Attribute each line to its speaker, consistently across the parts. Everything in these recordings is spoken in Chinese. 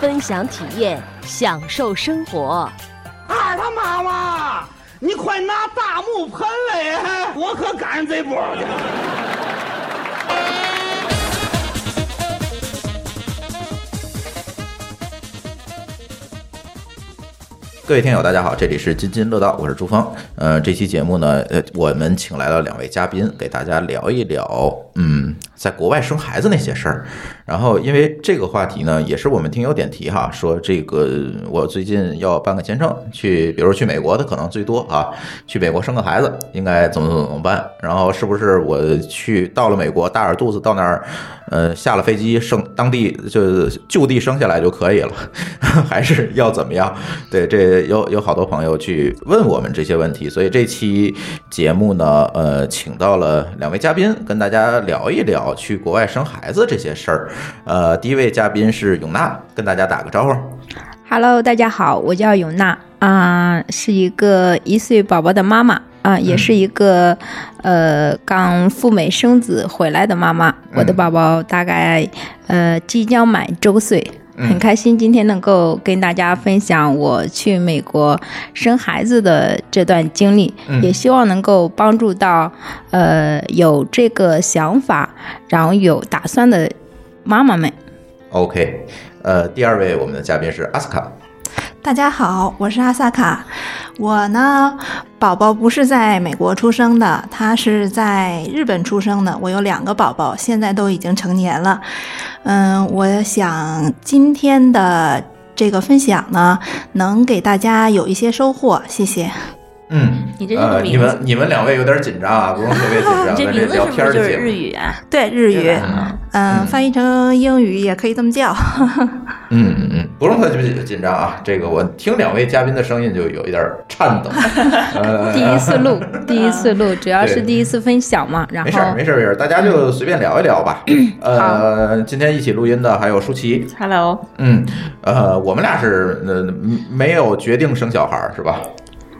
Speaker 1: 分享体验，享受生活。
Speaker 2: 二哎他妈妈，你快拿大木盆来，我可赶上这波了。
Speaker 3: 各位听友，大家好，这里是津津乐道，我是朱峰。呃，这期节目呢，呃，我们请来了两位嘉宾，给大家聊一聊，嗯，在国外生孩子那些事儿。然后，因为这个话题呢，也是我们听友点题哈，说这个我最近要办个签证，去，比如去美国的可能最多啊，去美国生个孩子应该怎么怎么怎么办？然后是不是我去到了美国，大着肚子到那儿，呃，下了飞机生当地就就地生下来就可以了， 还是要怎么样？对，这。有有好多朋友去问我们这些问题，所以这期节目呢，呃，请到了两位嘉宾，跟大家聊一聊去国外生孩子这些事儿。呃，第一位嘉宾是永娜，跟大家打个招呼。
Speaker 4: Hello，大家好，我叫永娜啊、呃，是一个一岁宝宝的妈妈啊、呃，也是一个、嗯、呃刚赴美生子回来的妈妈。我的宝宝大概呃即将满周岁。很开心今天能够跟大家分享我去美国生孩子的这段经历，嗯、也希望能够帮助到呃有这个想法，然后有打算的妈妈们。
Speaker 3: OK，呃，第二位我们的嘉宾是阿斯卡。
Speaker 5: 大家好，我是阿萨卡。我呢，宝宝不是在美国出生的，他是在日本出生的。我有两个宝宝，现在都已经成年了。嗯，我想今天的这个分享呢，能给大家有一些收获。谢谢。
Speaker 3: 嗯，
Speaker 1: 你这呃，
Speaker 3: 你们你们两位有点紧张啊，不用特别紧 张。
Speaker 1: 这
Speaker 3: 名
Speaker 1: 字是不是就是日语啊？
Speaker 5: 对，日语。嗯，翻译成英语也可以这么叫。
Speaker 3: 嗯嗯嗯，不用特别紧张啊。这个我听两位嘉宾的声音就有一点颤 抖。呃
Speaker 4: 第一次 录，第一次录，主要是第一次分享嘛。然后
Speaker 3: 哎
Speaker 4: 嗯
Speaker 3: 没事没事没事，大家就随便聊一聊吧。呃，今天一起录音的还有舒淇。
Speaker 6: Hello。
Speaker 3: 嗯，呃，我们俩是呃没有决定生小孩是吧？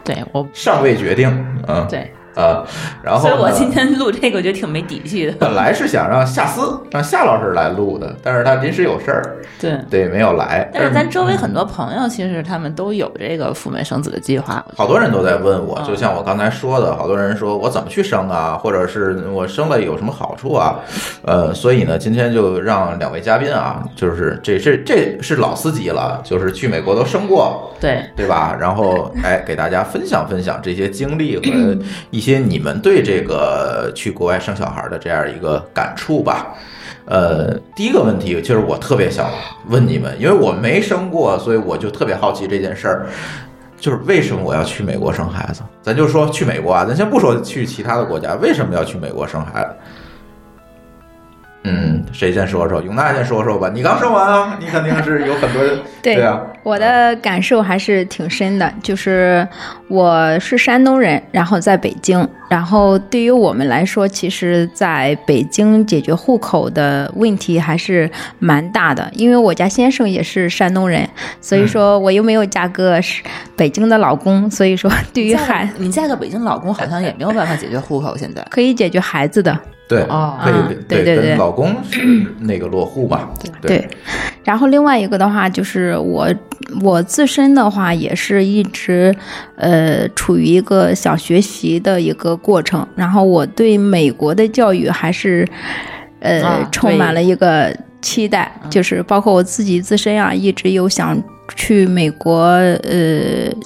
Speaker 6: 对我
Speaker 3: 尚未决定，嗯，
Speaker 6: 对，
Speaker 3: 呃，然后，
Speaker 6: 所以我今天录这个，我觉得挺没底气的。
Speaker 3: 本来是想让夏思，让夏老师来录的，但是他临时有事儿，
Speaker 6: 对
Speaker 3: 对，没有来。
Speaker 6: 但是咱周围很多朋友，其实他们都有这个赴美生子的计划。
Speaker 3: 好多人都在问我，就像我刚才说的，好多人说我怎么去生啊，或者是我生了有什么好处啊？呃，所以呢，今天就让两位嘉宾啊，就是这这这是老司机了，就是去美国都生过，
Speaker 6: 对
Speaker 3: 对吧？然后哎，给大家。分享分享这些经历和一些你们对这个去国外生小孩的这样一个感触吧。呃，第一个问题就是我特别想问你们，因为我没生过，所以我就特别好奇这件事儿，就是为什么我要去美国生孩子？咱就说去美国啊，咱先不说去其他的国家，为什么要去美国生孩子？嗯，谁先说说？永娜先说说吧。你刚生完啊，你肯定是有很多
Speaker 4: 对
Speaker 3: 对啊。
Speaker 4: 我的感受还是挺深的，就是我是山东人，然后在北京，然后对于我们来说，其实在北京解决户口的问题还是蛮大的。因为我家先生也是山东人，所以说
Speaker 3: 嗯
Speaker 4: 我又没有嫁个北京的老公，所以说对于孩
Speaker 6: 哎你嫁个北京老公好像也没有办法解决户口，现在
Speaker 4: 可以解决孩子的。
Speaker 3: 对，
Speaker 6: 哦、
Speaker 3: 可以、
Speaker 4: 啊、
Speaker 3: 对
Speaker 4: 对对，
Speaker 3: 老公是那个落户嘛？
Speaker 4: 对,对，然后另外一个的话就是我我自身的话也是一直呃处于一个想学习的一个过程，然后我对美国的教育还是呃、
Speaker 6: 啊、
Speaker 4: 充满了一个期待，就是包括我自己自身啊，一直有想。去美国，呃，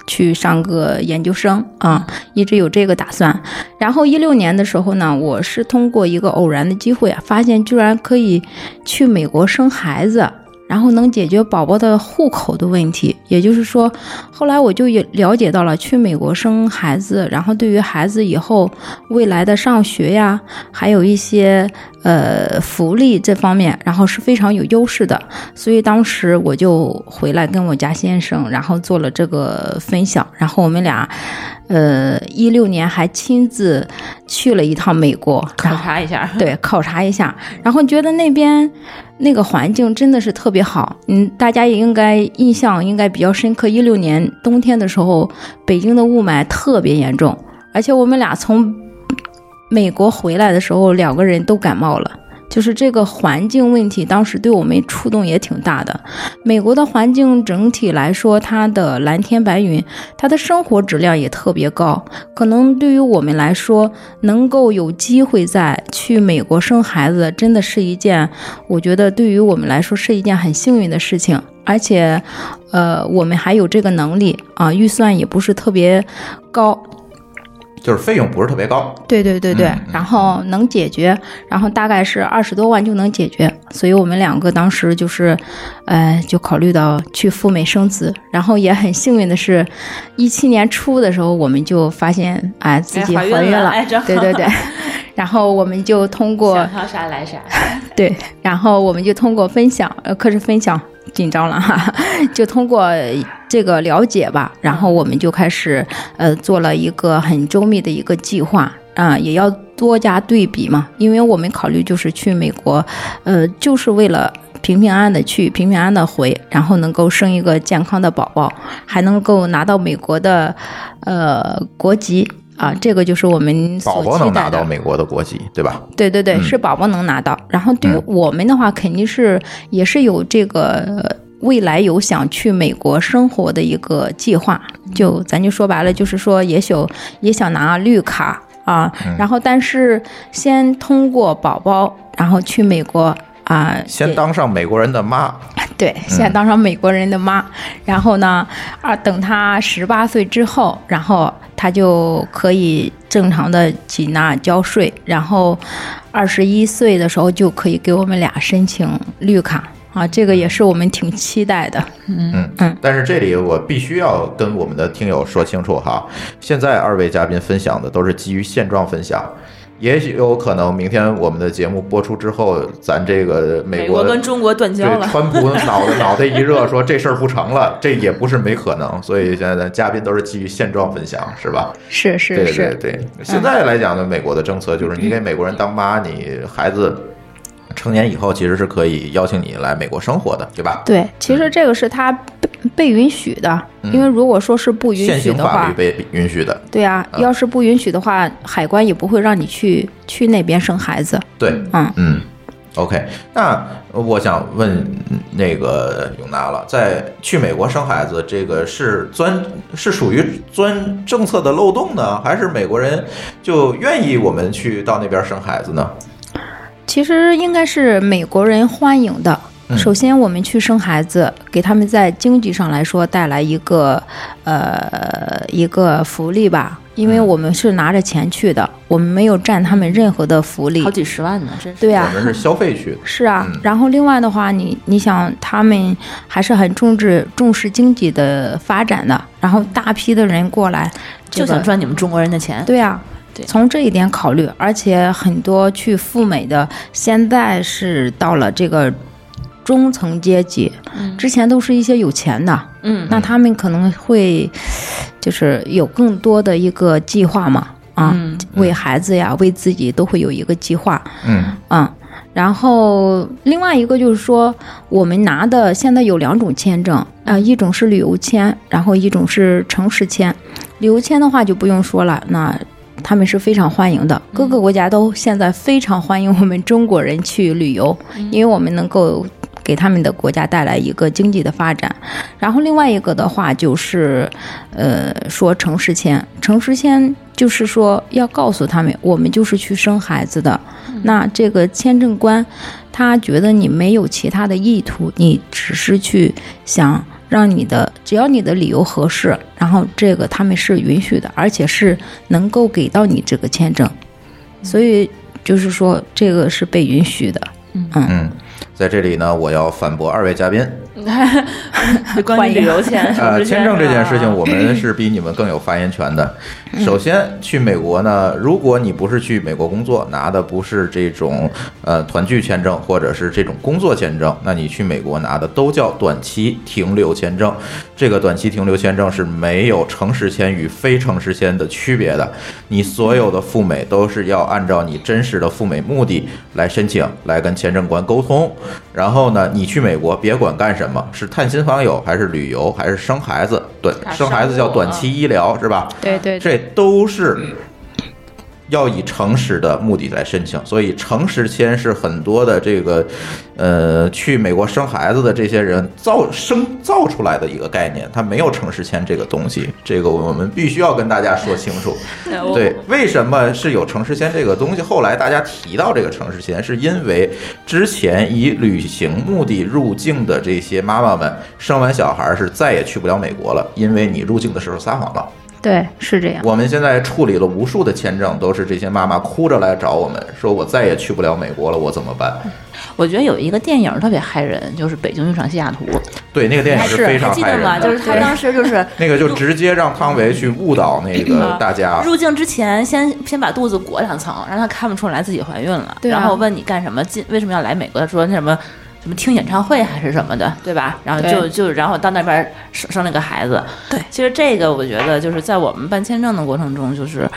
Speaker 4: 去上个研究生啊，一直有这个打算。然后一六年的时候呢，我是通过一个偶然的机会啊，发现居然可以去美国生孩子。然后能解决宝宝的户口的问题。也就是说，后来我就也了解到了，去美国生孩子，然后对于孩子以后未来的上学呀，还有一些呃福利这方面，然后是非常有优势的。所以当时我就回来跟我家先生，然后做了这个分享，然后我们俩。呃，一六年还亲自去了一趟美国，然
Speaker 6: 考
Speaker 4: 后
Speaker 6: 察一下。
Speaker 4: 对，考察一下，然后觉得那边那个环境真的是特别好。嗯，大家也应该印象应该比较深刻。一六年冬天的时候，北京的雾霾特别严重，而且我们俩从美国回来的时候，两个人都感冒了。就是这个环境问题，当时对我们触动也挺大的。美国的环境整体来说，它的蓝天白云，它的生活质量也特别高。可能对于我们来说，能够有机会在去美国生孩子，真的是一件，我觉得对于我们来说是一件很幸运的事情。而且，呃，我们还有这个能力啊，预算也不是特别高，
Speaker 3: 就是费用不是特别高，
Speaker 4: 对对对对，
Speaker 3: 嗯嗯
Speaker 4: 然后能解决，然后大概是二十多万就能解决，所以我们两个当时就是，呃，就考虑到去赴美生子，然后也很幸运的是，一七年初的时候我们就发现哎自己
Speaker 6: 哎
Speaker 4: 怀
Speaker 6: 怀孕
Speaker 4: 孕
Speaker 6: 了
Speaker 4: 了，
Speaker 6: 哎正好
Speaker 4: 对对 对，然后我们就通过
Speaker 6: 想要啥来啥，
Speaker 4: 对，然后我们就通过分享，呃，可是分享紧张了哈， 就通过这个了解吧，然后我们就开始呃做了一个很周密的一个计划啊、也要多加对比嘛，因为我们考虑就是去美国，呃，就是为了。平平安安的去，平平安安的回，然后能够生一个健康的宝宝，还能够拿到美国的，呃，国籍啊，这个就是我们所
Speaker 3: 宝
Speaker 4: 期
Speaker 3: 宝能
Speaker 4: 待
Speaker 3: 拿
Speaker 4: 的
Speaker 3: 到美国的国籍，对吧？
Speaker 4: 对对对，
Speaker 3: 嗯
Speaker 4: 是宝宝能拿到。然后对于
Speaker 3: 嗯
Speaker 4: 我们的话，肯定是也是有这个呃未来有想去美国生活的一个计划。
Speaker 3: 嗯
Speaker 4: 就咱就说白了，就是说也许有也想拿绿卡啊，
Speaker 3: 嗯
Speaker 4: 然后但是先通过宝宝，然后去美国。啊，
Speaker 3: 先
Speaker 4: 也
Speaker 3: 当上美国人的妈，
Speaker 4: 对，
Speaker 3: 嗯
Speaker 4: 先当上美国人的妈，然后呢，啊，等他十八岁之后，然后他就可以正常的缴纳交税，然后二十一岁的时候就可以给我们俩申请绿卡啊，这个也是我们挺期待的。
Speaker 3: 嗯，但是这里我必须要跟我们的听友说清楚哈，现在二位嘉宾分享的都是基于现状分享，也许有可能明天我们的节目播出之后，咱这个美
Speaker 6: 美
Speaker 3: 国
Speaker 6: 国跟中国断交
Speaker 3: 对
Speaker 6: 了。
Speaker 3: 川普脑袋脑袋一热说这事儿不成了，这也不是没可能，所以现在咱嘉宾都是基于现状分享，是吧？
Speaker 4: 是是
Speaker 3: 对对
Speaker 4: 是，
Speaker 3: 对，现在来讲呢，美国的政策就是你给美国人当妈，你孩子成年以后其实是可以邀请你来美国生活的，对吧？
Speaker 4: 对，其
Speaker 3: 嗯
Speaker 4: 实这个是他被被允许的，因为如果说是不允
Speaker 3: 现
Speaker 4: 许
Speaker 3: 行
Speaker 4: 的
Speaker 3: 法
Speaker 4: 话
Speaker 3: 律，被嗯允许的，
Speaker 4: 对啊，要是不允许的话，海关也不会让你去去那边生孩子。
Speaker 3: 对，
Speaker 4: 嗯
Speaker 3: 嗯，OK。那我想问那个永娜了，在去美国生孩子，这个是钻是属于钻政策的漏洞呢，还是美国人就愿意我们去到那边生孩子呢？
Speaker 4: 其实应该是美国人欢迎的。
Speaker 3: 嗯
Speaker 4: 首先，我们去生孩子，给他们在经济上来说带来一个呃一个福利吧，因为
Speaker 3: 嗯
Speaker 4: 我们是拿着钱去的，我们没有占他们任何的福利
Speaker 6: 好。几十万呢，真是。
Speaker 4: 对呀、
Speaker 3: 我们是消费去的。
Speaker 4: 是啊
Speaker 3: 嗯，
Speaker 4: 然后另外的话，你你想，他们还是很重视重视经济的发展的，然后大批的人过来，这
Speaker 6: 就
Speaker 4: 个
Speaker 6: 想赚你们中国人的钱。
Speaker 4: 对啊，
Speaker 6: 对
Speaker 4: 从这一点考虑，而且很多去赴美的现在是到了这个中层阶级，之前都是一些有钱的，
Speaker 6: 嗯，
Speaker 4: 那他们可能会就是有更多的一个计划嘛，啊，
Speaker 6: 嗯
Speaker 4: 为孩子呀，为自己都会有一个计划，
Speaker 3: 嗯
Speaker 4: 嗯，然后另外一个就是说，我们拿的现在有两种签证啊、呃一种是旅游签，然后一种是城市签。旅游签的话就不用说了，那他们是非常欢迎的，各个国家都现在非常欢迎我们中国人去旅游，因为我们能够。给他们的国家带来一个经济的发展，然后另外一个的话就是，呃，说城市签，城市签就是说要告诉他们，我们就是去生孩子的，那这个签证官，他觉得你没有其他的意图，你只是去想让你的，只要你的理由合适，然后这个他们是允许的，而且是能够给到你这个嗯签证，所以就是说这个是被允许的。啊
Speaker 3: 嗯，在这里呢，我要反驳二位嘉宾，
Speaker 6: 关于旅游签
Speaker 3: 呃，签证这件事情，
Speaker 6: 我
Speaker 3: 我们是比你们更有发言权的。首先，去美国呢，如果你不是去美国工作，拿的不是这种呃团聚签证或者是这种工作签证，那你去美国拿的都叫短期停留签证。这个短期停留签证是没有城市签与非城市签的区别的，你所有的赴美都是要按照你真实的赴美目的来申请，来跟签证官沟通。然后呢，你去美国别管干什么，是探亲访友还是旅游还是生孩子，短
Speaker 6: 啊
Speaker 3: 生孩子叫
Speaker 6: 上路
Speaker 3: 短
Speaker 6: 啊
Speaker 3: 期医疗是吧？
Speaker 4: 对对
Speaker 3: 这都是要以诚实的目的来申请，所以诚实签是很多的这个，呃，去美国生孩子的这些人造生造出来的一个概念，它没有诚实签这个东西，这个我们必须要跟大家说清楚。对，为什么是有城市签这个东西？后来大家提到这个城市签，是因为之前以旅行目的入境的这些妈妈们，生完小孩是再也去不了美国了，因为你入境的时候撒谎了。
Speaker 4: 对，是这样。
Speaker 3: 我们现在处理了无数的签证，都是这些妈妈哭着来找我们，说我再也去不了美国了，我怎么办？
Speaker 6: 我觉得有一个电影特别害人，就是《北京遇上西雅图》，
Speaker 3: 对，那个电影是非常
Speaker 6: 还记
Speaker 3: 害
Speaker 6: 得
Speaker 3: 人
Speaker 6: 吗？
Speaker 3: 的，
Speaker 6: 就是他
Speaker 3: 对
Speaker 6: 当时就是
Speaker 3: 那个就直接让汤唯去误导那个大家。
Speaker 6: 嗯入境之前先先把肚子裹两层，让她看不出来自己怀孕了，
Speaker 4: 对啊
Speaker 6: 然后问你干什么进为什么要来美国，她说那什么。什么听演唱会还是什么的，对吧？然后就
Speaker 4: 对
Speaker 6: 就然后到那边生生了个孩子。
Speaker 5: 对
Speaker 6: 其实这个我觉得就是在我们办签证的过程中，就是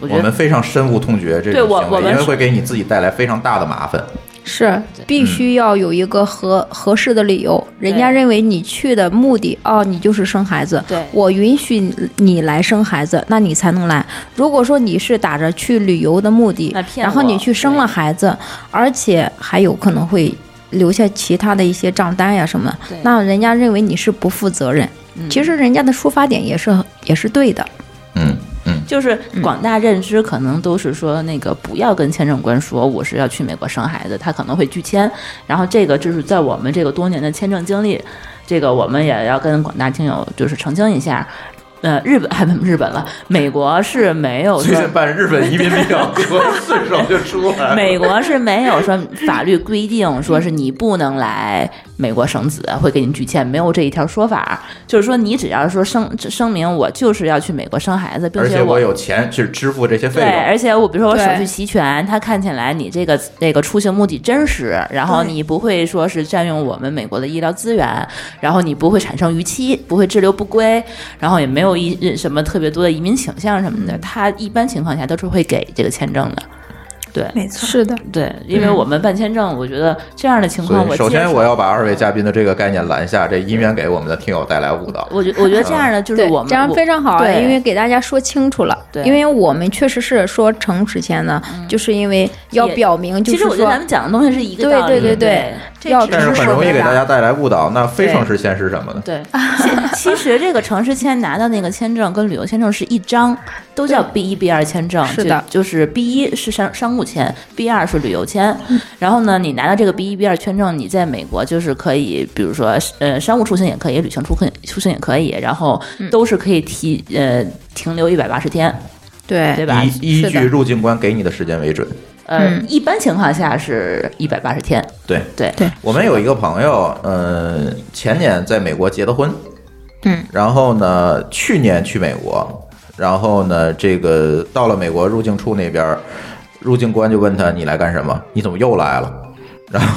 Speaker 6: 我觉
Speaker 3: 我
Speaker 6: 得
Speaker 3: 们非常深恶痛绝这
Speaker 6: 对
Speaker 3: 种
Speaker 6: 我
Speaker 3: 行
Speaker 6: 我
Speaker 3: 为，
Speaker 6: 们
Speaker 3: 因为
Speaker 6: 是
Speaker 3: 会给你自己带来非常大的麻烦。
Speaker 4: 是必须要有一个合合适的理由，人家
Speaker 6: 对
Speaker 4: 认为你去的目的哦，你就是生孩子，
Speaker 6: 对
Speaker 4: 我允许你来生孩子，那你才能来。如果说你是打着去旅游的目的
Speaker 6: 那，骗
Speaker 4: 然后你
Speaker 6: 我
Speaker 4: 去生
Speaker 6: 对
Speaker 4: 了孩子，而且还有可能会留下其他的一些账单呀什么
Speaker 6: 对，嗯
Speaker 4: 那人家认为你是不负责任。其实人家的出发点也是也是对的，
Speaker 3: 嗯嗯，
Speaker 6: 就是广大认知可能都是说那个不要跟签证官说我是要去美国生孩子，他可能会拒签。然后这个就是在我们这个多年的签证经历，这个我们也要跟广大听友就是澄清一下。呃，日本还不日本了， 美国是没有
Speaker 3: 最
Speaker 6: 说
Speaker 3: 近办日本移民比较多，顺手就出来了。
Speaker 6: 美国是没有说法律规定说是你不能来美国生子，会给你拒签，没有这一条说法。就是说你只要说声声明我就是要去美国生孩子，并
Speaker 3: 而且
Speaker 6: 我
Speaker 3: 我有钱去支付这些费
Speaker 6: 对，
Speaker 3: 用。
Speaker 6: 而且我比如说我手续
Speaker 4: 对
Speaker 6: 齐全，它看起来你这个那个出行目的真实，然后
Speaker 5: 对
Speaker 6: 你不会说是占用我们美国的医疗资源，然后你不会产生逾期，不会滞留不归，然后也没有一什么特别多的移民倾向什
Speaker 4: 嗯
Speaker 6: 么的，它一般情况下都是会给这个签证的。对
Speaker 5: 没错，
Speaker 4: 的，
Speaker 6: 对，因为我们办签证，我觉得这样的情
Speaker 3: 所
Speaker 6: 况
Speaker 3: 以，
Speaker 6: 我
Speaker 3: 首
Speaker 6: 接
Speaker 3: 先
Speaker 6: 受
Speaker 3: 我要把二位嘉宾的这个概念拦下，这以免给我们的听友带来误导。
Speaker 6: 我觉我觉得这样的就是
Speaker 4: 嗯对，
Speaker 6: 我们
Speaker 4: 这样非常好啊，
Speaker 6: 对
Speaker 4: 因为给大家说清楚了。
Speaker 6: 对嗯
Speaker 4: 因为我们确实是说诚实签呢，就是因为要
Speaker 6: 也
Speaker 4: 表明，就
Speaker 6: 其
Speaker 4: 是
Speaker 6: 实我觉得咱
Speaker 4: 说
Speaker 6: 们讲的东西是一个
Speaker 4: 对
Speaker 6: 道理，
Speaker 4: 对对
Speaker 6: 对
Speaker 4: 对要
Speaker 3: 但是很容易给大家带来误导。那非诚实签是什么呢？
Speaker 6: 对，其其实这个城市签拿到那个签证跟旅游签证是一张，都叫 B 一 B 二签证。
Speaker 4: 是
Speaker 6: 就
Speaker 4: 的
Speaker 6: 就是 B 一是商商务签，B 二是旅游签。
Speaker 4: 嗯
Speaker 6: 然后呢，你拿到这个 B 一 B 二签证，你在美国就是可以，比如说呃商务出行也可以，旅行出行出行也可
Speaker 4: 嗯
Speaker 6: 以，然后都是可以提呃停留一百八十天，对
Speaker 4: 对啊
Speaker 6: 吧？
Speaker 3: 依依
Speaker 4: 是的
Speaker 3: 据入境官给你的时间为准。
Speaker 6: 呃
Speaker 4: 嗯，
Speaker 6: 一般情况下是一百八十天。
Speaker 3: 对，
Speaker 6: 对
Speaker 4: 对
Speaker 3: 我们有一个朋友，呃，前年在美国结的婚，
Speaker 4: 嗯，
Speaker 3: 然后呢，去年去美国，然后呢，这个到了美国入境处那边儿，入境官就问他：“你来干什么？你怎么又来了？”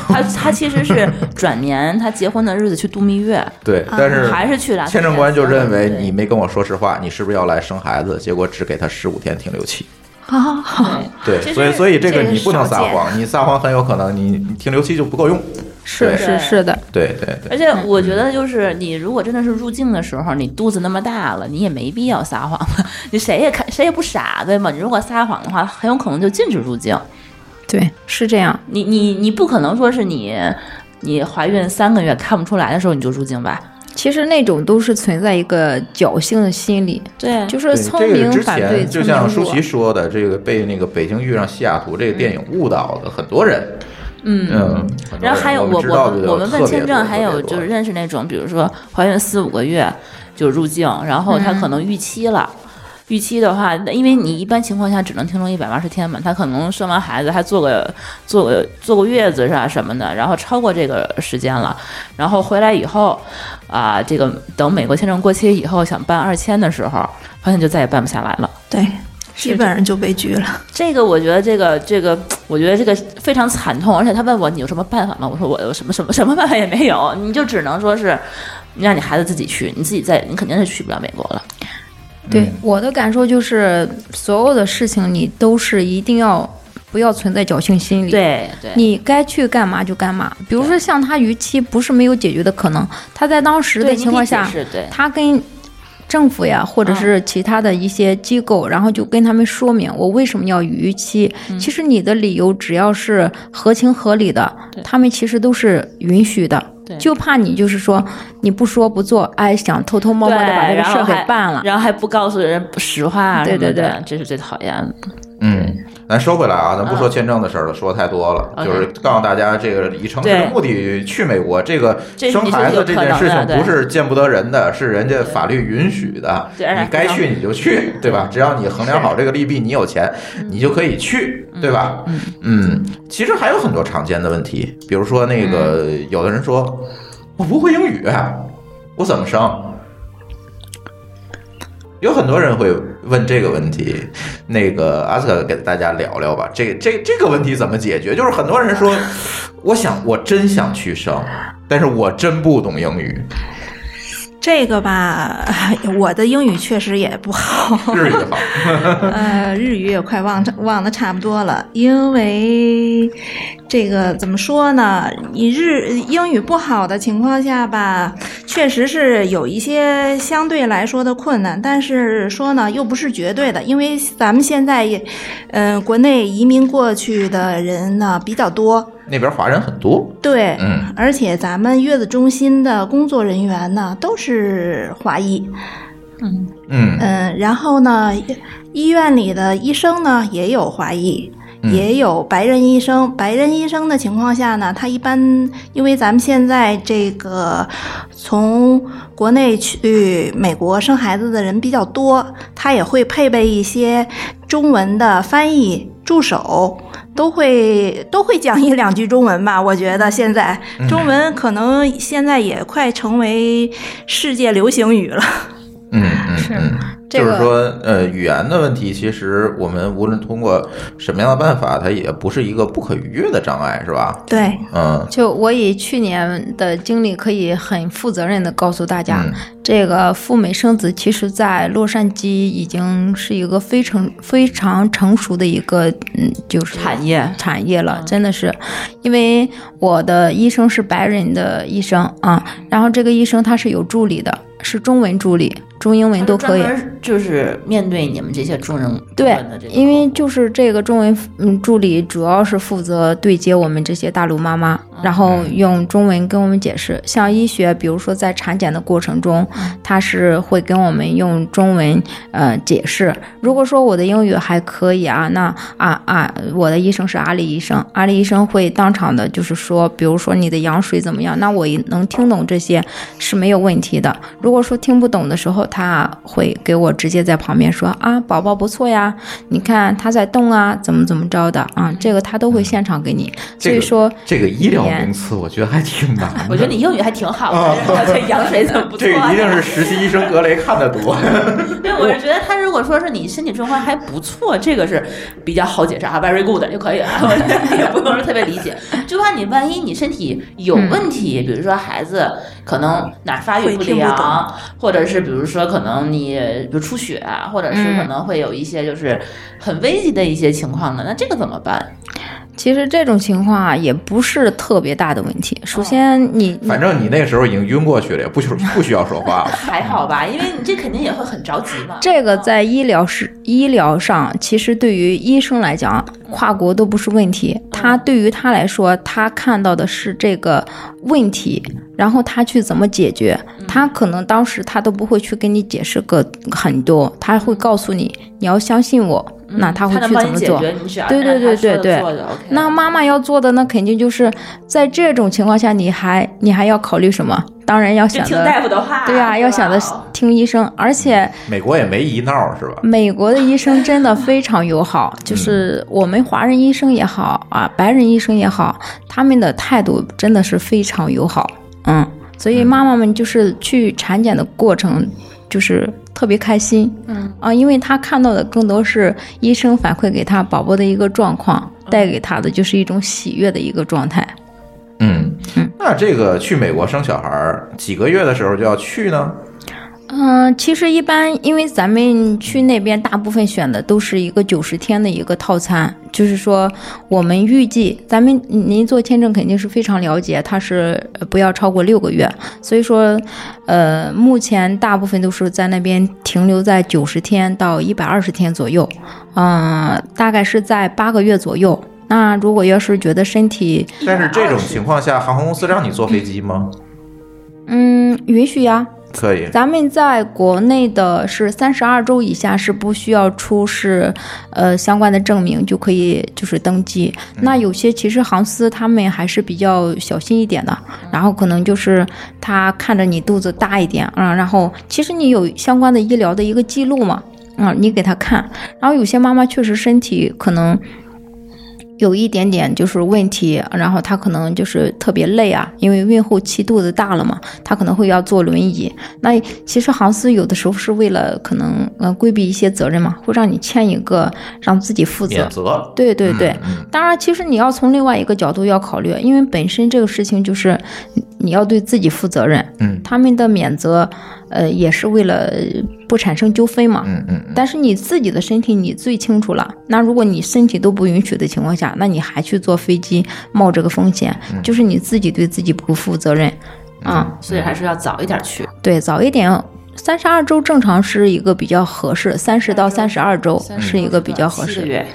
Speaker 6: 他他其实是转年他结婚的日子去度蜜月，
Speaker 3: 对，但是
Speaker 6: 嗯还是去了
Speaker 3: 签证官就认为
Speaker 6: 对
Speaker 3: 你没跟我说实话，你是不是要来生孩子？结果只给他十五天停留期。
Speaker 5: 好
Speaker 6: 啊
Speaker 5: 好好，
Speaker 3: 对，
Speaker 6: 这是
Speaker 3: 所以所以这个
Speaker 5: 这是
Speaker 3: 你不能
Speaker 5: 少
Speaker 3: 撒
Speaker 5: 见
Speaker 3: 谎，你撒谎很有可能你你停留期就不够用。
Speaker 4: 是
Speaker 3: 对
Speaker 4: 是是的，
Speaker 3: 对对对。
Speaker 6: 而且我觉得，就是你如果真的是入境的时候，你肚子那么大了，你也没必要撒谎了。你谁也看谁也不傻，对吗？你如果撒谎的话，很有可能就禁止入境。
Speaker 4: 对，是这样。
Speaker 6: 你你你不可能说是你你怀孕三个月看不出来的时候你就入境吧？
Speaker 4: 其实那种都是存在一个侥幸的心理，
Speaker 6: 对
Speaker 4: 就
Speaker 3: 对
Speaker 4: 是聪
Speaker 3: 这
Speaker 4: 明
Speaker 3: 个之
Speaker 4: 反对
Speaker 3: 前，就
Speaker 4: 聪
Speaker 3: 像
Speaker 4: 明
Speaker 3: 舒
Speaker 4: 误
Speaker 3: 淇。说的，这个被那个《北京遇上西雅图》这个电影误导的很多人。嗯很多人
Speaker 6: 嗯然后还有
Speaker 3: 我
Speaker 6: 我
Speaker 3: 知道
Speaker 6: 我
Speaker 3: 的
Speaker 6: 们
Speaker 3: 有
Speaker 6: 我们
Speaker 3: 特
Speaker 6: 办
Speaker 3: 别
Speaker 6: 签
Speaker 3: 多
Speaker 6: 证，还
Speaker 3: 特
Speaker 6: 有
Speaker 3: 别多
Speaker 6: 就是认识那种，比如说怀孕四五个月就入境，然后他可能逾期了。预期的话，那因为你一般情况下只能停留一百八十天嘛，他可能生完孩子还坐个坐个坐个月子啥什么的，然后超过这个时间了，然后回来以后啊、这个等美国签证过期以后想办二签的时候，发现就再也办不下来了。
Speaker 5: 对，基本上就被拒了。
Speaker 6: 这个我觉得这个这个，我觉得这个非常惨痛。而且他问我你有什么办法吗？我说我有什么什么什么办法也没有，你就只能说是让你孩子自己去，你自己在，你肯定是去不了美国了。
Speaker 3: 嗯
Speaker 4: 对我的感受就是，所有的事情你都是一定要不要存在侥幸心理。。
Speaker 6: 对对，
Speaker 4: 你该去干嘛就干嘛，比如说像他逾期不是没有解决的可能，他在当时
Speaker 6: 对
Speaker 4: 的
Speaker 6: 你
Speaker 4: 情况
Speaker 6: 可以解
Speaker 4: 下，
Speaker 6: 释对
Speaker 4: 他跟政府呀，或者是其他的一些机构，然后就跟他们说明我为什么要逾期。
Speaker 6: 嗯
Speaker 4: 其实你的理由只要是合情合理的，他们其实都是允许的
Speaker 6: 对。
Speaker 4: 就怕你就是说你不说不做，哎，想偷偷摸摸的把
Speaker 6: 对
Speaker 4: 这个
Speaker 6: 然后
Speaker 4: 事儿给
Speaker 6: 还
Speaker 4: 办了。
Speaker 6: 然后还不告诉人实话啊
Speaker 4: 对
Speaker 6: 什么
Speaker 4: 对
Speaker 6: 的，这是最讨厌的。
Speaker 3: 嗯，咱说回来啊，咱不说签证的事儿了，说的太多了。
Speaker 6: 嗯 OK
Speaker 3: 就是告诉大家，这个以诚实的目的去美国，这个
Speaker 6: 这
Speaker 3: 生孩子这件事情
Speaker 6: 这是
Speaker 3: 不是见不得人的，是人家法律允许的。
Speaker 6: 对而且
Speaker 3: 你该去你就去，对吧？只要你衡量好这个利弊，你有钱，
Speaker 6: 嗯
Speaker 3: 你就可以去，对吧？嗯，其实还有很多常见的问题，比如说那个
Speaker 6: 嗯
Speaker 3: 有的人说我不会英语，啊我怎么生？有很多人会问这个问题，那个阿斯克给大家聊聊吧。这这这个问题怎么解决？就是很多人说，我想我真想去生，但是我真不懂英语，
Speaker 5: 这个吧，我的英语确实也不好。
Speaker 3: 日语好。
Speaker 5: 呃，日语也快忘忘的差不多了，因为这个怎么说呢？你日英语不好的情况下吧，确实是有一些相对来说的困难，但是说呢，又不是绝对的，因为咱们现在也，嗯、国内移民过去的人呢比较多，
Speaker 3: 那边华人很多，
Speaker 5: 对，
Speaker 3: 嗯，
Speaker 5: 而且咱们月子中心的工作人员呢都是华裔，
Speaker 3: 嗯
Speaker 5: 嗯，然后呢，医院里的医生呢也有华裔。
Speaker 3: 嗯
Speaker 5: 也有白人医生，白人医生的情况下呢，他一般因为咱们现在这个从国内去美国生孩子的人比较多，他也会配备一些中文的翻译助手，都会都会讲一两句中文吧。我觉得现在
Speaker 3: 嗯
Speaker 5: 中文可能现在也快成为世界流行语 了。
Speaker 3: 嗯嗯嗯，
Speaker 4: 这
Speaker 3: 就是
Speaker 4: 个
Speaker 3: 说，呃，语言的问题，其实我们无论通过什么样的办法，它也不是一个不可逾越的障碍，是吧？
Speaker 5: 对，
Speaker 3: 嗯
Speaker 4: 就我以去年的经历，可以很负责任的告诉大家，
Speaker 3: 嗯
Speaker 4: 这个赴美生子，其实在洛杉矶已经是一个非常非常成熟的一个嗯，就是
Speaker 6: 产业嗯
Speaker 4: 产业了，真的是，因为我的医生是白人的医生啊，然后这个医生他是有助理的，是中文助理，中英文都可以。，
Speaker 6: 就是面对你们这些中人
Speaker 4: 对
Speaker 6: 中文的这，个
Speaker 4: 因为就是这个中文嗯助理主要是负责对接我们这些大陆妈妈，
Speaker 6: 嗯
Speaker 4: 然后用中文跟我们解释。像医学，比如说在产检的过程中，
Speaker 6: 嗯
Speaker 4: 他是会跟我们用中文呃解释。如果说我的英语还可以啊，那啊啊，我的医生是阿里医生，阿里医生会当场的就是说，比如说你的羊水怎么样，那我也能听懂这些是没有问题的。如果说听不懂的时候，他会给我直接在旁边说啊，宝宝不错呀，你看他在动啊，怎么怎么着的啊，这个他都会现场给你。
Speaker 3: 嗯这
Speaker 4: 所
Speaker 3: 个
Speaker 4: 以说，
Speaker 3: 这个医疗
Speaker 4: 语言
Speaker 3: 名词，我觉得还挺难的。
Speaker 6: 我觉得你英语还挺好 的，这羊水怎么不错啊
Speaker 3: 哦这
Speaker 6: 呢？
Speaker 3: 个一定是实习医生格雷看的多。
Speaker 6: 对，我是觉得他如果说是你身体状况还不错，这个是比较好解释啊，very good 就可以了，也不用说特别理解。就怕你万一你身体有
Speaker 4: 嗯
Speaker 6: 问题，比如说孩子可能哪儿发育
Speaker 5: 会听不
Speaker 6: 良
Speaker 5: 懂，
Speaker 6: 或者是比如说可能你比如出血啊，或者是可
Speaker 4: 嗯
Speaker 6: 能会有一些就是很危急的一些情况的，那这个怎么办？
Speaker 4: 其实这种情况啊，也不是特别大的问题。首先你，你
Speaker 3: 哦反正你那个时候已经晕过去了，也不需不需要说话了。
Speaker 6: 还好吧，因为你这肯定也会很着急嘛。
Speaker 4: 这个在医疗是医疗上，其实对于医生来讲，跨国都不是问题。他对于他来说，他看到的是这个问题，然后他去怎么解决。他可能当时他都不会去跟你解释个很多，他会告诉你你要相信我，那他会
Speaker 6: 嗯能
Speaker 4: 去
Speaker 6: 帮
Speaker 4: 怎
Speaker 6: 你
Speaker 4: 么
Speaker 6: 解
Speaker 4: 做。
Speaker 6: 决，你只要
Speaker 4: 对
Speaker 6: 按照
Speaker 4: 对
Speaker 6: 他
Speaker 4: 对
Speaker 6: 说的
Speaker 4: 对对
Speaker 6: 做就 OK
Speaker 4: 那
Speaker 6: 了
Speaker 4: 妈妈要做的，那肯定就是在这种情况下，你还你还要考虑什么？当然要
Speaker 6: 就
Speaker 4: 想
Speaker 6: 听
Speaker 4: 的
Speaker 6: 大夫的话，
Speaker 4: 对呀、
Speaker 6: 是吧
Speaker 4: 要想的听医生，而且
Speaker 3: 美国也没医闹是吧？
Speaker 4: 美国的医生真的非常友好，就是我们华人医生也好啊，白人医生也好，他们的态度真的是非常友好，嗯，所以妈妈们就是去产检的过程就是特别开心，嗯啊，因为她看到的更多是医生反馈给她宝宝的一个状况，带给她的就是一种喜悦的一个状态。
Speaker 3: 嗯，那这个去美国生小孩儿几个月的时候就要去呢？
Speaker 4: 嗯，其实一般因为咱们去那边，大部分选的都是一个九十天的一个套餐，就是说我们预计咱们嗯您做签证肯定是非常了解，它是呃不要超过六个月，所以说，呃，目前大部分都是在那边停留在九十天到一百二十天左右，嗯、大概是在八个月左右。那如果要是觉得身体
Speaker 3: 但是这种情况下，航空公司让你坐飞机吗？
Speaker 4: 嗯允许呀，
Speaker 3: 可以。
Speaker 4: 咱们在国内的是三十二周以下是不需要出示呃相关的证明就可以就是登机。那有些其实航司他们还是比较小心一点的，然后可能就是他看着你肚子大一点啊、然后其实你有相关的医疗的一个记录嘛，啊、你给他看。然后有些妈妈确实身体可能。有一点点就是问题，然后她可能就是特别累啊，因为孕后期肚子大了嘛，她可能会要坐轮椅。那其实航司有的时候是为了可能呃规避一些责任嘛，会让你签一个让自己负责
Speaker 3: 免。责。
Speaker 4: 对对对，
Speaker 3: 嗯
Speaker 4: 当然，其实你要从另外一个角度要考虑，因为本身这个事情就是你你要对自己负责任。
Speaker 3: 嗯
Speaker 4: 他们的免责，呃，也是为了不产生纠纷嘛。
Speaker 3: 嗯嗯嗯，
Speaker 4: 但是你自己的身体你最清楚了。那如果你身体都不允许的情况下，那你还去坐飞机冒这个风险，就是你自己对自己不负责任。啊，
Speaker 6: 所以还是要早一点去。
Speaker 4: 对，早一点，三十二周正常是一个比较合适，三十到三十二周是一个比较合
Speaker 6: 七
Speaker 4: 适
Speaker 6: 个。月，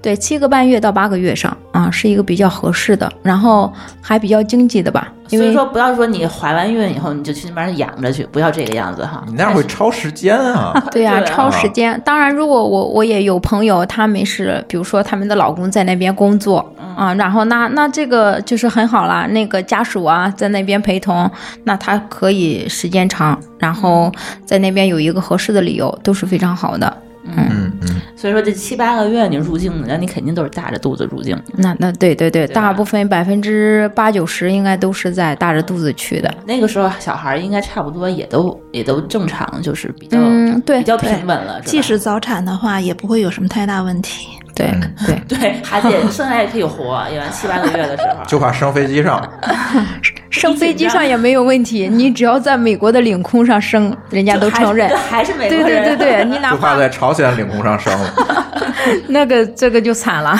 Speaker 4: 对，七个半月到八个月上啊，是一个比较合适的，然后还比较经济的吧。因
Speaker 6: 所以
Speaker 4: 为
Speaker 6: 说不要说你怀完孕以后你就去那边养着去，不要这个样子哈。
Speaker 3: 你那样会超时间啊。
Speaker 4: 对呀、
Speaker 6: 对啊
Speaker 4: 超时间。当然，如果我我也有朋友，他们是比如说他们的老公在那边工作
Speaker 6: 嗯
Speaker 4: 啊，然后那那这个就是很好啦，那个家属啊在那边陪同，那他可以时间长，然
Speaker 6: 嗯
Speaker 4: 后在那边有一个合适的理由，都是非常好的。
Speaker 3: 嗯嗯，
Speaker 6: 所以说这七八个月你入境，那你肯定都是大着肚子入境的。
Speaker 4: 那那对对对，
Speaker 6: 对啊吧
Speaker 4: 大部分百分之八九十应该都是在大着肚子去的。
Speaker 6: 那个时候小孩应该差不多也都也都正常，就是比较、
Speaker 4: 嗯，对
Speaker 6: 比较平稳了。
Speaker 5: 即
Speaker 6: 是吧
Speaker 5: 使早产的话，也不会有什么太大问题。
Speaker 4: 对对，
Speaker 6: 对孩子也生下来也可以活，也完七八个月的时 候，
Speaker 3: 就怕升飞机上。
Speaker 4: 升飞机上也没有问题，你只要在美国的领空上升，人家
Speaker 6: 就
Speaker 4: 都
Speaker 6: 还
Speaker 4: 承认
Speaker 6: 对。还是美
Speaker 4: 对
Speaker 6: 国
Speaker 4: 对
Speaker 6: 人。
Speaker 4: 对对，你哪
Speaker 3: 就怕
Speaker 4: 怕
Speaker 3: 在朝鲜领空上升了。
Speaker 4: 那个这个就惨了。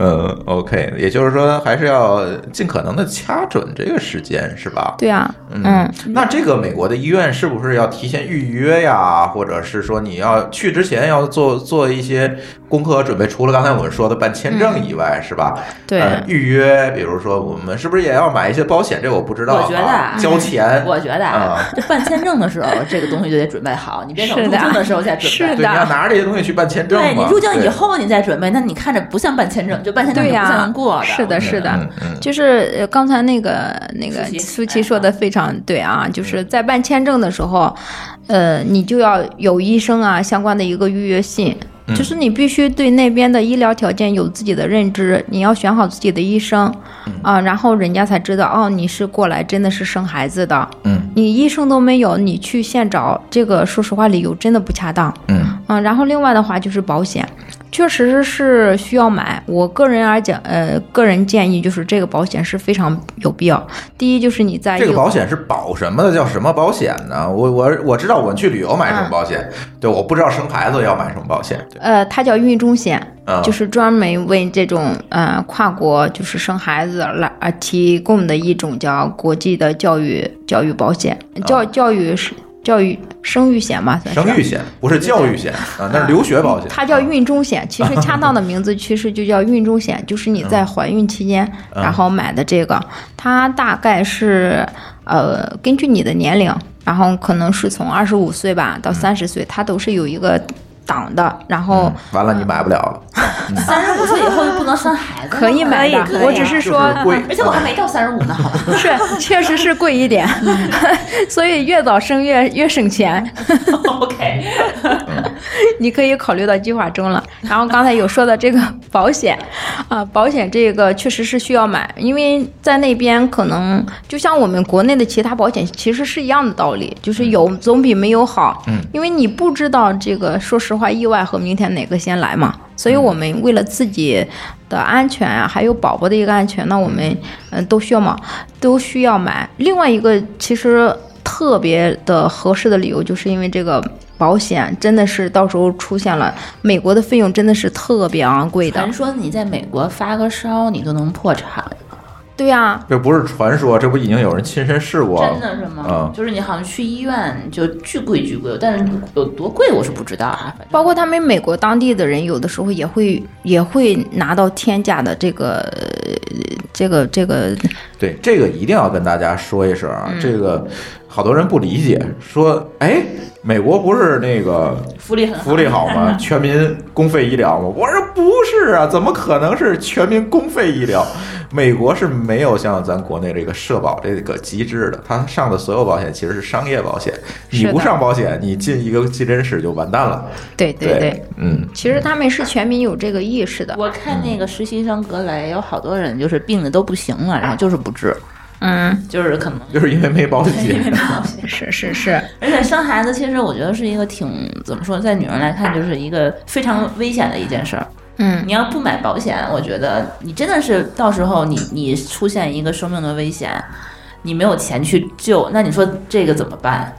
Speaker 3: 嗯，OK，也就是说还是要尽可能的掐准这个时间，是吧？
Speaker 4: 对啊，
Speaker 3: 嗯
Speaker 4: 嗯，
Speaker 3: 那这个美国的医院是不是要提前预约呀？或者是说你要去之前要做做一些功课准备？除了刚才我们说的办签证以外，是吧？
Speaker 4: 对
Speaker 3: 呃预约，比如说我们是不是也要买一些保险？这我不知道啊，
Speaker 6: 我觉得啊
Speaker 3: 交钱。
Speaker 6: 我觉得啊，这办签证的时候，这个东西就得准备好，你别等入
Speaker 4: 是的
Speaker 6: 境的时候再准备。
Speaker 4: 是
Speaker 3: 对，你要拿着这些东西去办签证啊
Speaker 6: 对你
Speaker 3: 嘛
Speaker 6: 入境以
Speaker 3: 对
Speaker 6: 后你啊再准备，那你看着不像办签证，就办签证
Speaker 4: 对
Speaker 6: 就不像
Speaker 4: 呀
Speaker 6: 能过，
Speaker 4: 是的，是的
Speaker 3: 嗯。嗯
Speaker 4: 就是呃刚才那个那个
Speaker 6: 舒淇
Speaker 4: 舒淇说的非常对啊，就是在办签证的时候，呃，你就要有医生啊相关的一个预约信，就是你必须对那边的医疗条件有自己的认知，你要选好自己的医生啊，然后人家才知道哦，你是过来真的是生孩子的，
Speaker 3: 嗯
Speaker 4: 你医生都没有，你去现找这个，说实话理由真的不恰当。
Speaker 3: 嗯
Speaker 4: 嗯，然后另外的话就是保险，确实是需要买。我个人而讲，呃，个人建议就是这个保险是非常有必要。第一就是你在
Speaker 6: 哎
Speaker 3: 这个
Speaker 4: 有
Speaker 3: 保险是保什么的？叫什么保险呢？我我我知道我们去旅游买什么保
Speaker 6: 嗯
Speaker 3: 险，对，我不知道生孩子要买什么保险。对，
Speaker 4: 呃，它叫孕中险，
Speaker 3: 啊
Speaker 4: 就是专门为这种呃跨国就是生孩子来而提供的一种叫国际的教育教育保险，教教育是教育生育险嘛，算
Speaker 6: 啊
Speaker 4: 是
Speaker 3: 啊生育险不是教育险啊，那是留学保险。
Speaker 4: 它叫孕中险，其实恰当的名字其实就叫孕 中险，就是你在怀孕期间、
Speaker 3: 嗯
Speaker 4: 然后买的这个，它大概是呃根据你的年龄，然后可能是从二十五岁吧到三十岁，它都是有一个挡的，然后
Speaker 3: 嗯完了你买不了了，
Speaker 6: 三十五岁以后就不能生孩子了，
Speaker 4: 可以买的。
Speaker 5: 可以可以
Speaker 4: 我只是说，
Speaker 3: 就是贵
Speaker 6: 而且我还没到三十五呢，好吧？
Speaker 4: 是确实是贵一点，
Speaker 3: 嗯
Speaker 4: 所以越早生越越省钱。
Speaker 6: OK，
Speaker 4: 你可以考虑到计划中了。然后刚才有说的这个保险，啊、保险这个确实是需要买，因为在那边可能就像我们国内的其他保险其实是一样的道理，就是有总比没有好。
Speaker 3: 嗯
Speaker 4: 因为你不知道这个，说实话，意外和明天哪个先来嘛。所以我们为了自己的安全啊，还有宝宝的一个安全，那我们嗯都需要嘛，都需要买。另外一个其实特别的合适的理由，就是因为这个保险真的是到时候出现了，美国的费用真的是特别昂贵的
Speaker 6: 传。说你在美国发个烧，你都能破产，
Speaker 4: 对啊，
Speaker 3: 这不是传说，这不已经有人亲身试过了，
Speaker 6: 真的是吗？
Speaker 3: 嗯
Speaker 6: 就是你好像去医院就巨贵巨贵，但是有多贵我是不知道啊。反正
Speaker 4: 包括他们美国当地的人，有的时候也会也会拿到天价的这个呃这个这个
Speaker 3: 对，这个一定要跟大家说一声
Speaker 6: 嗯
Speaker 3: 啊，这个好多人不理解，说哎，美国不是那个
Speaker 6: 福利很好，
Speaker 3: 福利好 吗？全民公费医疗吗？我说不是啊，怎么可能是全民公费医疗？美国是没有像咱国内这个社保这个机制的，它上的所有保险其实是商业保险，你
Speaker 4: 是的
Speaker 3: 不上保险，你进一个急诊室就完蛋了。
Speaker 4: 对对对，
Speaker 3: 嗯，
Speaker 4: 其实他们是全民有这个意识的。
Speaker 6: 我看那个实习生格雷有好多人就是病的都不行了，然后就是不治，
Speaker 4: 嗯，
Speaker 6: 就是可能
Speaker 3: 就是因为没保险。
Speaker 4: 是是是，
Speaker 6: 而且生孩子其实我觉得是一个挺怎么说，在女人来看就是一个非常危险的一件事儿。
Speaker 4: 嗯，
Speaker 6: 你要不买保险，我觉得你真的是到时候你你出现一个生命的危险，你没有钱去救，那你说这个怎么办？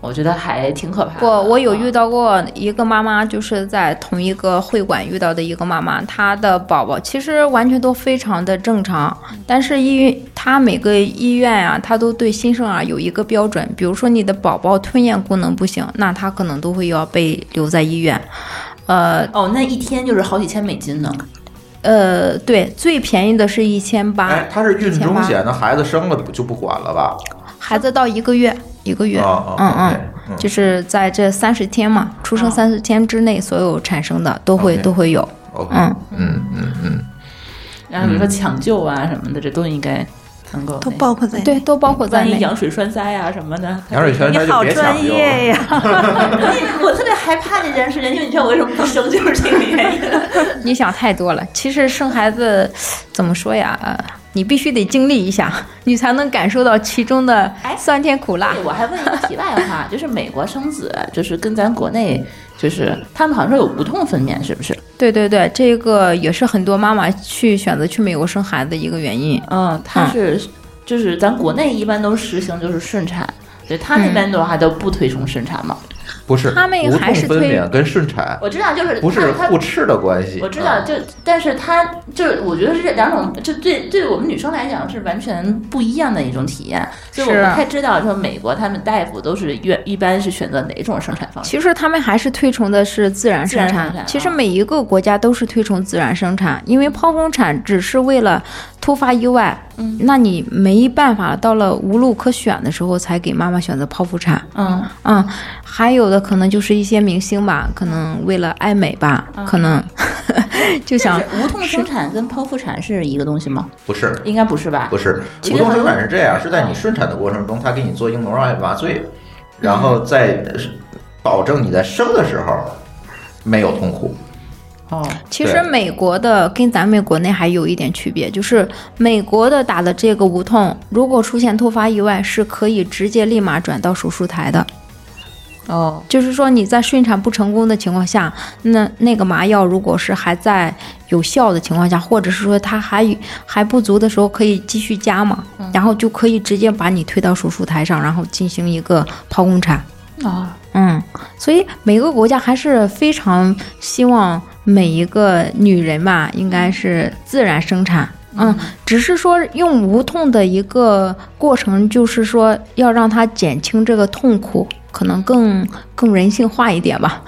Speaker 6: 我觉得还挺可怕的。
Speaker 4: 我我有遇
Speaker 6: 到
Speaker 4: 到过一个妈妈，就是在同一个会馆遇到的一个妈妈，她的宝宝其实完全都非常的正常，但是医院她每个医院啊，她都对新生儿有一个标准，比如说你的宝宝吞咽功能不行，那她可能都会要被留在医院。呃
Speaker 6: 哦，那一天就是好几千美金呢。
Speaker 4: 呃，对，最便宜的是一千八
Speaker 3: 哎，，它是孕中险，那孩子生了就不管了吧？
Speaker 4: 孩子到一个月，一个月，
Speaker 3: 哦哦
Speaker 4: 嗯
Speaker 3: ，OK，
Speaker 4: 嗯，
Speaker 3: 嗯
Speaker 4: 就是在这三十天嘛，出生三十天之内，所有产生的都会
Speaker 3: OK
Speaker 4: 都会有。
Speaker 3: ，OK，
Speaker 4: 嗯
Speaker 3: 嗯嗯嗯，
Speaker 6: 然后比如说抢救啊什么的，这都应该能够那
Speaker 5: 都
Speaker 6: 个。
Speaker 5: 包括在内
Speaker 4: 对，都包括在
Speaker 6: 万一
Speaker 4: 内。
Speaker 6: 羊水栓塞啊什么的，
Speaker 3: 羊水栓塞就别抢救了。
Speaker 5: 呀！
Speaker 6: 我特别害怕这件事情，因为你知道我为什么不生，就是这个原因。
Speaker 4: 你想太多了。其实生孩子怎么说呀？呃你必须得经历一下，你才能感受到其中的
Speaker 6: 哎
Speaker 4: 酸甜苦辣
Speaker 6: 对，。我还问一个题外话，就是美国生子，就是跟咱国内，就是他们好像说有无痛分娩，是不是？
Speaker 4: 对对对，这个也是很多妈妈去选择去美国生孩子的一个原因。
Speaker 6: 嗯，它是，就是咱国内一般都实行就是顺产，对他那边的话都不推崇顺产嘛。
Speaker 3: 不是，
Speaker 4: 他们
Speaker 3: 无
Speaker 4: 还
Speaker 3: 痛
Speaker 4: 是
Speaker 3: 分
Speaker 4: 推
Speaker 3: 娩跟顺产
Speaker 6: 我知道，就是
Speaker 3: 不是
Speaker 6: 他
Speaker 3: 互斥的关系。
Speaker 6: 我知道，
Speaker 3: 嗯，
Speaker 6: 就但是它就是，我觉得是这两种，就对对我们女生来讲是完全不一样的一种体验，所以我
Speaker 4: 是
Speaker 6: 不太知道说美国他们大夫都是愿一般是选择哪种生产方式。
Speaker 4: 其实他们还是推崇的是自然生
Speaker 6: 自然
Speaker 4: 产。
Speaker 6: 生产
Speaker 4: 其实
Speaker 6: 啊
Speaker 4: 每一个国家都是推崇自然生产，因为剖宫产只是为了突发意外，嗯，那你没办法，到了无路可选的时候才给妈妈选择剖腹产。
Speaker 6: 嗯，
Speaker 4: 嗯，还有的可能就是一些明星吧，可能为了爱美吧，可能就想
Speaker 6: 但是无痛生产跟剖腹产是一个东西吗？
Speaker 3: 不是，
Speaker 6: 应该不是吧？
Speaker 3: 不是，
Speaker 6: 其
Speaker 3: 无
Speaker 6: 实
Speaker 3: 痛
Speaker 6: 很
Speaker 3: 生
Speaker 6: 多
Speaker 3: 产是这样，是在你顺产的过程中，他给你做硬膜外麻醉，然后再保证你在生的时候没有痛苦。
Speaker 6: 哦，
Speaker 4: 其实
Speaker 3: 对
Speaker 4: 美国的跟咱们国内还有一点区别，就是美国的打的这个无痛，如果出现突发意外，是可以直接立马转到手术台的。
Speaker 6: 哦，
Speaker 4: 就是说你在顺产不成功的情况下，那那个麻药如果是还在有效的情况下，或者是说它还还不足的时候，可以继续加嘛，然后就可以直接把你推到手术台上，然后进行一个剖宫产。
Speaker 6: 啊，
Speaker 4: 嗯，所以每个国家还是非常希望每一个女人吧，应该是自然生产。嗯，只是说用无痛的一个过程，就是说要让她减轻这个痛苦，可能更更人性化一点吧。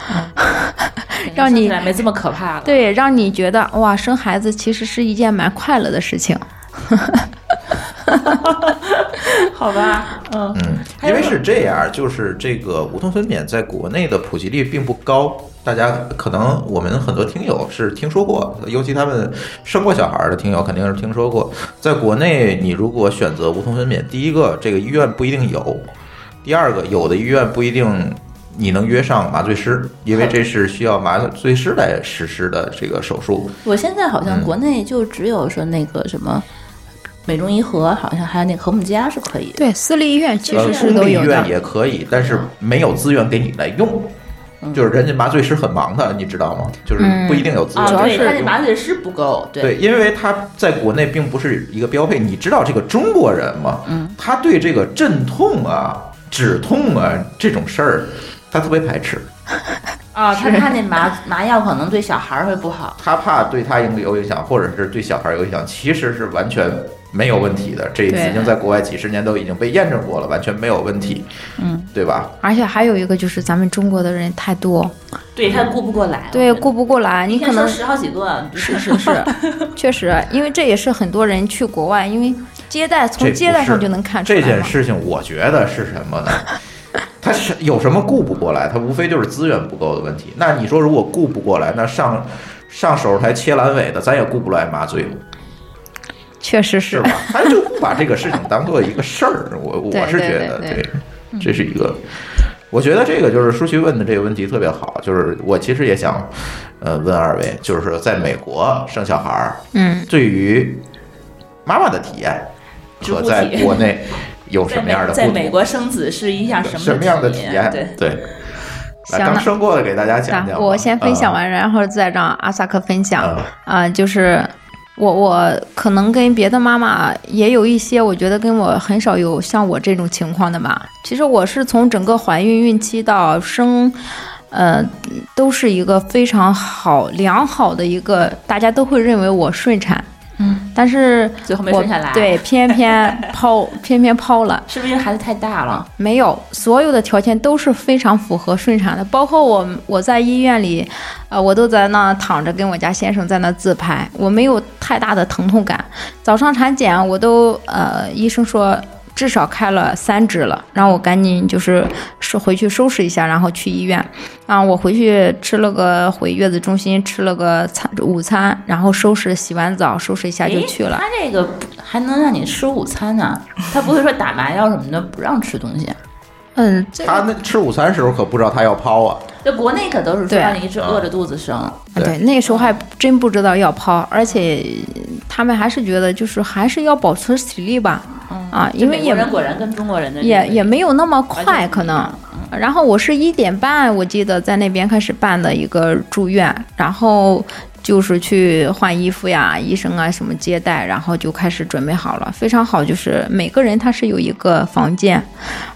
Speaker 4: 让你
Speaker 6: 听起来没这么可怕了。，
Speaker 4: 对，让你觉得哇，生孩子其实是一件蛮快乐的事情。
Speaker 6: 好吧，嗯，
Speaker 3: 嗯，因为是这样，就是这个无痛分娩在国内的普及率并不高，大家可能我们很多听友是听说过，尤其他们生过小孩儿的听友肯定是听说过。在国内，你如果选择无痛分娩，第一个这个医院不一定有，第二个有的医院不一定你能约上麻醉师，因为这是需要麻醉师来实施的这个手术。
Speaker 6: 我现在好像
Speaker 3: 嗯
Speaker 6: 国内就只有说那个什么美中医和，好像还有那个和睦之家是可以的。
Speaker 4: 对，私立医院其
Speaker 3: 呃
Speaker 4: 实，是
Speaker 3: 公
Speaker 4: 都
Speaker 3: 立医
Speaker 4: 有的
Speaker 3: 院。也可以，但是没有资源给你来用。
Speaker 4: 嗯
Speaker 3: 就是人家麻醉师很忙的，你知道吗？就是不一定有资源
Speaker 6: 啊，
Speaker 3: 给你来
Speaker 6: 对，他
Speaker 3: 用。
Speaker 6: 那麻醉师不够，对，
Speaker 3: 对，因为他在国内并不是一个标配。你知道这个中国人吗？
Speaker 6: 嗯，
Speaker 3: 他对这个镇痛啊、止痛啊这种事儿，他特别排斥，
Speaker 6: 啊，他他那麻麻药可能对小孩儿会不好。
Speaker 3: 他怕对他影有影响，或者是对小孩有影响，其实是完全没有问题的。这
Speaker 4: 对
Speaker 3: 已经在国外几十年都已经被验证过了，完全没有问题。
Speaker 6: 嗯，
Speaker 3: 对吧？
Speaker 4: 而且还有一个就是咱们中国的人太多，
Speaker 6: 对他顾不过来，
Speaker 4: 对，
Speaker 6: 我觉得
Speaker 4: 顾不过来，你
Speaker 6: 一
Speaker 4: 可
Speaker 6: 天说
Speaker 4: 能
Speaker 6: 十好几个，是是是，
Speaker 4: 确实，因为这也是很多人去国外，因为接待
Speaker 3: 这
Speaker 4: 从接待上就能看出来
Speaker 3: 这件
Speaker 4: 嘛
Speaker 3: 事情，我觉得是什么呢？他是有什么顾不过来？他无非就是资源不够的问题。那你说，如果顾不过来，那上上手术台切阑尾的，咱也顾不来麻醉嘛，
Speaker 4: 确实是
Speaker 3: 是吧？他就不把这个事情当做一个事儿。我
Speaker 4: 对
Speaker 3: 我是觉得，
Speaker 4: 对对嗯对
Speaker 3: 对，这是一个。我觉得这个就是舒淇问的这个问题特别好，就是我其实也想，呃，问二位，就是说在美国生小孩儿，
Speaker 4: 嗯，
Speaker 3: 对于妈妈的体验和在国 内有什么样的 不
Speaker 6: 在
Speaker 3: 同？
Speaker 6: 美国生子是一
Speaker 4: 啊
Speaker 6: 项什么
Speaker 3: 什么样的体验？
Speaker 6: 对，
Speaker 3: 来，
Speaker 4: 行
Speaker 3: 刚
Speaker 4: 那
Speaker 3: 生过的给大家讲
Speaker 4: 那
Speaker 3: 讲吧。
Speaker 4: 我先分享完，然后再让阿萨克分享。
Speaker 3: 嗯。
Speaker 4: 啊、就是我我可能跟别的妈妈也有一些，我觉得跟我很少有像我这种情况的吧。其实我是从整个怀孕、孕期到生，呃，都是一个非常好、良好的一个，大家都会认为我顺产。嗯，但是
Speaker 6: 最后没
Speaker 4: 我
Speaker 6: 生下来啊
Speaker 4: 对，偏偏 抛，偏偏抛了。
Speaker 6: 是不是因为孩子太大了？
Speaker 4: 没有，所有的条件都是非常符合顺产的，包括我我在医院里，呃，我都在那躺着跟我家先生在那自拍，我没有太大的疼痛感。早上产检我都呃，医生说至少开了三指了，让我赶紧就是收回去收拾一下，然后去医院。啊，我回去吃了个回月子中心吃了个餐午餐，然后收拾洗完澡收拾一下就去了
Speaker 6: 诶。他这个还能让你吃午餐呢，他不会说打麻药什么的不让吃东西。啊
Speaker 4: 嗯，这
Speaker 3: 他那吃午餐时候可不知道他要抛啊，
Speaker 6: 在国内可都是说
Speaker 4: 对
Speaker 6: 让你一直饿着肚子生，
Speaker 4: 啊对，那时候还真不知道要抛，而且他们还是觉得就是还是要保存体力吧，啊，因为
Speaker 6: 嗯美国
Speaker 4: 也
Speaker 6: 人果然跟中国人的
Speaker 4: 也
Speaker 6: 这个
Speaker 4: 也没有那么
Speaker 6: 完全不一嗯
Speaker 4: 快，
Speaker 6: 样
Speaker 4: 可能。然后我是一点半，我记得在那边开始办的一个住院，然后就是去换衣服呀、医生啊什么接待，然后就开始准备好了，非常好。就是每个人他是有一个房间，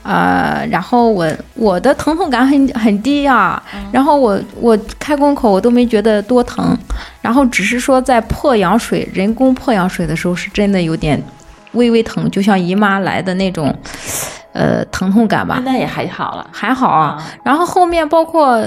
Speaker 4: 呃，然后我我的疼痛感很很低啊，
Speaker 6: 嗯
Speaker 4: 然后我我开宫口我都没觉得多疼，然后只是说在破羊水人工破羊水的时候是真的有点微微疼，就像姨妈来的那种，呃，疼痛感吧
Speaker 6: 应。该也还好了。
Speaker 4: 还好
Speaker 6: 嗯
Speaker 4: 啊，然后后面包括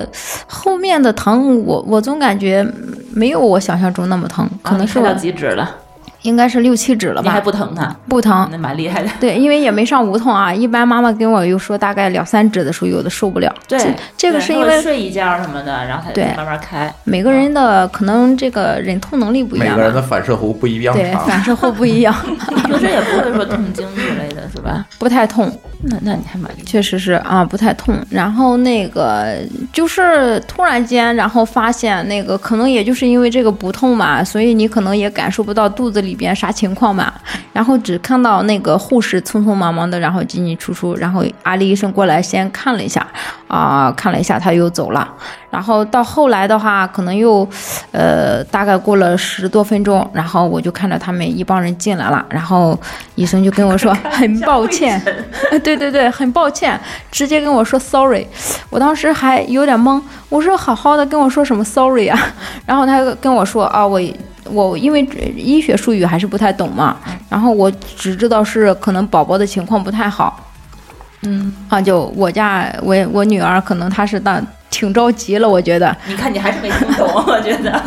Speaker 4: 后面的疼，我我总感觉没有我想象中那么疼，可能是
Speaker 6: 啊你
Speaker 4: 我
Speaker 6: 看到几指了，
Speaker 4: 应该是六七指了
Speaker 6: 你还
Speaker 4: 吧，
Speaker 6: 不疼呢，
Speaker 4: 不疼，
Speaker 6: 那蛮厉害的。
Speaker 4: 对，因为也没上无痛啊。一般妈妈跟我又说，大概两三指的时候，有的受不了。
Speaker 6: 对
Speaker 4: 这，这个
Speaker 6: 对
Speaker 4: 是因
Speaker 6: 或者
Speaker 4: 为
Speaker 6: 睡一觉什么的，然后
Speaker 4: 对
Speaker 6: 才慢慢开。
Speaker 4: 每个人的可能这个忍痛能力不一
Speaker 3: 每
Speaker 4: 样
Speaker 3: 个人
Speaker 4: 吧，
Speaker 3: 的反射弧不一样啊
Speaker 4: 对，
Speaker 3: 长。
Speaker 4: 反射弧不一样，
Speaker 6: 平时也不会说痛经之类的是吧？
Speaker 4: 不太痛。
Speaker 6: 那那你还蛮厉害。
Speaker 4: 确实是啊，不太痛。然后那个就是突然间，然后发现那个可能也就是因为这个不痛嘛，所以你可能也感受不到肚子里边啥情况嘛。然后只看到那个护士匆匆忙忙的，然后进进出出。然后阿丽医生过来先看了一下，啊、看了一下他又走了。然后到后来的话，可能又，呃，大概过了十多分钟，然后我就看到他们一帮人进来了，然后医生就跟我说 很抱歉， 呃对对对，很抱歉，直接跟我说 sorry，我当时还有点懵，我说好好的跟我说什么 sorry 啊， 然后他又跟我说啊我。我因为医学术语还是不太懂嘛，然后我只知道是可能宝宝的情况不太好，啊，就我家我我女儿可能她是当挺着急了，我觉得，
Speaker 6: 你看，你还是没听懂，我觉得。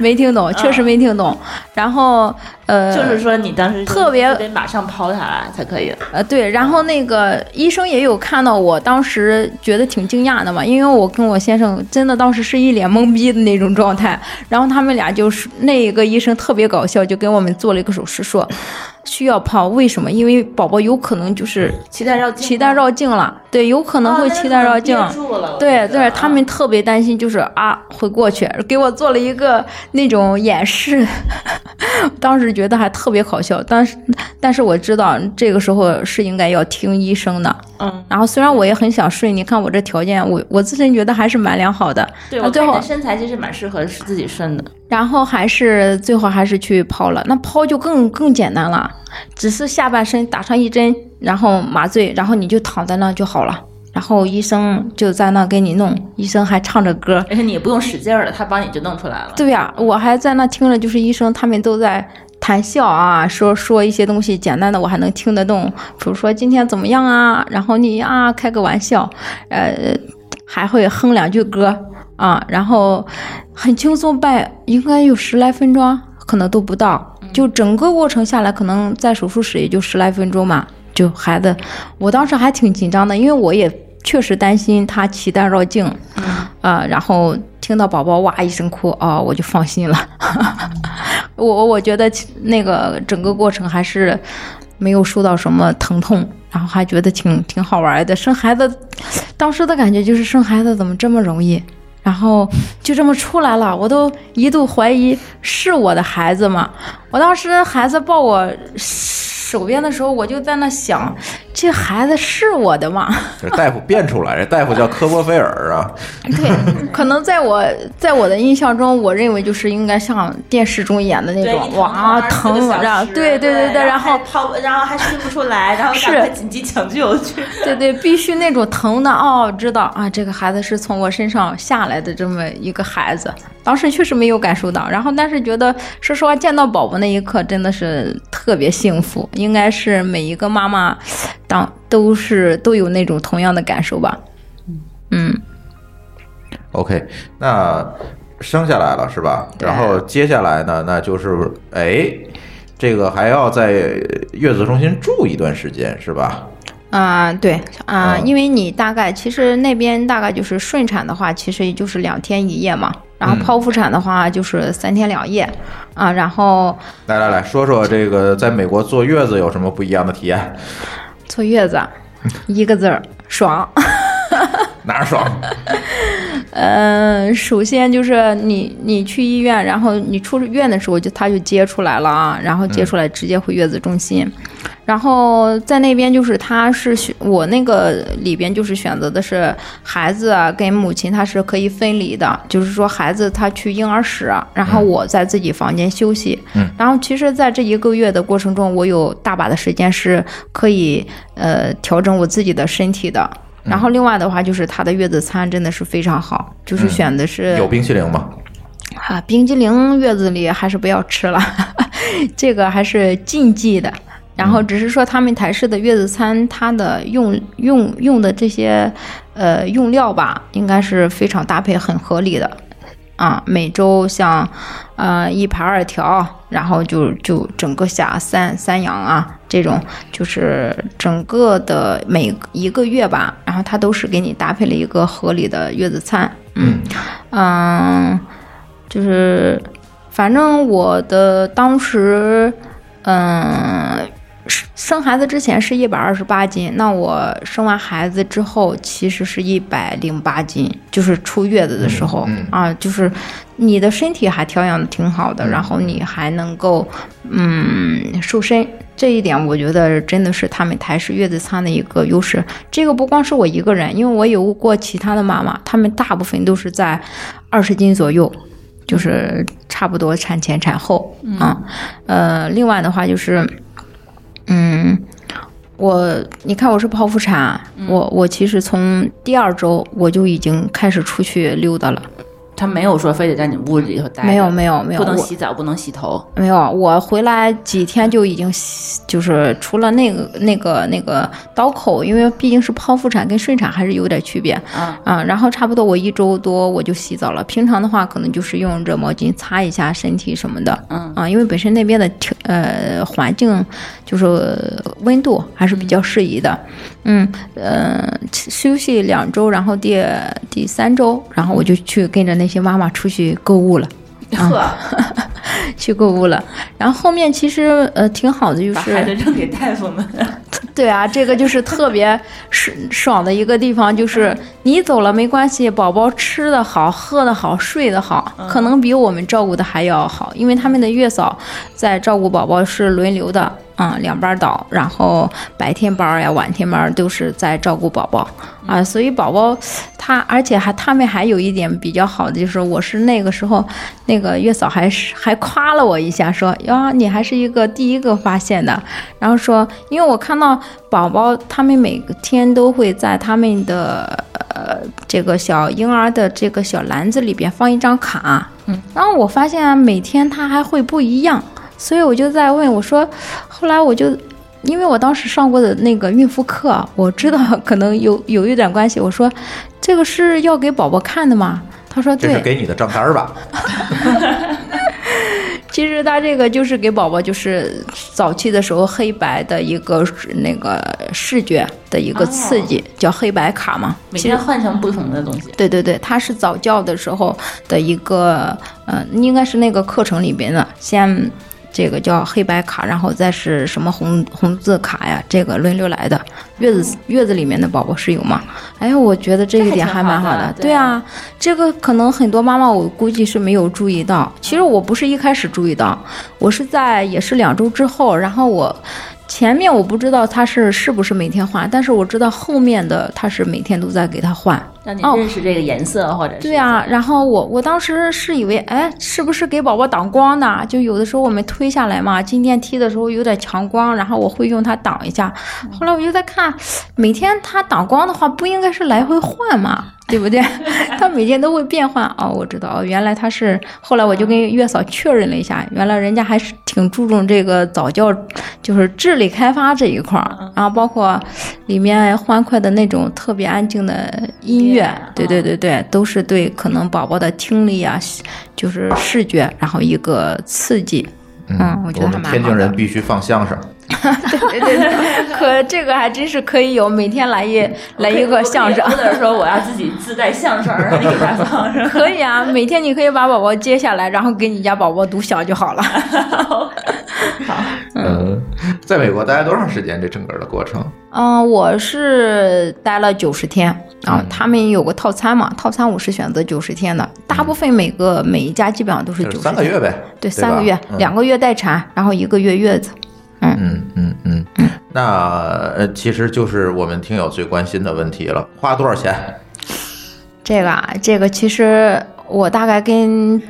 Speaker 4: 没听懂，确实没听懂。然后呃，
Speaker 6: 就是说你当时就
Speaker 4: 特别
Speaker 6: 就得马上抛它才可以。
Speaker 4: 呃，对，然后那个医生也有看到我，当时觉得挺惊讶的嘛，因为我跟我先生真的当时是一脸懵逼的那种状态。然后他们俩就是那个医生特别搞笑，就给我们做了一个手势，说需要泡，为什么？因为宝宝有可能就是
Speaker 6: 脐带绕颈吗
Speaker 4: 脐带绕颈了，对，有可
Speaker 6: 啊可
Speaker 4: 能会脐带绕颈。对对，他们
Speaker 6: 啊
Speaker 4: 特别担心，就是啊会过去，给我做了一个那种演示， 当时觉得还特别好笑，但是但是我知道这个时候是应该要听医生的。
Speaker 6: 嗯，
Speaker 4: 然后虽然我也很想睡，你看我这条件，我我自身觉得还是蛮良好的。
Speaker 6: 对
Speaker 4: 然
Speaker 6: 我
Speaker 4: 后最
Speaker 6: 看你
Speaker 4: 后
Speaker 6: 的身材其实蛮适合自己顺的。
Speaker 4: 然后还是最后还是去抛了，那抛就更更简单了，只是下半身打上一针，然后麻醉，然后你就躺在那就好了。然后医生就在那给你弄，医生还唱着歌，
Speaker 6: 而且你也不用使劲儿了，他帮你就弄出来了。
Speaker 4: 对呀、我还在那听着，就是医生他们都在谈笑啊，说说一些东西简单的我还能听得懂，比如说今天怎么样啊，然后你啊开个玩笑，呃，还会哼两句歌啊，然后很轻松办，应该有十来分钟，可能都不到，就整个过程下来，可能在手术室也就十来分钟嘛。就孩子，我当时还挺紧张的，因为我也确实担心他脐带绕颈，呃，然后听到宝宝哇一声哭，哦，我就放心了。 我我觉得其那个整个过程还是没有受到什么疼痛，然后还觉得挺挺好玩的。生孩子当时的感觉就是生孩子怎么这么容易，然后就这么出来了，我都一度怀疑是我的孩子吗？我当时孩子抱我手边的时候，我就在那想，这孩子是我的吗？
Speaker 3: 这大夫变出来，这大夫叫科波菲尔啊，
Speaker 4: 对，可能在我在我的印象中，我认为就是应该像电视中演的那
Speaker 6: 对，
Speaker 4: 种
Speaker 6: 一，
Speaker 4: 哇，
Speaker 6: 疼
Speaker 4: 啊疼，然后
Speaker 6: 对
Speaker 4: 对对对对，
Speaker 6: 然
Speaker 4: 然后
Speaker 6: 还抛，然后还生不出来，然后赶
Speaker 4: 是
Speaker 6: 快紧急抢救去。
Speaker 4: 对对，必须那种疼的哦，知道啊，这个孩子是从我身上下来的这么一个孩子，当时确实没有感受到，然后但是觉得说实话，见到宝宝那一刻真的是特别幸福，应该是每一个妈妈当都是都有那种同样的感受吧，嗯。
Speaker 3: OK，那生下来了是吧？
Speaker 4: 对
Speaker 3: 然后接下来呢，那就是哎，这个还要在月子中心住一段时间是吧？
Speaker 4: 啊、对啊、
Speaker 3: 啊
Speaker 4: 因为你大概其实那边大概就是顺产的话，其实也就是两天一夜嘛，然后
Speaker 3: 嗯
Speaker 4: 剖腹产的话就是三天两夜，啊，然后
Speaker 3: 来来来说说这个在美国坐月子有什么不一样的体验？
Speaker 4: 坐月子，一个字儿爽。
Speaker 3: 哪儿 爽？
Speaker 4: 嗯，首先就是你你去医院，然后你出院的时候就他就接出来了啊，然后接出来直接回月子中心，然后在那边就是他是选我那个里边就是选择的是孩子啊跟母亲他是可以分离的，就是说孩子他去婴儿室，然后我在自己房间休息，
Speaker 3: 嗯
Speaker 4: 然后其实，在这一个月的过程中，我有大把的时间是可以呃调整我自己的身体的。然后另外的话，就是它的月子餐真的是非常好，就是选的是、
Speaker 3: 嗯有冰淇淋吗？
Speaker 4: 啊，冰激凌月子里还是不要吃了， 这个还是禁忌的。然后只是说他们台式的月子餐，它的用用用的这些呃用料吧，应该是非常搭配很合理的。啊，每周像，呃，一盘二条，然后就就整个下三三阳啊，这种就是整个的每一个月吧，然后它都是给你搭配了一个合理的月子餐，嗯嗯，就是反正我的当时，嗯。是生孩子之前是一百二十八斤，那我生完孩子之后其实是一百零八斤，就是出月子的时候、
Speaker 3: 嗯嗯
Speaker 4: 啊，就是你的身体还调养的挺好的，然后你还能够嗯瘦身，这一点我觉得真的是他们台式月子餐的一个优势。这个不光是我一个人，因为我有过其他的妈妈，她们大部分都是在二十斤左右，就是差不多产前产后啊。呃，另外的话就是，嗯。我，你看我是剖腹产，我我其实从第二周我就已经开始出去溜达了，
Speaker 6: 他没有说非得在你屋里头待着，
Speaker 4: 没有没有没有
Speaker 6: 不能
Speaker 4: 我
Speaker 6: 洗澡，不能洗头，
Speaker 4: 没有，我回来几天就已经就是除了那个那个那个刀口，因为毕竟是剖腹产跟顺产还是有点区别
Speaker 6: 啊
Speaker 4: 啊、然后差不多我一周多我就洗澡了，平常的话可能就是用热毛巾擦一下身体什么的，
Speaker 6: 嗯
Speaker 4: 啊，因为本身那边的条呃环境就是呃温度还是比较适宜的，嗯呃休息两周，然后第第三周，然后我就去跟着那些妈妈出去购物了。
Speaker 6: 呵，
Speaker 4: 嗯 去购物了，然后后面其实呃挺好的，就
Speaker 6: 把孩子
Speaker 4: 是
Speaker 6: 扔给大夫 们。
Speaker 4: 对啊，这个就是特别爽 爽的一个地方，
Speaker 6: 嗯
Speaker 4: 就是你走了没关系，宝宝吃的好，喝的好，睡得好，
Speaker 6: 嗯
Speaker 4: 可能比我们照顾的还要好，因为他们的月嫂在照顾宝宝是轮流的，嗯，两班倒，然后白天班儿呀、晚天班儿都是在照顾宝宝
Speaker 6: 嗯
Speaker 4: 啊，所以宝宝他而且还他们还有一点比较好的就是，我是那个时候那个月嫂还是还夸了我一下说，呀你还是一个第一个发现的，然后说因为我看到宝宝他们每天都会在他们的呃这个小婴儿的这个小篮子里边放一张卡，嗯，然后我发现、啊、每天他还会不一样，所以我就在问我说，后来我就。因为我当时上过的那个孕妇课，我知道可能有有一点关系。我说，这个是要给宝宝看的吗？他说
Speaker 3: 这
Speaker 4: 对，
Speaker 3: 是给你的账单儿吧？
Speaker 4: 其实它这个就是给宝宝就是早期的时候黑白的一个那个视觉的一个刺激，叫黑白卡嘛。
Speaker 6: 每天换成不同的东西，
Speaker 4: 对对对，它是早教的时候的一个，呃，应该是那个课程里边的，先这个叫黑白卡，然后再是什么红红字卡呀，这个轮流来的。月子月子里面的宝宝是有吗？哎呀，我觉得这一点还蛮好
Speaker 6: 这还挺好
Speaker 4: 的。
Speaker 6: 的
Speaker 4: 对啊，这个可能很多妈妈我估计是没有注意到。其实我不是一开始注意到，我是在也是两周之后，然后我。前面我不知道他是是不是每天换，但是我知道后面的他是每天都在给他换。
Speaker 6: 让你
Speaker 4: 哦
Speaker 6: 认识这个颜色，或者是
Speaker 4: 对啊，然后我我当时是以为，哎，是不是给宝宝挡光呢？就有的时候我们推下来嘛，进电梯的时候有点强光，然后我会用它挡一下。后来我就在看，每天它挡光的话，不应该是来回换嘛，对不对？它每天都会变换。哦，我知道，哦，原来它是。后来我就跟月嫂确认了一下，原来人家还是挺注重这个早教，就是智力开发这一块儿，然后包括里面欢快的那种特别安静的音
Speaker 6: 音乐
Speaker 4: 乐
Speaker 6: 啊，
Speaker 4: 对对对对，都是对可能宝宝的听力啊，就是视觉，然后一个刺激。嗯，我觉得还
Speaker 3: 们
Speaker 4: 蛮
Speaker 3: 天
Speaker 4: 好
Speaker 3: 津人
Speaker 4: 的。
Speaker 3: 必须放相声，
Speaker 4: 对对对， 可这个还真是可以有，每天来一来一个相声
Speaker 6: 我。可以或者说我要自己自带相声，然后你给他放 上。
Speaker 4: 可以啊，每天你可以把宝宝接下来，然后给你家宝宝独享就好了。
Speaker 3: 嗯，在美国待了多长时间？这整个的过程，
Speaker 4: 嗯，我是待了九十天啊
Speaker 3: 嗯，
Speaker 4: 他们有个套餐嘛，套餐我是选择九十天的，大部分每个每一家基本上都是
Speaker 3: 就是
Speaker 4: 九十
Speaker 3: 三个月呗，
Speaker 4: 对，
Speaker 3: 吧
Speaker 4: 三个月，
Speaker 3: 嗯
Speaker 4: 两个月待产，然后一个月月子。
Speaker 3: 嗯嗯嗯，那呃，其实就是我们听友最关心的问题了，花多少钱？
Speaker 4: 这个啊，这个其实我大概跟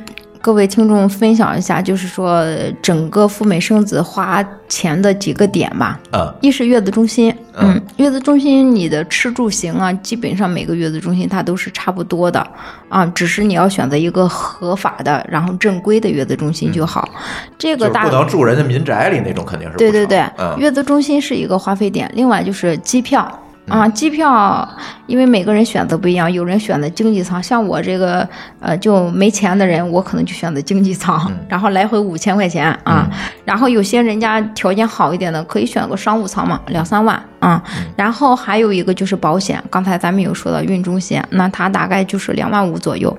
Speaker 4: 各位听众分享一下，就是说整个赴美生子花钱的几个点吧。
Speaker 3: 嗯
Speaker 4: 一是月子中心，
Speaker 3: 嗯
Speaker 4: 嗯，月子中心你的吃住行啊，基本上每个月子中心它都是差不多的啊，只是你要选择一个合法的，然后正规的月子中心就好。这
Speaker 3: 就
Speaker 4: 个
Speaker 3: 是
Speaker 4: 大
Speaker 3: 不能住人家民宅里那种，肯定是不
Speaker 4: 对对
Speaker 3: 成
Speaker 4: 对，
Speaker 3: 嗯
Speaker 4: 月子中心是一个花费点，另外就是机票。
Speaker 3: 嗯
Speaker 4: 啊，机票，因为每个人选择不一样，有人选择经济舱，像我这个呃就没钱的人，我可能就选择经济舱，
Speaker 3: 嗯
Speaker 4: 然后来回五千块钱啊。然后有些人家条件好一点的，可以选个商务舱嘛，两三万啊。
Speaker 3: 嗯
Speaker 4: 然后还有一个就是保险，刚才咱们有说到孕中险，那它大概就是两万五左右，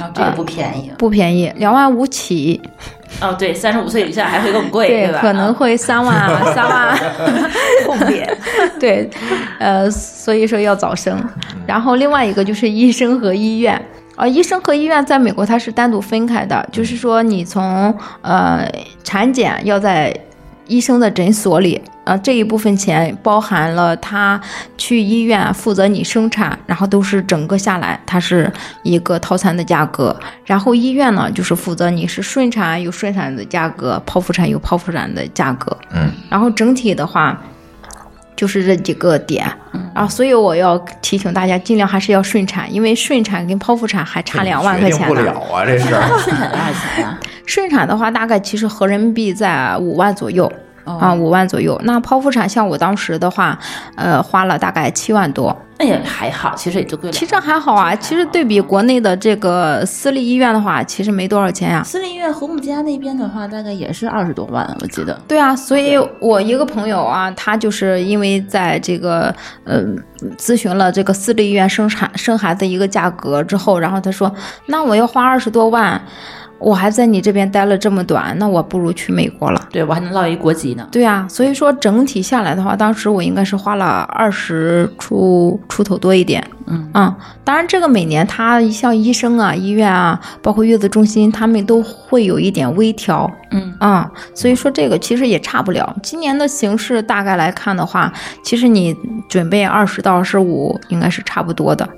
Speaker 6: 哦，这个不便宜
Speaker 4: 不便宜，两万五起。
Speaker 6: 哦，对，三十五岁以下还会更贵，对吧？
Speaker 4: 可能会三万啊， 三万。
Speaker 6: 后面
Speaker 4: 对，呃，所以说要早生。然后另外一个就是医生和医院。啊，医生和医院在美国它是单独分开的，就是说你从呃产检要在医生的诊所里，啊、这一部分钱包含了他去医院负责你生产，然后都是整个下来，它是一个套餐的价格。然后医院呢，就是负责你是顺产有顺产的价格，剖腹产有剖腹产的价格。
Speaker 3: 嗯
Speaker 4: 然后整体的话，就是这几个点。
Speaker 3: 嗯
Speaker 4: 然后，所以我要提醒大家，尽量还是要顺产，因为顺产跟剖腹产还差两万块
Speaker 3: 决定
Speaker 4: 钱
Speaker 3: 不
Speaker 4: 呢
Speaker 3: 了。啊，这事儿。
Speaker 6: 顺 产多少钱呀？
Speaker 4: 顺产的话，大概其实合人民币在五万左右。
Speaker 6: 哦
Speaker 4: 啊，五万左右。那剖腹产像我当时的话，呃，花了大概七万多。
Speaker 6: 那也还好，其实也就贵了。
Speaker 4: 其实还好啊，其实对比国内的这个私立医院的话，其实没多少钱啊呀、
Speaker 6: 私立医院和睦家那边的话，大概也是二十多万，我记得。
Speaker 4: 对啊，所以我一个朋友啊，他就是因为在这个呃咨询了这个私立医院生产生孩子一个价格之后，然后他说，那我要花二十多万，我还在你这边待了这么短，那我不如去美国了。
Speaker 6: 对我还能落一国籍呢。
Speaker 4: 对啊，所以说整体下来的话，当时我应该是花了二十出出头多一点。
Speaker 6: 嗯
Speaker 4: 啊、当然这个每年他像医生啊、医院啊，包括月子中心，他们都会有一点微调。
Speaker 6: 嗯，
Speaker 4: 啊、所以说这个其实也差不了。今年的形势大概来看的话，其实你准备二十到二十五应该是差不多的。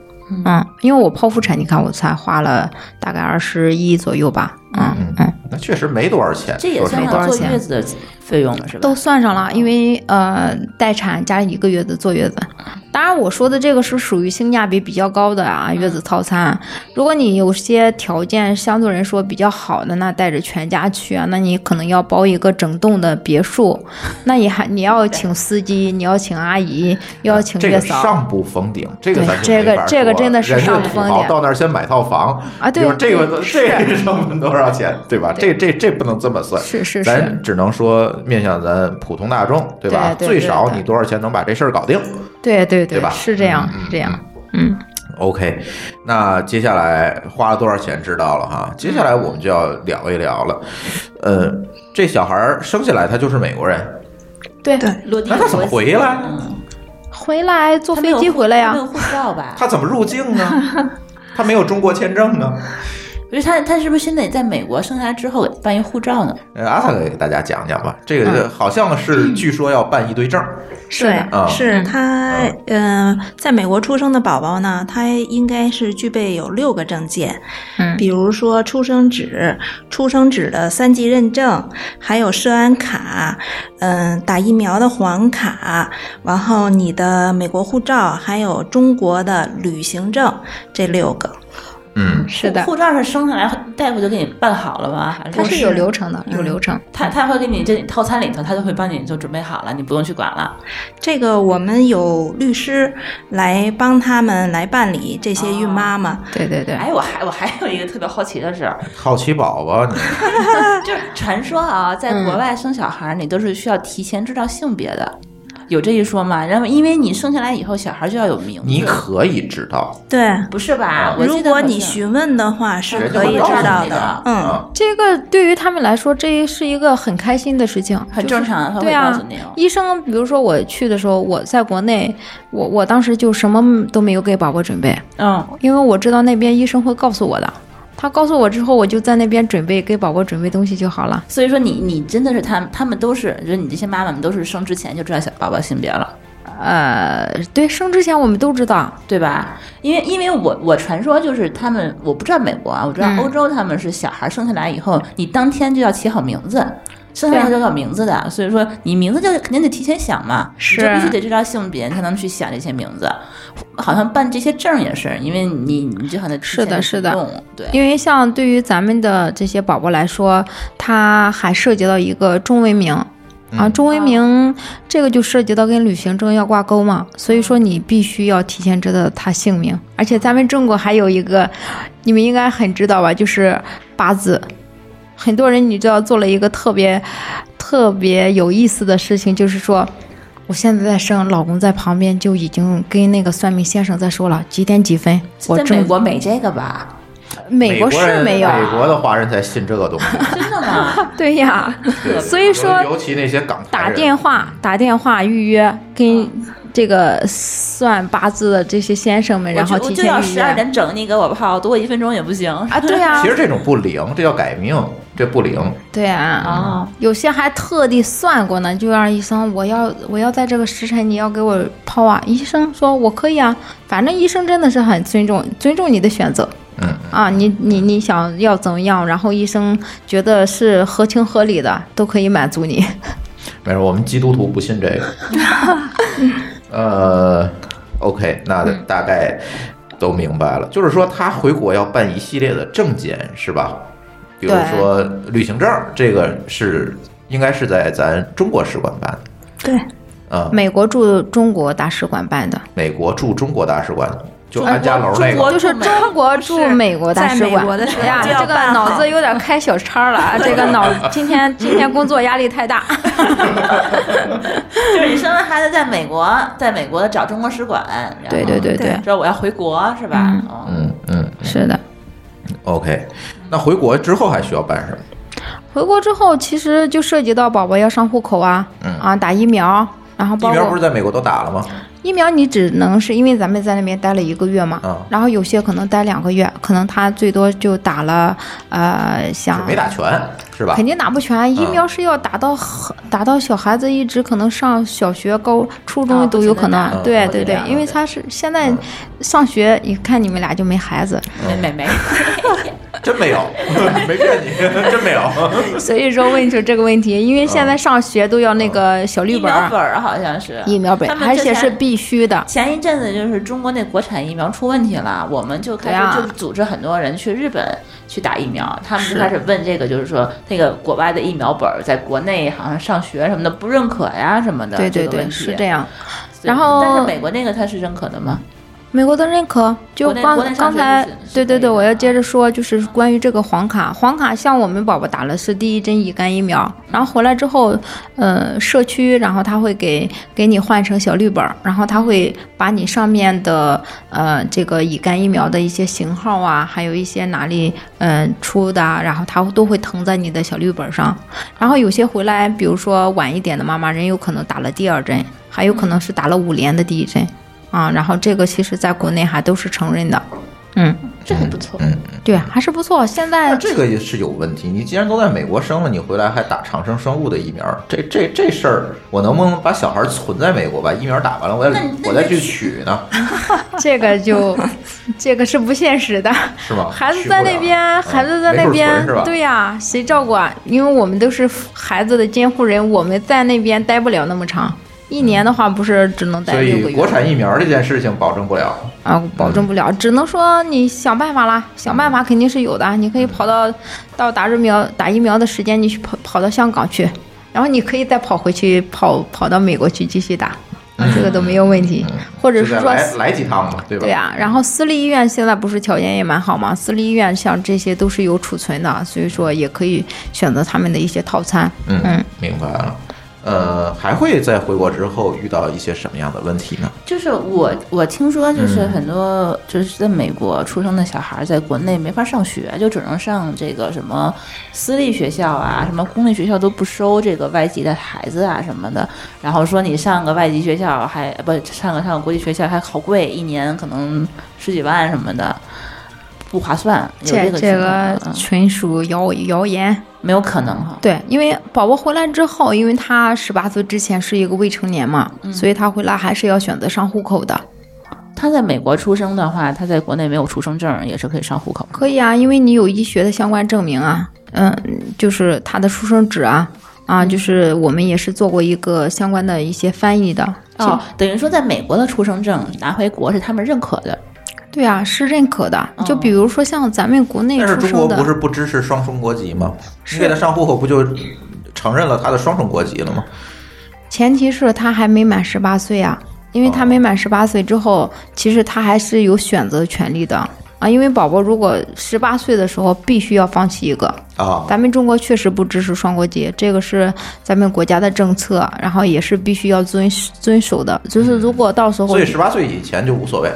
Speaker 4: 嗯，因为我剖腹产，你看我才花了大概二十一左右吧。嗯嗯。
Speaker 3: 那确实没多少钱，
Speaker 6: 这也
Speaker 3: 说实
Speaker 6: 算
Speaker 3: 话
Speaker 4: 多
Speaker 6: 上
Speaker 4: 少
Speaker 6: 坐
Speaker 4: 钱
Speaker 6: 月子的费用了，是吧？
Speaker 4: 都算上了，因为呃待产加一个月的坐月子，当然我说的这个是属于性价比比较高的啊，月子套餐。如果你有些条件相对来说比较好的，那带着全家去啊，那你可能要包一个整栋的别墅，那你还你要请司机，你要请阿姨，又要请
Speaker 3: 这
Speaker 4: 月
Speaker 3: 个
Speaker 4: 嫂，
Speaker 3: 上不封顶，这个
Speaker 4: 对
Speaker 3: 咱是
Speaker 4: 这个
Speaker 3: 没法说
Speaker 4: 这个真的是
Speaker 3: 人家
Speaker 4: 上不封顶
Speaker 3: 土豪到那儿先买套房
Speaker 4: 啊对
Speaker 3: 你说这个
Speaker 4: 对
Speaker 3: 这个 成本多少钱，对吧？这这这不能这么算，
Speaker 4: 是是是
Speaker 3: 咱，只能说面向咱普通大众，对吧？
Speaker 4: 对对
Speaker 3: 最少
Speaker 4: 对对
Speaker 3: 你多少钱能把这事儿搞定
Speaker 4: 对对
Speaker 3: 对吧
Speaker 4: 是这样
Speaker 3: 嗯嗯
Speaker 4: 是这样，嗯
Speaker 3: ？OK，那接下来花了多少钱知道了哈？接下来
Speaker 4: 嗯
Speaker 3: 我们就要聊一聊了，呃，这小孩儿生下来他就是美国人，
Speaker 4: 对
Speaker 5: 对
Speaker 6: 落地
Speaker 3: 那他怎么
Speaker 6: 国籍
Speaker 3: 回来
Speaker 6: 嗯
Speaker 4: 回来坐
Speaker 6: 他没
Speaker 4: 飞
Speaker 6: 有
Speaker 4: 机
Speaker 6: 护
Speaker 4: 回来呀、
Speaker 6: 他没有护照吧？
Speaker 3: 他怎么入境呢？ 他没有中国签证呢？
Speaker 6: 不是他，他是不是先得在美国生下来之后办一护照呢？
Speaker 3: 呃，阿萨克给大家讲讲吧，这个
Speaker 4: 嗯
Speaker 3: 好像是据说要办一堆证儿，
Speaker 4: 是
Speaker 5: 对
Speaker 4: 的，
Speaker 3: 啊
Speaker 5: 是
Speaker 4: 嗯
Speaker 5: 他，嗯、在美国出生的宝宝呢，他应该是具备有六个证件，
Speaker 4: 嗯
Speaker 5: 比如说出生纸、出生纸的三级认证，还有涉安卡，嗯、打疫苗的黄卡，然后你的美国护照，还有中国的旅行证，这六个。
Speaker 3: 嗯，
Speaker 4: 是的
Speaker 6: 护，护照是生下来大夫就给你办好了吗？还
Speaker 4: 它
Speaker 6: 是
Speaker 4: 是有流程的，有
Speaker 5: 嗯
Speaker 4: 流程。
Speaker 6: 他他会给你这套餐里头，他就会帮你就准备好了，你不用去管了。
Speaker 5: 这个我们有律师来帮他们来办理这些孕妈妈。
Speaker 4: 对对对，
Speaker 6: 哎，我还我还有一个特别好奇的事 儿，
Speaker 3: 好奇宝宝， 你
Speaker 6: 就是传说啊，在国外生小孩儿，你都是需要提前知道性别的，有这一说吗？然后因为你生下来以后，小孩就要有名字，
Speaker 3: 你可以知道，
Speaker 5: 对，
Speaker 6: 不是吧？我记得
Speaker 5: 啊如果
Speaker 6: 好像
Speaker 5: 你询问的话是
Speaker 3: 人家
Speaker 5: 可以
Speaker 3: 会
Speaker 5: 知
Speaker 3: 告诉
Speaker 5: 道
Speaker 3: 你
Speaker 5: 的
Speaker 6: 的。
Speaker 5: 嗯，
Speaker 3: 啊，
Speaker 4: 这个对于他们来说，这是一个很开心的事情，
Speaker 6: 很
Speaker 4: 就是
Speaker 6: 正常，他
Speaker 4: 对
Speaker 6: 会告
Speaker 4: 啊
Speaker 6: 诉你哦，
Speaker 4: 医生，比如说我去的时候，我在国内，我我当时就什么都没有给宝宝准备，
Speaker 6: 嗯，
Speaker 4: 因为我知道那边医生会告诉我的。他告诉我之后，我就在那边准备给宝宝准备东西就好了。
Speaker 6: 所以说你你真的是他们他们都是，就是你这些妈妈们都是生之前就知道小宝宝性别了。
Speaker 4: 呃，对，生之前我们都知道，
Speaker 6: 对吧？因为因为我我传说就是他们，我不知道美国啊，我知道
Speaker 4: 嗯
Speaker 6: 欧洲他们是小孩生下来以后，你当天就要起好名字，生下
Speaker 4: 啊
Speaker 6: 来就要有名字的，所以说你名字就肯定得提前想嘛，
Speaker 4: 是
Speaker 6: 你就必须得知道性别，你才能去想这些名字。好像办这些证儿也是，因为你你就好像得提前
Speaker 4: 是的是的
Speaker 6: 去弄，对，
Speaker 4: 因为像对于咱们的这些宝宝来说，它还涉及到一个中文名。
Speaker 3: 嗯
Speaker 4: 啊，
Speaker 6: 哦
Speaker 4: 中文名这个就涉及到跟旅行证要挂钩嘛，所以说你必须要提前知道他姓名，而且咱们中国还有一个，你们应该很知道吧，就是八字。很多人你知道做了一个特别特别有意思的事情，就是说我现在在生，老公在旁边就已经跟那个算命先生在说了几点几分，我
Speaker 6: 在美
Speaker 4: 中
Speaker 6: 国没这个吧？
Speaker 4: 美国是
Speaker 3: 人
Speaker 4: 没有，啊
Speaker 3: 美国的华人才信这个东西，
Speaker 6: 真的 吗？
Speaker 4: 对呀，
Speaker 3: 对
Speaker 4: 所以说
Speaker 3: 尤尤其那些港台人啊
Speaker 4: 打电话打电话预约跟这个算八字的这些先生们，然后
Speaker 6: 我就我
Speaker 4: 提
Speaker 6: 就
Speaker 4: 前
Speaker 6: 要
Speaker 4: 预
Speaker 6: 十
Speaker 4: 约
Speaker 6: 二点整，你给我泡多一分钟也不行啊
Speaker 4: 啊，对呀
Speaker 3: 其，实这种不灵，这叫改命，这不灵，
Speaker 4: 对啊，
Speaker 6: 哦
Speaker 4: 有些还特地算过呢，就让医生我要我要在这个时辰你要给我抛啊，医生说我可以啊，反正医生真的是很尊重尊重你的选择。
Speaker 3: 嗯
Speaker 4: 啊，你你你想要怎么样？然后医生觉得是合情合理的，都可以满足你。
Speaker 3: 没事，我们基督徒不信这 个。呃，OK，那大概都明白了，就是说他回国要办一系列的证件，是吧？比如
Speaker 5: 对
Speaker 3: 说旅行证，这个是应该是在咱中国使馆办的
Speaker 5: 对，
Speaker 3: 啊、
Speaker 4: 美国驻中国大使馆办的，
Speaker 3: 美国驻中国大使馆，就安家楼那个，
Speaker 4: 就是中国驻美国大使
Speaker 5: 在美
Speaker 4: 馆。
Speaker 5: 国的时候
Speaker 4: 哎呀，
Speaker 5: 就要
Speaker 4: 这个
Speaker 5: 办好
Speaker 4: 脑子有点开小差了 啊！这个脑今天今天工作压力太大。
Speaker 6: 就是你生完孩子在美国，在美国找中国使馆，然后
Speaker 4: 对对对对，
Speaker 6: 说我要回国是吧？
Speaker 4: 嗯
Speaker 6: 哦
Speaker 3: 嗯嗯
Speaker 4: 是的。
Speaker 3: ，OK。那回国之后还需要办什么？
Speaker 4: 回国之后，其实就涉及到宝宝要上户口啊，
Speaker 3: 嗯
Speaker 4: 啊，打疫苗，然后包
Speaker 3: 疫
Speaker 4: 括
Speaker 3: 苗不是在美国都打了吗？
Speaker 4: 疫苗你只能是因为咱们在那边待了一个月嘛，
Speaker 3: 嗯
Speaker 4: 然后有些可能待两个月，可能他最多就打了呃，
Speaker 3: 是
Speaker 4: 像
Speaker 3: 没打全，是吧？
Speaker 4: 肯定打不
Speaker 6: 嗯
Speaker 4: 全，啊疫苗是要打到很打到小孩子一直可能上小学、高初
Speaker 6: 啊
Speaker 4: 中都有可能，
Speaker 6: 不
Speaker 3: 停地打嗯
Speaker 4: 对对
Speaker 3: 不停地
Speaker 4: 对
Speaker 3: 打，
Speaker 4: 因为
Speaker 3: 对
Speaker 4: 他是现在上学，你看你们俩就没孩子，
Speaker 6: 没没没，
Speaker 3: 真没有， 没骗你，真没有。
Speaker 4: 所以说问出这个问题，因为现在上学都要那个小绿
Speaker 6: 疫
Speaker 4: 本
Speaker 6: 苗
Speaker 4: 儿
Speaker 6: 本。嗯儿好像是
Speaker 4: 疫苗本
Speaker 6: 他，们
Speaker 4: 而
Speaker 6: 之
Speaker 4: 且
Speaker 6: 前
Speaker 4: 是必须的。
Speaker 6: 前一阵子就是中国那国产疫苗出问题了，我们就开
Speaker 4: 对啊
Speaker 6: 始就组织很多人去日本去打疫苗，他们就是开始问这个，就是说那个国外的疫苗本儿在国内好像上学什么的不认可呀什么的，
Speaker 4: 对对
Speaker 6: 这个
Speaker 4: 对，
Speaker 6: 问题
Speaker 4: 是这。样。
Speaker 6: 对
Speaker 4: 然后
Speaker 6: 但是美国那个它是认可的吗？
Speaker 4: 美国的认可，就
Speaker 6: 国内
Speaker 4: 刚
Speaker 6: 国内上
Speaker 4: 刚
Speaker 6: 学
Speaker 4: 才
Speaker 6: 是是
Speaker 4: 对
Speaker 6: 可以
Speaker 4: 对对，
Speaker 6: 的
Speaker 4: 我要
Speaker 6: 啊
Speaker 4: 接着说，就是关于这个黄卡，黄卡像我们宝宝打了是第一针乙肝疫苗，然后回来之后，呃，社区然后他会给给你换成小绿本儿，然后他会把你上面的呃这个乙肝疫苗的一些型号啊，还有一些哪里嗯、呃出的啊，然后他都会腾在你的小绿本儿上，然后有些回来，比如说晚一点的妈妈，人有可能打了第二针，还有可能是打了五联的第一针。啊，然后这个其实在国内还都是承认的， 嗯，
Speaker 6: 这很不错，
Speaker 4: 对，还是不错。现
Speaker 3: 嗯那
Speaker 4: 在
Speaker 3: 这个也是有问题。你既然都在美国生了，你回来还打长生生物的疫苗，这这这事儿，我能不能把小孩存在美国，把疫苗打完了，我再
Speaker 6: 那那
Speaker 3: 我再去取呢？
Speaker 4: 这 个就这个是不现实的，
Speaker 3: 是吧？
Speaker 4: 孩子
Speaker 3: 取
Speaker 4: 在
Speaker 3: 不
Speaker 4: 那
Speaker 3: 了啊
Speaker 4: 边，孩子在那
Speaker 3: 没
Speaker 4: 边
Speaker 3: 处存是吧，
Speaker 4: 对呀、谁照顾啊？因为我们都是孩子的监护人，我们在那边待不了那么长，一年的话不是只能待
Speaker 3: 所
Speaker 4: 六个
Speaker 3: 以
Speaker 4: 月
Speaker 3: 国产疫苗这件事情保证不了。
Speaker 4: 啊，保证不
Speaker 3: 嗯
Speaker 4: 了，只能说你想办法啦，想办法肯定是有的。你可以跑到到打疫苗打疫苗的时间，你去跑跑到香港去，然后你可以再跑回去，跑跑到美国去继续打，啊，
Speaker 3: 嗯
Speaker 4: 这个都没有问题。或者
Speaker 3: 就是再
Speaker 4: 说
Speaker 3: 嗯来
Speaker 4: 私，
Speaker 3: 来几趟嘛，对吧？
Speaker 4: 对啊，然后私立医院现在不是条件也蛮好嘛，私立医院像这些都是有储存的，所以说也可以选择他们的一些套餐。
Speaker 3: 嗯
Speaker 4: 嗯，
Speaker 3: 明白了。呃，还会在回国之后遇到一些什么样的问题呢？
Speaker 6: 就是我我听说就是很多就是在美国出生的小孩在国内没法上学，就只能上这个什么私立学校啊，什么公立学校都不收这个外籍的孩子啊什么的。然后说你上个外籍学校还不上个上个国际学校还好贵，一年可能十几万什么的。不划算，有
Speaker 4: 这
Speaker 6: 个
Speaker 4: 这
Speaker 6: 情况
Speaker 4: 个
Speaker 6: 嗯
Speaker 4: 纯属谣谣言。
Speaker 6: 没有可能哈。
Speaker 4: 对，因为宝宝回来之后，因为他十八岁之前是一个未成年嘛，所以他回来还是要选择上户口的。
Speaker 6: 他在美国出生的话，他在国内没有出生证也是可以上户口的。
Speaker 4: 可以啊，因为你有医学的相关证明啊，嗯，就是他的出生纸啊，啊，就是我们也是做过一个相关的一些翻译的。
Speaker 6: 哦，等于说在美国的出生证拿回国是他们认可的，
Speaker 4: 对啊，是认可的。就比如说像咱们国内
Speaker 3: 但是
Speaker 4: 出
Speaker 3: 中
Speaker 4: 生
Speaker 3: 国不
Speaker 4: 的，
Speaker 3: 是不支持双重国籍吗？你给他上户口不就承认了他的双重国籍了吗？
Speaker 4: 前提是他还没满十八岁啊，因为
Speaker 3: 哦
Speaker 4: 他没满十八岁之后，其实他还是有选择权利的啊。因为宝宝如果十八岁的时候必须要放弃一个，
Speaker 3: 啊，
Speaker 4: 咱们中国确实不支持双国籍，这个是咱们国家的政策，然后也是必须要遵遵守的。就是如果到时候
Speaker 3: 所以十八岁以前就无所谓。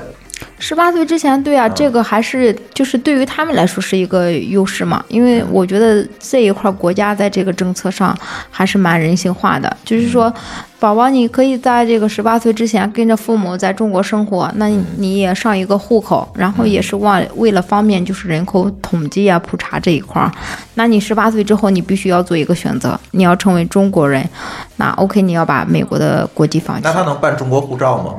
Speaker 4: 十八岁之前，对
Speaker 3: 嗯
Speaker 4: 啊，这个还是就是对于他们来说是一个优势嘛，
Speaker 3: 嗯
Speaker 4: 因为我觉得这一块国家在这个政策上还是蛮人性化的，就是说，
Speaker 3: 嗯
Speaker 4: 宝宝你可以在这个十八岁之前跟着父母在中国生活，那
Speaker 3: 嗯
Speaker 4: 你你也上一个户口，然后也是为为了方便就是人口统计啊、普查这一块儿，那你十八岁之后你必须要做一个选择，你要成为中国人，那 OK 你要把美国的国籍放弃
Speaker 3: 那，他能办中国护照吗？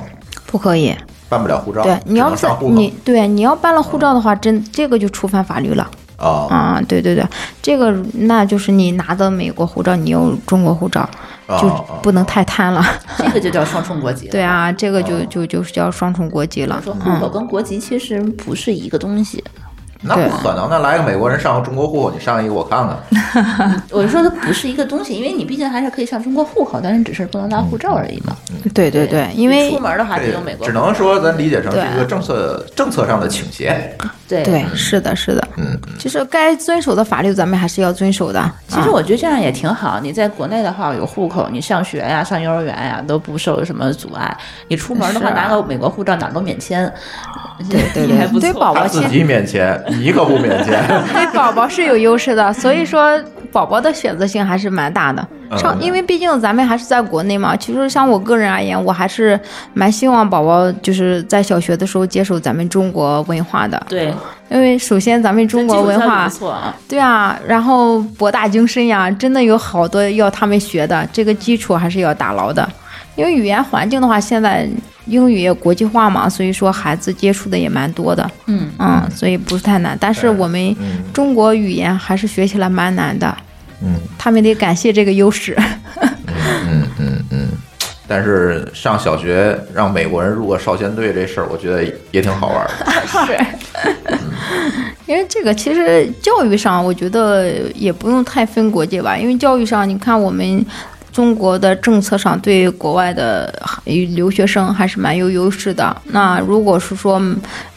Speaker 4: 不可以。
Speaker 3: 办不了护照，
Speaker 4: 对，你
Speaker 3: 只
Speaker 4: 要
Speaker 3: 能
Speaker 4: 是
Speaker 3: 上户口
Speaker 4: 你对你要办了护照的话，真这个就触犯法律了。
Speaker 3: 啊、啊
Speaker 4: 啊，对对对，这个那就是你拿的美国护照，你有中国护照，
Speaker 3: 啊
Speaker 4: 就
Speaker 3: 啊
Speaker 4: 不能太贪了。
Speaker 6: 这个就叫双重国籍。
Speaker 4: 对，啊，这个
Speaker 3: 哦
Speaker 4: 就就就是叫双重国籍了
Speaker 6: 说。户口
Speaker 4: 嗯，
Speaker 6: 跟国籍其实不是一个东西。
Speaker 3: 那
Speaker 4: 对
Speaker 3: 不可能，那来个美国人上个中国户口，你上一个我看看，
Speaker 4: 嗯
Speaker 6: 我是说它不是一个东西，因为你毕竟还是可以上中国户口，但是只是不能拿护照而已嘛。
Speaker 3: 嗯
Speaker 4: 对对对，因
Speaker 6: 你
Speaker 4: 为
Speaker 6: 出门的话得用美
Speaker 3: 对
Speaker 6: 国
Speaker 3: 只
Speaker 6: 护照，
Speaker 3: 能说咱理解成是一个
Speaker 4: 对
Speaker 3: 政策政策上的倾斜。
Speaker 6: 对
Speaker 4: 对是的是的，
Speaker 3: 嗯，
Speaker 4: 就是该遵守的法律咱们还是要遵守的。
Speaker 6: 其
Speaker 3: 啊
Speaker 6: 实我觉得这样也挺好。你在国内的话有户口，你上学呀、上幼儿园呀都不受什么阻碍。你出门的话
Speaker 4: 是啊嗯
Speaker 6: 拿个美国护照哪儿都免签，
Speaker 4: 对对
Speaker 6: 还不
Speaker 4: 对，
Speaker 6: 错
Speaker 4: 对宝
Speaker 3: 他
Speaker 4: 宝
Speaker 3: 自
Speaker 4: 现
Speaker 3: 己免签，你可不免签。
Speaker 4: 对宝宝是有优势的，所以说宝宝的选择性还是蛮大的。
Speaker 3: 嗯
Speaker 4: 上，因为毕竟咱们还是在国内嘛。其实像我个人而言，我还是蛮希望宝宝就是在小学的时候接受咱们中国文化的，
Speaker 6: 对，
Speaker 4: 因为首先咱们中国文化
Speaker 6: 不，错啊。
Speaker 4: 对啊，然后博大精深呀，真的有好多要他们学的，这个基础还是要打牢的。因为语言环境的话，现在英语也国际化嘛，所以说孩子接触的也蛮多的，
Speaker 6: 嗯
Speaker 4: 嗯，所以不是太难。但是我们
Speaker 3: 嗯
Speaker 4: 中国语言还是学起来蛮难的，
Speaker 3: 嗯
Speaker 4: 他们得感谢这个优势。
Speaker 3: 嗯嗯嗯。但是上小学让美国人入个少先队这事儿，我觉得也挺好玩儿的。
Speaker 4: 因为这个其实教育上，我觉得也不用太分国界吧，因为教育上，你看我们。中国的政策上对国外的留学生还是蛮有优势的。那如果是说，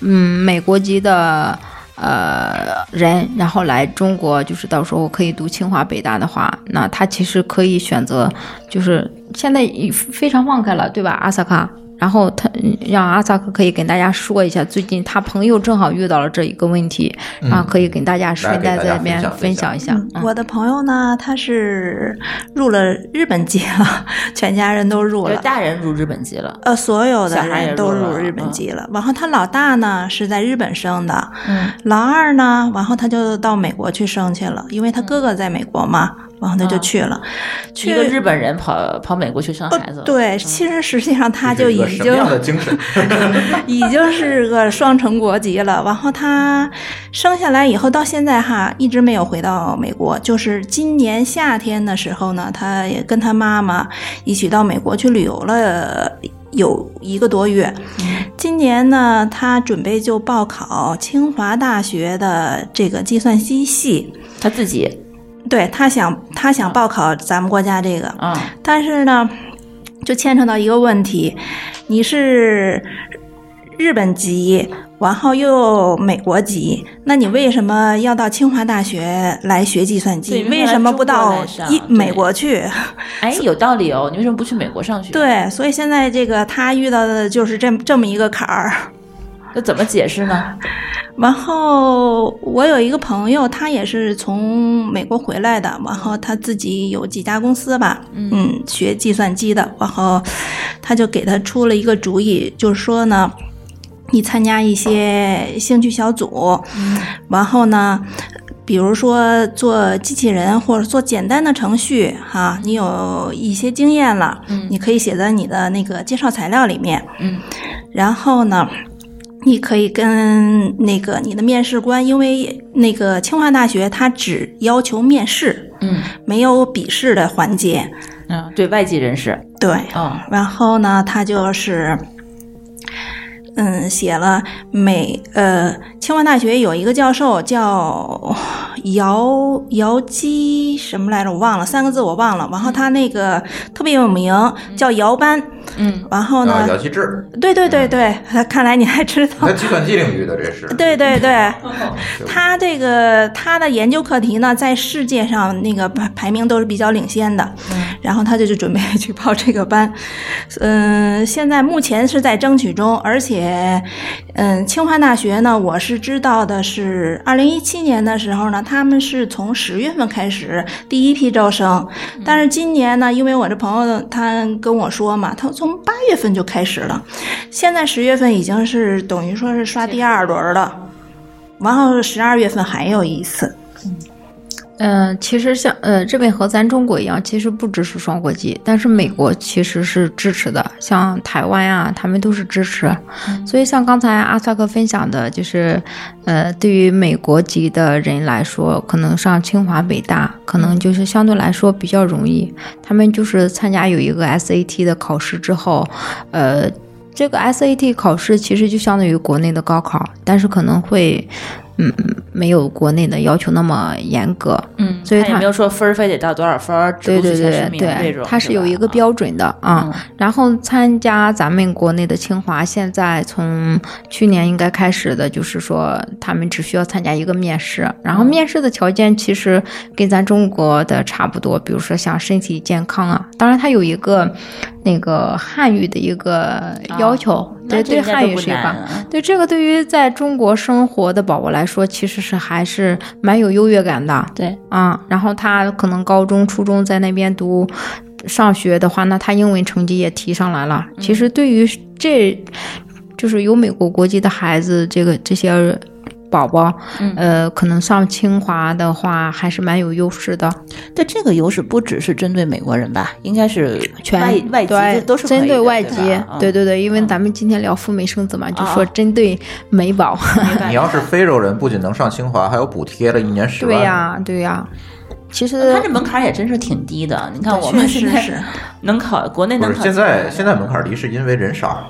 Speaker 4: 嗯，美国籍的呃人，然后来中国，就是到时候可以读清华北大的话，那他其实可以选择，就是现在已非常放开了，对吧，阿萨卡？然后他嗯让阿萨克可以跟大家说一下，最近他朋友正好遇到了这一个问题，啊，可以跟大家顺带在里面
Speaker 3: 来给
Speaker 4: 分
Speaker 3: 大家
Speaker 4: 享一下。嗯
Speaker 5: 我的朋友呢，他是入了日本籍了，全家人都入
Speaker 6: 就是
Speaker 5: 了。
Speaker 6: 大人入日本籍了，
Speaker 5: 呃，所有的
Speaker 6: 小孩也
Speaker 5: 人都
Speaker 6: 入
Speaker 5: 入
Speaker 6: 了
Speaker 5: 日本籍了。然后他老大呢是在日本生的，
Speaker 6: 嗯，
Speaker 5: 老二呢，然后他就到美国去生去了，因为他哥哥在美国嘛，然后他就
Speaker 6: 啊
Speaker 5: 去了。去
Speaker 6: 一个日本人跑跑美国去生
Speaker 5: 呃
Speaker 4: 哦
Speaker 6: 孩子了，
Speaker 5: 对，其实实际上他就
Speaker 3: 这是一
Speaker 5: 已
Speaker 3: 个
Speaker 5: 经
Speaker 3: 什么样的精神？
Speaker 5: 已经是个双重国籍了。然后他生下来以后到现在哈，一直没有回到美国。就是今年夏天的时候呢，他也跟他妈妈一起到美国去旅游了。有一个多月，今年呢，他准备就报考清华大学的这个计算机系，
Speaker 6: 他自己
Speaker 5: 对他想他想报考咱们国家这个，
Speaker 6: 啊，
Speaker 5: 但是呢，就牵扯到一个问题，你是日本籍，然后又美国籍，那你为什么要到清华大学来学计算
Speaker 6: 对
Speaker 5: 机？
Speaker 6: 因为
Speaker 5: 为什么
Speaker 6: 中国
Speaker 5: 不到
Speaker 6: 来上
Speaker 5: 一
Speaker 6: 对
Speaker 5: 美国去？
Speaker 6: 哎，有道理哦，你为什么不去美国上学？，
Speaker 5: 对，所以现在这个他遇到的就是这这么一个坎儿。
Speaker 6: 那怎么解释呢？
Speaker 5: 然后我有一个朋友，他也是从美国回来的，然后他自己有几家公司吧，嗯学计算机的，然后他就给他出了一个主意，就是说呢。你参加一些兴趣小组，然后呢，比如说做机器人或者做简单的程序，哈、你有一些经验了，你可以写在你的那个介绍材料里面，
Speaker 6: 嗯，
Speaker 5: 然后呢，你可以跟那个你的面试官，因为那个清华大学它只要求面试，
Speaker 6: 嗯
Speaker 5: 没有笔试的环节。
Speaker 6: 嗯，对外籍人士
Speaker 5: 对，
Speaker 6: 啊，
Speaker 5: 然后呢，他就是。嗯，写了美呃，清华大学有一个教授叫姚姚基什么来着，我忘了三个字我忘了。然后他那个特别有名，叫姚班。
Speaker 6: 嗯，
Speaker 5: 然后
Speaker 3: 啊，
Speaker 5: 呢
Speaker 3: 姚，嗯其志，
Speaker 5: 对对对对，看来你还知道
Speaker 3: 在计算机领域的这是。
Speaker 5: 对对对，
Speaker 3: 对
Speaker 5: 他这个他的研究课题呢，在世界上那个排排名都是比较领先的，然后他就就准备 去报这个班，嗯，现在目前是在争取中，而且，嗯，清华大学呢，我是知道的是，二零一七年的时候呢，他们是从十月份开始第一批招生，但是今年呢，因为我这朋友他跟我说嘛，他从八月份就开始了，现在十月份已经是等于说是刷第二轮了。然后十二月份还有一次，
Speaker 4: 嗯、其实像呃这边和咱中国一样，其实不支持双国籍，但是美国其实是支持的，像台湾啊，他们都是支持。啊所以像刚才阿萨克分享的，就是呃，对于美国籍的人来说，可能上清华、北大，可能就是相对来说比较容易。他们就是参加有一个 SAT 的考试之后，呃，这个 SAT 考试其实就相当于国内的高考，但是可能会。嗯，没有国内的要求那么严格，
Speaker 6: 嗯，
Speaker 4: 所以
Speaker 6: 他也
Speaker 4: 他
Speaker 6: 没有说分儿非得到多少分儿，只
Speaker 4: 对
Speaker 6: 录取
Speaker 4: 对
Speaker 6: 前十
Speaker 4: 对
Speaker 6: 名这
Speaker 4: 对
Speaker 6: 种，，
Speaker 4: 它是有
Speaker 6: 吧嗯
Speaker 4: 一个标准的啊。然后参加咱们国内的清华，现在从去年应该开始的，就是说他们只需要参加一个面试，然
Speaker 6: 嗯
Speaker 4: 后面试的条件其实跟咱中国的差不多，比如说像身体健康啊，当然它有一个那个汉语的一个
Speaker 6: 啊
Speaker 4: 要求，对对，汉语是一个。对这个，对于在中国生活的宝宝来说，其实是还是蛮有优越感的。
Speaker 6: 对
Speaker 4: 啊，然后他可能高中、初中在那边读上学的话，那他英文成绩也提上来了。其
Speaker 6: 嗯
Speaker 4: 实对于这就是有美国国籍的孩子，这个这些。宝宝，
Speaker 6: 嗯
Speaker 4: 呃，可能上清华的话还是蛮有优势的，
Speaker 6: 但这个优势不只是针对美国人吧？应该是
Speaker 4: 全
Speaker 6: 外外籍这
Speaker 4: 对
Speaker 6: 都是可以
Speaker 4: 针
Speaker 6: 的
Speaker 4: 对外籍
Speaker 6: 对吧，嗯
Speaker 4: 对对对，因为咱们今天聊赴美生子嘛，就
Speaker 6: 啊
Speaker 4: 说针对美宝，
Speaker 6: 嗯
Speaker 3: 你要是非洲人，不仅能上清华，还有补贴了一年十
Speaker 4: 对
Speaker 3: 万。
Speaker 4: 呀、对呀、其 实
Speaker 5: 呃
Speaker 6: 他这门槛儿也真是挺低的。你看我
Speaker 5: 确
Speaker 6: 们现
Speaker 5: 实
Speaker 6: 在
Speaker 5: 是。
Speaker 6: 能考国内
Speaker 3: 不
Speaker 6: 能
Speaker 3: 是
Speaker 6: 考
Speaker 3: 现
Speaker 6: 清华
Speaker 3: 在
Speaker 6: 的
Speaker 3: 现在门槛低，是因为人少。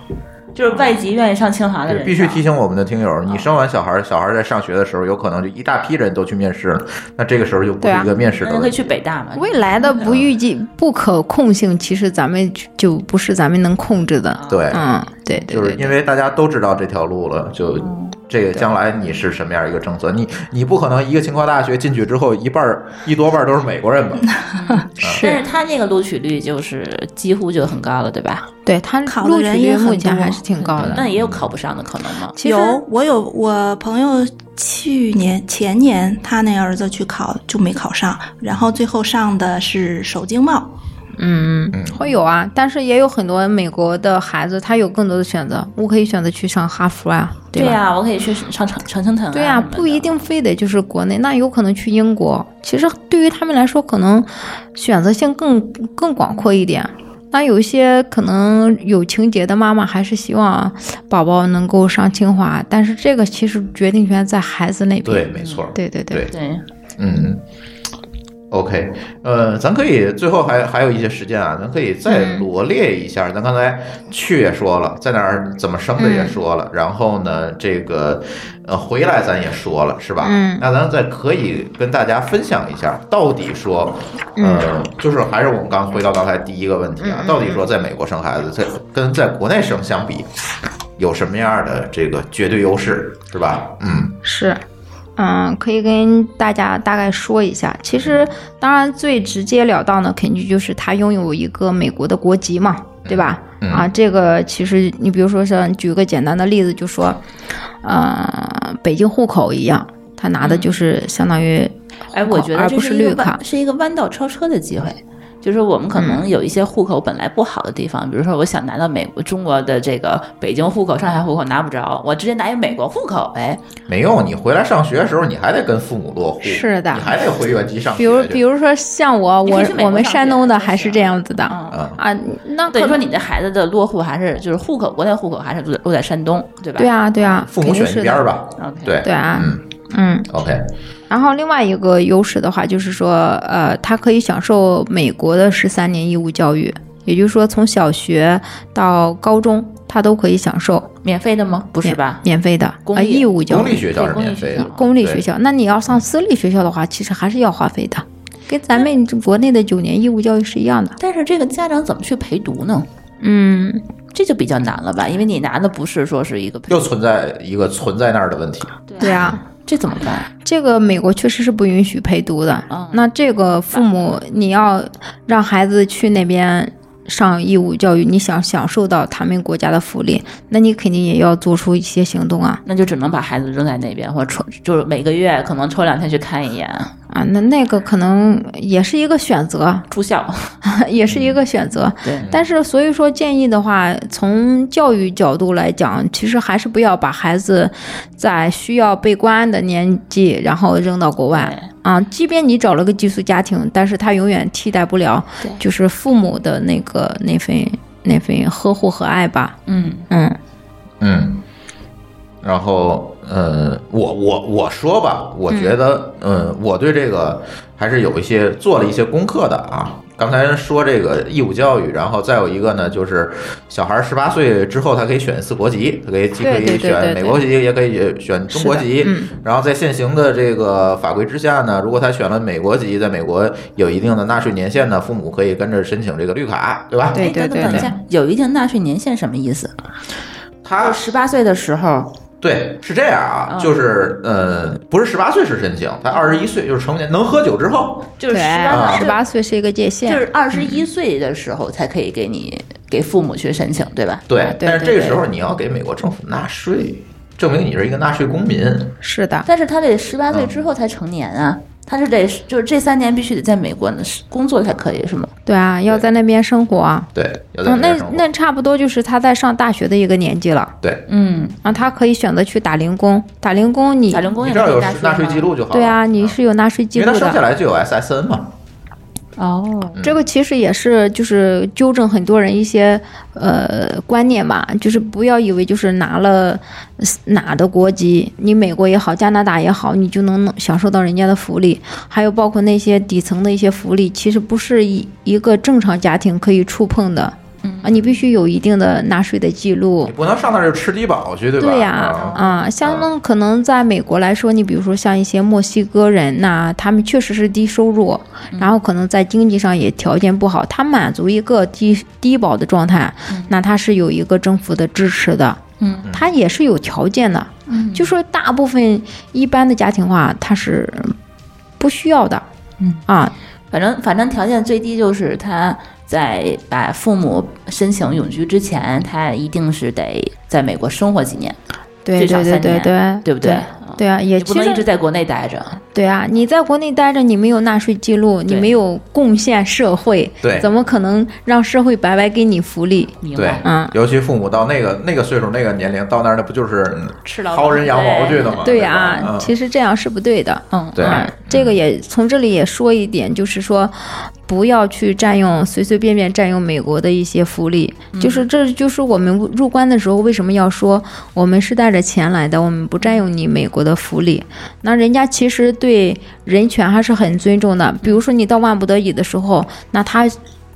Speaker 6: 就是外籍愿意上清华的
Speaker 3: 对，
Speaker 6: 人
Speaker 3: 必须
Speaker 6: 少
Speaker 3: 提醒我们的听友，你生完小孩，小孩在上学的时候，有可能就一大批人都去面试了，那这个时候就不
Speaker 4: 对
Speaker 3: 是
Speaker 4: 啊
Speaker 3: 一个面试
Speaker 6: 那
Speaker 3: 的
Speaker 6: 就可
Speaker 3: 问
Speaker 6: 以
Speaker 3: 题。
Speaker 6: 去北大嘛？
Speaker 4: 未来的不预
Speaker 5: 嗯
Speaker 4: 计、不可控性，其实咱们就不是咱们能控制的。
Speaker 3: 对，
Speaker 4: 嗯，对对
Speaker 3: 就是
Speaker 4: 对，
Speaker 3: 因为大家都知道这条路了，就这个将来你是什么样一个政策？你你不可能一个清华大学进去之后，一半儿一多半儿都是美国人吧？
Speaker 6: 但是他这个录取率就是几乎就很高了，对吧？
Speaker 4: 对他
Speaker 5: 考的
Speaker 4: 录取
Speaker 5: 人
Speaker 4: 率
Speaker 5: 也
Speaker 4: 目
Speaker 5: 很
Speaker 4: 前
Speaker 5: 多嗯
Speaker 4: 还是挺高的。
Speaker 6: 那也有考不上的可能吗？
Speaker 4: 其实
Speaker 5: 有，我有我朋友去年前年他那儿子去考就没考上，然后最后上的是首经贸。
Speaker 4: 嗯，会有啊，但是也有很多美国的孩子，他有更多的选择，我可以选择去上哈佛啊，
Speaker 6: 对
Speaker 4: 吧？
Speaker 6: 呀、我可以去上常常青藤、
Speaker 3: 嗯
Speaker 6: 啊。
Speaker 4: 对
Speaker 6: 呀、
Speaker 4: 啊，不一。定非得就是国内，那有可能去英国。其实对于他们来说，可能选择性更更广阔一点。那有一些可能有情节的妈妈还是希望宝宝能够上清华，但是这个其实决定权在孩子那边。
Speaker 3: 对，没错。
Speaker 4: 对对对
Speaker 3: 对
Speaker 6: 对，
Speaker 3: 嗯，OK，呃，咱可以最后还还有一些时间啊，咱可以再罗列一下。咱刚才去也说了，在哪儿怎么生的也说了，然后呢，这个呃回来咱也说了，是吧？
Speaker 4: 嗯
Speaker 3: 那咱再可以跟大家分享一下，到底说，
Speaker 4: 嗯
Speaker 3: 呃，就是还是我们刚回到刚才第一个问题啊，到底说在美国生孩子，在跟在国内生相比。有什么样的这个绝对优势，是吧？嗯，
Speaker 4: 是，嗯，可以跟大家大概说一下。其实，当然最直截了当的，肯定就是他拥有一个美国的国籍嘛，对吧？
Speaker 3: 嗯
Speaker 4: 啊，这个其实你比如说像举个简单的例子，就说，呃，北京户口一样，他拿的
Speaker 3: 嗯
Speaker 4: 就是相当于，
Speaker 6: 哎，我觉得
Speaker 4: 而
Speaker 6: 这
Speaker 4: 不
Speaker 6: 是
Speaker 4: 是
Speaker 6: 一个
Speaker 4: 绿
Speaker 6: 弯
Speaker 4: 卡嗯
Speaker 6: 是一个弯道超车的机会。就是我们可能有一些户口本来不好的地方，比如说我想拿到美国、中国的这个北京户口、上海户口拿不着，我直接拿一美国户口，哎，
Speaker 3: 没用，你回来上学的时候，你还得跟父母落户，
Speaker 4: 是的
Speaker 3: 你还得回原籍上学。
Speaker 4: 比如比，如说像我，
Speaker 6: 你可
Speaker 4: 我
Speaker 6: 以去美国
Speaker 4: 我们
Speaker 6: 上
Speaker 4: 山
Speaker 6: 学啊
Speaker 4: 东的
Speaker 6: 就
Speaker 4: 还
Speaker 6: 行
Speaker 4: 是这样子的
Speaker 6: 嗯
Speaker 3: 啊，
Speaker 4: 啊，那
Speaker 6: 等
Speaker 4: 可
Speaker 6: 于说
Speaker 4: 能
Speaker 6: 你的孩子的落户还是就是户口，国内户口还是落落在山东，对吧？
Speaker 4: 对啊对啊，
Speaker 3: 父
Speaker 4: 肯
Speaker 3: 母
Speaker 4: 定
Speaker 3: 选
Speaker 4: 是
Speaker 3: 一边
Speaker 4: 的
Speaker 3: 儿吧。
Speaker 6: ，OK，
Speaker 3: 对
Speaker 4: 对啊
Speaker 3: 嗯
Speaker 4: 嗯。
Speaker 3: ，OK，
Speaker 4: 然后另外一个优势的话，就是说，呃，他可以享受美国的十三年义务教育，也就是说，从小学到高中，他都可以享受，
Speaker 6: 免费的吗？不
Speaker 4: 不
Speaker 6: 是吧？
Speaker 4: 免费的，
Speaker 6: 公
Speaker 4: 呃，
Speaker 6: 立
Speaker 4: 义务教
Speaker 3: 公立
Speaker 4: 育，
Speaker 3: 学校是免费
Speaker 6: 对公立学校
Speaker 3: 的，
Speaker 4: 公立
Speaker 3: 对
Speaker 4: 学校。那你要上私立学校的话，其实还是要花费的，跟咱们国内的九年义务教育是一样的。
Speaker 6: 但是这个家长怎么去陪读呢？
Speaker 4: 嗯，
Speaker 6: 这就比较难了吧？因为你拿的不是说是一个陪
Speaker 3: 又存在一个存在那儿的问题。
Speaker 4: 对啊。
Speaker 6: 这怎么办？
Speaker 4: 这个美国确实是不允许陪读的。
Speaker 6: 嗯
Speaker 4: 那这个父母，你要让孩子去那边上义务教育，你想享受到他们国家的福利，那你肯定也要做出一些行动啊
Speaker 6: 那就只能把孩子扔在那边，或者抽，就是每个月可能抽两天去看一眼
Speaker 4: 啊！那那个可能也是一个选择，
Speaker 6: 住校。
Speaker 4: 也是一个选择。
Speaker 6: 对，
Speaker 4: 但是，所以说建议的话，从教育角度来讲，其实还是不要把孩子在需要被关的年纪，然后扔到国外
Speaker 6: 对
Speaker 4: 啊，即便你找了个寄宿家庭，但是他永远替代不了
Speaker 6: 对
Speaker 4: 就是父母的那个那份那份呵护和爱吧。
Speaker 6: 嗯，
Speaker 4: 嗯，
Speaker 3: 嗯，然后呃，我我我说吧，我觉得，嗯、我对这个还是有一些做了一些功课的啊。刚才说这个义务教育，然后再有一个呢，就是小孩十八岁之后，他可以选四国籍，他可以既可
Speaker 4: 对对
Speaker 3: 以
Speaker 4: 对对
Speaker 3: 选美国籍，也可以选中国籍。然后在现行的这个法规之下呢，如果他选了美国籍，在美国有一定的纳税年限呢，父母可以跟着申请这个绿卡，对吧？
Speaker 4: 对
Speaker 6: 哎
Speaker 4: 对
Speaker 6: 等等
Speaker 4: 对
Speaker 6: 等一
Speaker 4: 对，
Speaker 6: 下，有一定纳税年限什么意思？
Speaker 3: 他
Speaker 6: 十八岁的时候，
Speaker 3: 对，是这样啊，
Speaker 6: 嗯
Speaker 3: 就是呃，不是十八岁是申请，他二十一岁就是成年，能喝酒之后，
Speaker 6: 就是
Speaker 4: 对
Speaker 6: 十八
Speaker 3: 啊
Speaker 4: 十八岁是一个界限，
Speaker 6: 就是二十一岁的时候才可以给你给父母去申请，对吧？
Speaker 3: 对，
Speaker 4: 啊对
Speaker 3: 但是这
Speaker 4: 对
Speaker 3: 个时
Speaker 4: 对
Speaker 3: 候你要给美国政府纳税，证明你是一个纳税公民。
Speaker 4: 是的，
Speaker 6: 但是他得十八岁之后才成年啊，他是得就是这三年必须得在美国呢工作才可以，是吗？
Speaker 4: 对啊，要在那边生活啊。
Speaker 3: 对，要在
Speaker 4: 嗯，
Speaker 3: 美
Speaker 4: 那
Speaker 3: 国生活
Speaker 4: 那差不多就是他在上大学的一个年纪了，
Speaker 3: 对，
Speaker 6: 嗯，
Speaker 4: 然后他可以选择去打零工，打零工你
Speaker 6: 打零工
Speaker 3: 你
Speaker 6: 也
Speaker 3: 这儿
Speaker 6: 可
Speaker 3: 有
Speaker 6: 以纳
Speaker 3: 纳税
Speaker 6: 税
Speaker 3: 记录就好了。嗯
Speaker 4: 对啊，你是有纳税记
Speaker 3: 因为
Speaker 4: 录
Speaker 3: 他生下
Speaker 4: 的。
Speaker 3: 来就嗯有 SSN 嘛，
Speaker 6: 哦，
Speaker 4: 这个其实也是就是纠正很多人一些呃观念吧，就是不要以为就是拿了呃哪的国籍，你美国也好，加拿大也好，你就能享受到人家的福利，还有包括那些底层的一些福利，其实不是一一个正常家庭可以触碰的。
Speaker 3: 嗯
Speaker 4: 啊，你必须有一定的纳税的记录，
Speaker 3: 你不能上那儿就吃低保去，对吧？
Speaker 4: 对呀、
Speaker 3: 啊
Speaker 4: 啊，像那可能在美国来说，你比如说像一些墨西哥人呐，他们确实是低收入，
Speaker 6: 嗯
Speaker 4: 然后可能在经济上也条件不好，他满足一个低低保的状态，那他是有一个政府的支持的，
Speaker 6: 嗯，
Speaker 4: 他也是有条件的，嗯，就说大部分一般的家庭话，他是不需要的，嗯啊，
Speaker 6: 反正反正条件最低就是他在把父母申请永居之前，他一定是得在美国生活几年，
Speaker 4: 对
Speaker 6: 最
Speaker 4: 对
Speaker 6: 少
Speaker 4: 对
Speaker 6: 三
Speaker 4: 对
Speaker 6: 年
Speaker 4: 对，
Speaker 6: 对不
Speaker 4: 对
Speaker 6: 对？？
Speaker 4: 对啊，也
Speaker 6: 你不
Speaker 4: 其
Speaker 6: 能
Speaker 4: 实
Speaker 6: 一直在国内待着，
Speaker 4: 对啊，你在国内待着，你没有纳税记录，你
Speaker 6: 对
Speaker 4: 没有贡献社会，
Speaker 3: 对
Speaker 4: 怎么可能让社会白白给你福利？
Speaker 6: 明
Speaker 3: 对
Speaker 6: 白？，
Speaker 4: 嗯
Speaker 3: 尤其父母到那个那个岁数、那个年龄，到那儿那不就是嗯
Speaker 6: 吃老
Speaker 3: 薅人羊毛
Speaker 6: 对
Speaker 3: 去的吗？
Speaker 4: 对
Speaker 3: 呀、
Speaker 4: 啊，
Speaker 3: 嗯
Speaker 4: 其实这样是不对的。
Speaker 6: 嗯，
Speaker 3: 对
Speaker 4: 啊，这个也从这里也说一点，就是说，不要去占用随随便便占用美国的一些福利，就是这就是我们入关的时候为什么要说我们是带着钱来的，我们不占用你美国的福利。那人家其实对人权还是很尊重的，比如说你到万不得已的时候，那他。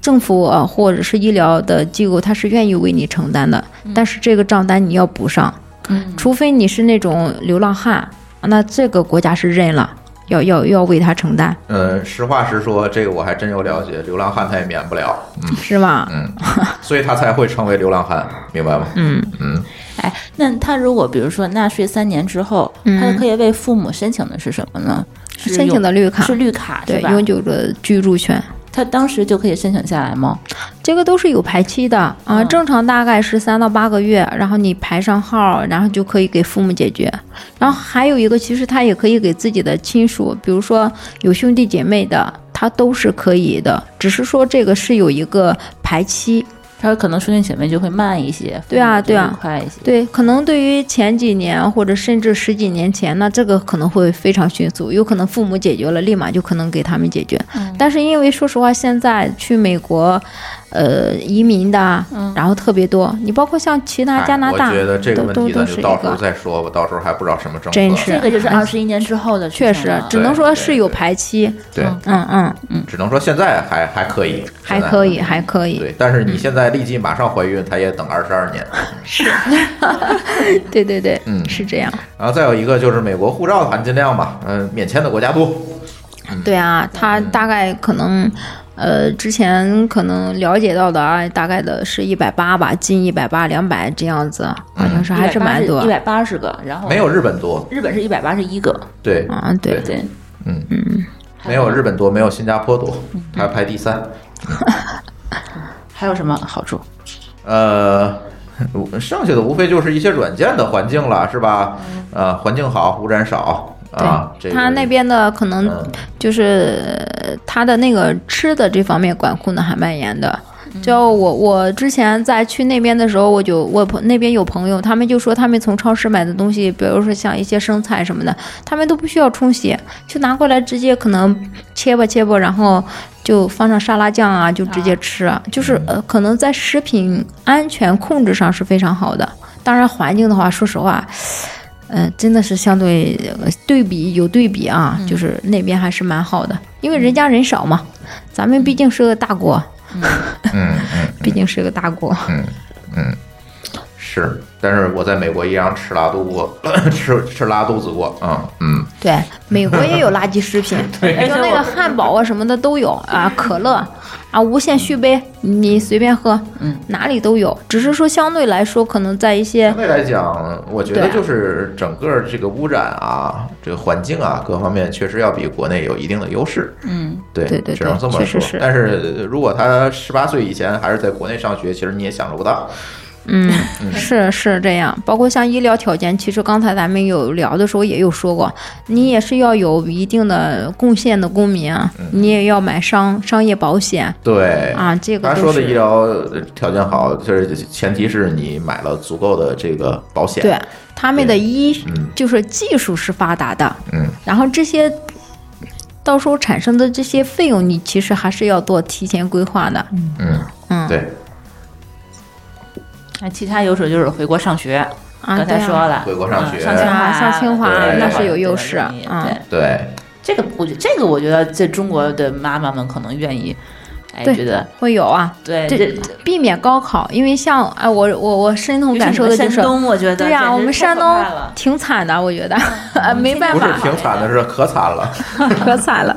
Speaker 4: 政府呃，或者是医疗的机构，他是愿意为你承担的，但是这个账单你要补上，
Speaker 6: 嗯
Speaker 4: 除非你是那种流浪汉，那这个国家是认了，要要要为他承担，
Speaker 3: 嗯，实话实说，这个我还真有了解，流浪汉他也免不了，嗯，
Speaker 4: 是吧？
Speaker 3: 所以他才会成为流浪汉，明白吗？
Speaker 4: 嗯
Speaker 3: 嗯，
Speaker 6: 哎，那他如果比如说纳税三年之后，
Speaker 4: 嗯
Speaker 6: 他可以为父母申请的是什么呢？是
Speaker 4: 申请的绿卡
Speaker 6: 永是绿卡
Speaker 4: 对
Speaker 6: 是，吧？
Speaker 4: 永久的居住权，
Speaker 6: 他当时就可以申请下来吗？
Speaker 4: 这个都是有排期的啊，
Speaker 6: 嗯
Speaker 4: 正常大概是三到八个月，然后你排上号，然后就可以给父母解决。然后还有一个，其实他也可以给自己的亲属，比如说有兄弟姐妹的，他都是可以的，只是说这个是有一个排期，
Speaker 6: 他可能兄弟姐妹就会慢一些，
Speaker 4: 对
Speaker 6: 父母
Speaker 4: 啊
Speaker 6: 就会
Speaker 4: 对啊
Speaker 6: 快一些。
Speaker 4: 对，可能对于前几年或者甚至十几年前呢，这个可能会非常迅速，有可能父母解决了，立马就可能给他们解决。但是因为说实话，现在去美国，呃，移民的啊，然后特别多，你包括像其他
Speaker 3: 哎
Speaker 4: 加拿大，
Speaker 3: 我觉得这个
Speaker 4: 都
Speaker 3: 问
Speaker 4: 都
Speaker 3: 题
Speaker 4: 都
Speaker 3: 咱
Speaker 4: 是
Speaker 3: 就
Speaker 4: 一
Speaker 3: 到时候
Speaker 4: 个。
Speaker 3: 再说吧，到时候还不知道什么政策。
Speaker 4: 真是
Speaker 6: 这个就是二十一年之后的事情
Speaker 4: 啊确
Speaker 6: 了，
Speaker 4: 实，只
Speaker 3: 对
Speaker 4: 能说
Speaker 3: 对
Speaker 4: 是有排期。
Speaker 3: 对，
Speaker 4: 嗯嗯，
Speaker 3: 只能说现在还还可以，
Speaker 4: 还
Speaker 3: 现在嗯
Speaker 4: 可以，。嗯还可以。
Speaker 3: 对，但是你现在立即马上怀孕，他也等二十二年。
Speaker 4: 对对对，
Speaker 3: 嗯
Speaker 4: 是这样。
Speaker 3: 然后再有一个就是美国护照的含金量吧，嗯、免签的国家多。
Speaker 4: 哦对啊，他大概可能，呃，之前可能了解到的啊，大概的是一百八吧，近一百八、两百这样子，好像是还是蛮多
Speaker 6: 一。百八十个，然后
Speaker 3: 没有日本多，
Speaker 6: 日本是一百八十一个，
Speaker 3: 对，
Speaker 4: 啊，对
Speaker 3: 对
Speaker 6: 对，
Speaker 3: 没有日本多，没有新加坡多，
Speaker 4: 嗯
Speaker 3: 它排第三。
Speaker 6: 还有什么好处？
Speaker 3: 呃，剩下的无非就是一些软件的环境了，是吧？呃，环境好，污染少啊。这
Speaker 4: 嗯对，
Speaker 3: 个
Speaker 4: 他那边的可能
Speaker 3: 嗯
Speaker 4: 就是呃他的那个吃的这方面管控的还蛮严的，就我我之前在去那边的时候，我就我朋那边有朋友，他们就说他们从超市买的东西，比如说像一些生菜什么的，他们都不需要冲洗，就拿过来直接可能切吧切吧，然后就放上沙拉酱啊，就直接吃啊。就是
Speaker 3: 嗯
Speaker 4: 呃，可能在食品安全控制上是非常好的。当然，环境的话，说实话，嗯、真的是相对呃对比有对比啊，就是那边还是蛮好的，因为人家人少嘛，咱们毕竟是个大国，
Speaker 3: 嗯嗯
Speaker 4: 毕竟是个大国。
Speaker 3: 是，但是我在美国一样吃拉肚过， 吃吃拉肚子过，嗯嗯，
Speaker 4: 对，美国也有垃圾 食品，就那个汉堡啊什么的都有啊，可 乐啊，无限续杯，你随便喝，嗯，哪里都有。只是说相对来说，可能在一些
Speaker 3: 相对来讲，我觉
Speaker 4: 对
Speaker 3: 得
Speaker 4: 啊
Speaker 3: 就是整个这个污染啊，这个环境啊，各方面确实要比国内有一定的优势。嗯，对
Speaker 4: 对对
Speaker 3: 只能
Speaker 4: 对
Speaker 3: 这么
Speaker 4: 确
Speaker 3: 说。
Speaker 4: 实是
Speaker 3: 但是如果他十八岁以前还是在国内上学，其实你也享受不到。
Speaker 4: 嗯，是是这样，包括像医疗条件，其实刚才咱们有聊的时候也有说过，你也是要有一定的贡献的公民啊，
Speaker 3: 嗯
Speaker 4: 你也要买商商业保险
Speaker 3: 对，
Speaker 4: 啊，这个
Speaker 3: 哎他
Speaker 4: 都
Speaker 3: 说的
Speaker 4: 是
Speaker 3: 医疗呃条件好，就是前提是你买了足够的这个保险。
Speaker 4: 对，他们的
Speaker 3: 对
Speaker 4: 医
Speaker 3: 嗯
Speaker 4: 就是技术是发达的，
Speaker 3: 嗯，
Speaker 4: 然后这些到时候产生的这些费用，你其实还是要做提前规划的。
Speaker 3: 嗯
Speaker 4: 嗯
Speaker 3: 对，
Speaker 6: 那哎其他优势就是回国上学，
Speaker 4: 啊，
Speaker 6: 刚才
Speaker 4: 对啊
Speaker 6: 说了，
Speaker 3: 回国上学
Speaker 6: 嗯上清华，
Speaker 4: 啊上清华
Speaker 6: 对
Speaker 3: 那
Speaker 4: 是有优势啊
Speaker 6: 对
Speaker 4: 嗯
Speaker 6: 对
Speaker 3: 对，
Speaker 6: 这个我觉这个我觉得在中国的妈妈们可能愿意，哎，
Speaker 4: 对
Speaker 6: 觉得
Speaker 4: 会有啊，
Speaker 6: 对
Speaker 4: 这
Speaker 6: 这
Speaker 4: 避免高考，因为像哎，我我我深同感受的就
Speaker 6: 尤其你们
Speaker 4: 是
Speaker 6: 山。东，我觉得
Speaker 4: 对呀、
Speaker 6: 简直
Speaker 4: 我们
Speaker 6: 太
Speaker 4: 山
Speaker 6: 可
Speaker 4: 东
Speaker 6: 怕了嗯
Speaker 4: 挺惨的，我觉得， 呃，没办
Speaker 3: 不是
Speaker 4: 法，
Speaker 3: 挺惨的，是可惨了。
Speaker 4: 可惨了。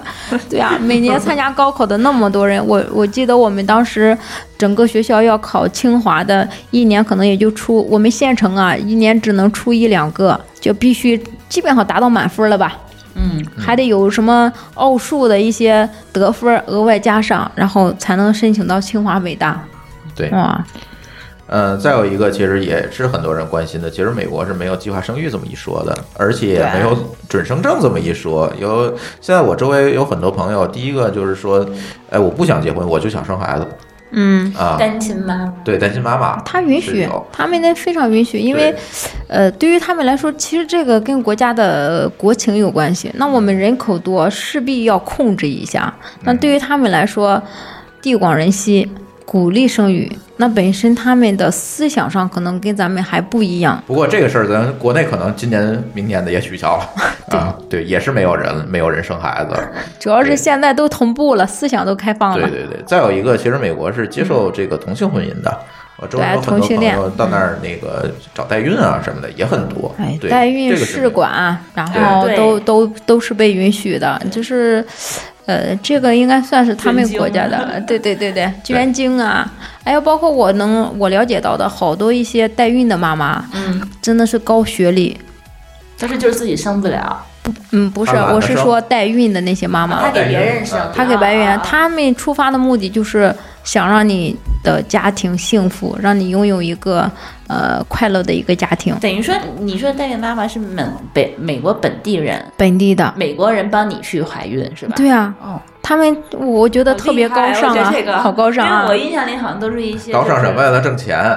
Speaker 4: 对呀、每年参加高考的那么多人，我我记得我们当时整个学校要考清华的，一年可能也就出我们县城啊，一年只能出一两个，就必须基本上达到满分了吧。
Speaker 6: 嗯，
Speaker 4: 还得有什么奥数的一些得分额外加上，然后才能申请到清华北大。
Speaker 3: 对，
Speaker 4: 哇，
Speaker 3: 嗯，再有一个其实也是很多人关心的，其实美国是没有计划生育这么一说的，而且也没有准生证这么一说。有现在我周围有很多朋友，第一个就是说，哎，我不想结婚，我就想生孩子
Speaker 4: 嗯，
Speaker 3: 啊，
Speaker 6: 单亲妈妈，
Speaker 3: 对，单亲妈妈，
Speaker 4: 他允
Speaker 3: 是
Speaker 4: 许
Speaker 3: 有，
Speaker 4: 他们那非常允许，因为
Speaker 3: 对
Speaker 4: 呃，对于他们来说，其实这个跟国家的呃国情有关系。那我们人口多，势必要控制一下。那对于他们来说，地广人稀，鼓励生育，那本身他们的思想上可能跟咱们还不一样。
Speaker 3: 不过这个事儿咱国内可能今年、明年的也取 消了啊，对，也是没有人没有人生孩子。
Speaker 4: 主要
Speaker 3: 对
Speaker 4: 是现在都同步了，思想都开放
Speaker 3: 对
Speaker 4: 了。
Speaker 3: 对对，再有一个，其实美国是接受这个同性婚姻的。我周围
Speaker 4: 对
Speaker 3: 有很
Speaker 4: 同
Speaker 3: 多
Speaker 4: 性
Speaker 3: 朋
Speaker 4: 恋
Speaker 3: 友到那儿那个找代孕啊什么的也很多，
Speaker 4: 哎，
Speaker 3: 对
Speaker 4: 代孕
Speaker 3: 这个是
Speaker 4: 试管啊，然后
Speaker 6: 对
Speaker 4: 都都都是被允许的，就是，呃，这个应该算是他们
Speaker 6: 捐精
Speaker 4: 国家的，对对对对，捐精啊，还有包括我能我了解到的好多一些代孕的妈妈，
Speaker 6: 嗯，
Speaker 4: 真的是高学历，
Speaker 6: 但是就是自己生不了，
Speaker 4: 嗯，不是，
Speaker 3: 她懒得
Speaker 4: 我是
Speaker 3: 生
Speaker 4: 说代孕的那些妈妈，
Speaker 6: 她给别人生，
Speaker 4: 他啊给白
Speaker 6: 啊
Speaker 4: 媛，他们出发的目的就是想让你的家庭幸福，让你拥有一个呃快乐的一个家庭，
Speaker 6: 等于说你说代孕妈妈是美北美国本地人，
Speaker 4: 本地的，
Speaker 6: 美国人帮你去怀孕是吧？
Speaker 4: 对啊，
Speaker 6: 哦
Speaker 4: 他们我觉得
Speaker 6: 好厉害，
Speaker 4: 特别高尚
Speaker 6: 我觉
Speaker 4: 啊，
Speaker 6: 得这个
Speaker 4: 好高尚
Speaker 6: 因
Speaker 4: 啊
Speaker 6: 为我，印象里好像都是一些
Speaker 3: 高尚
Speaker 6: 就是
Speaker 3: 为了挣钱，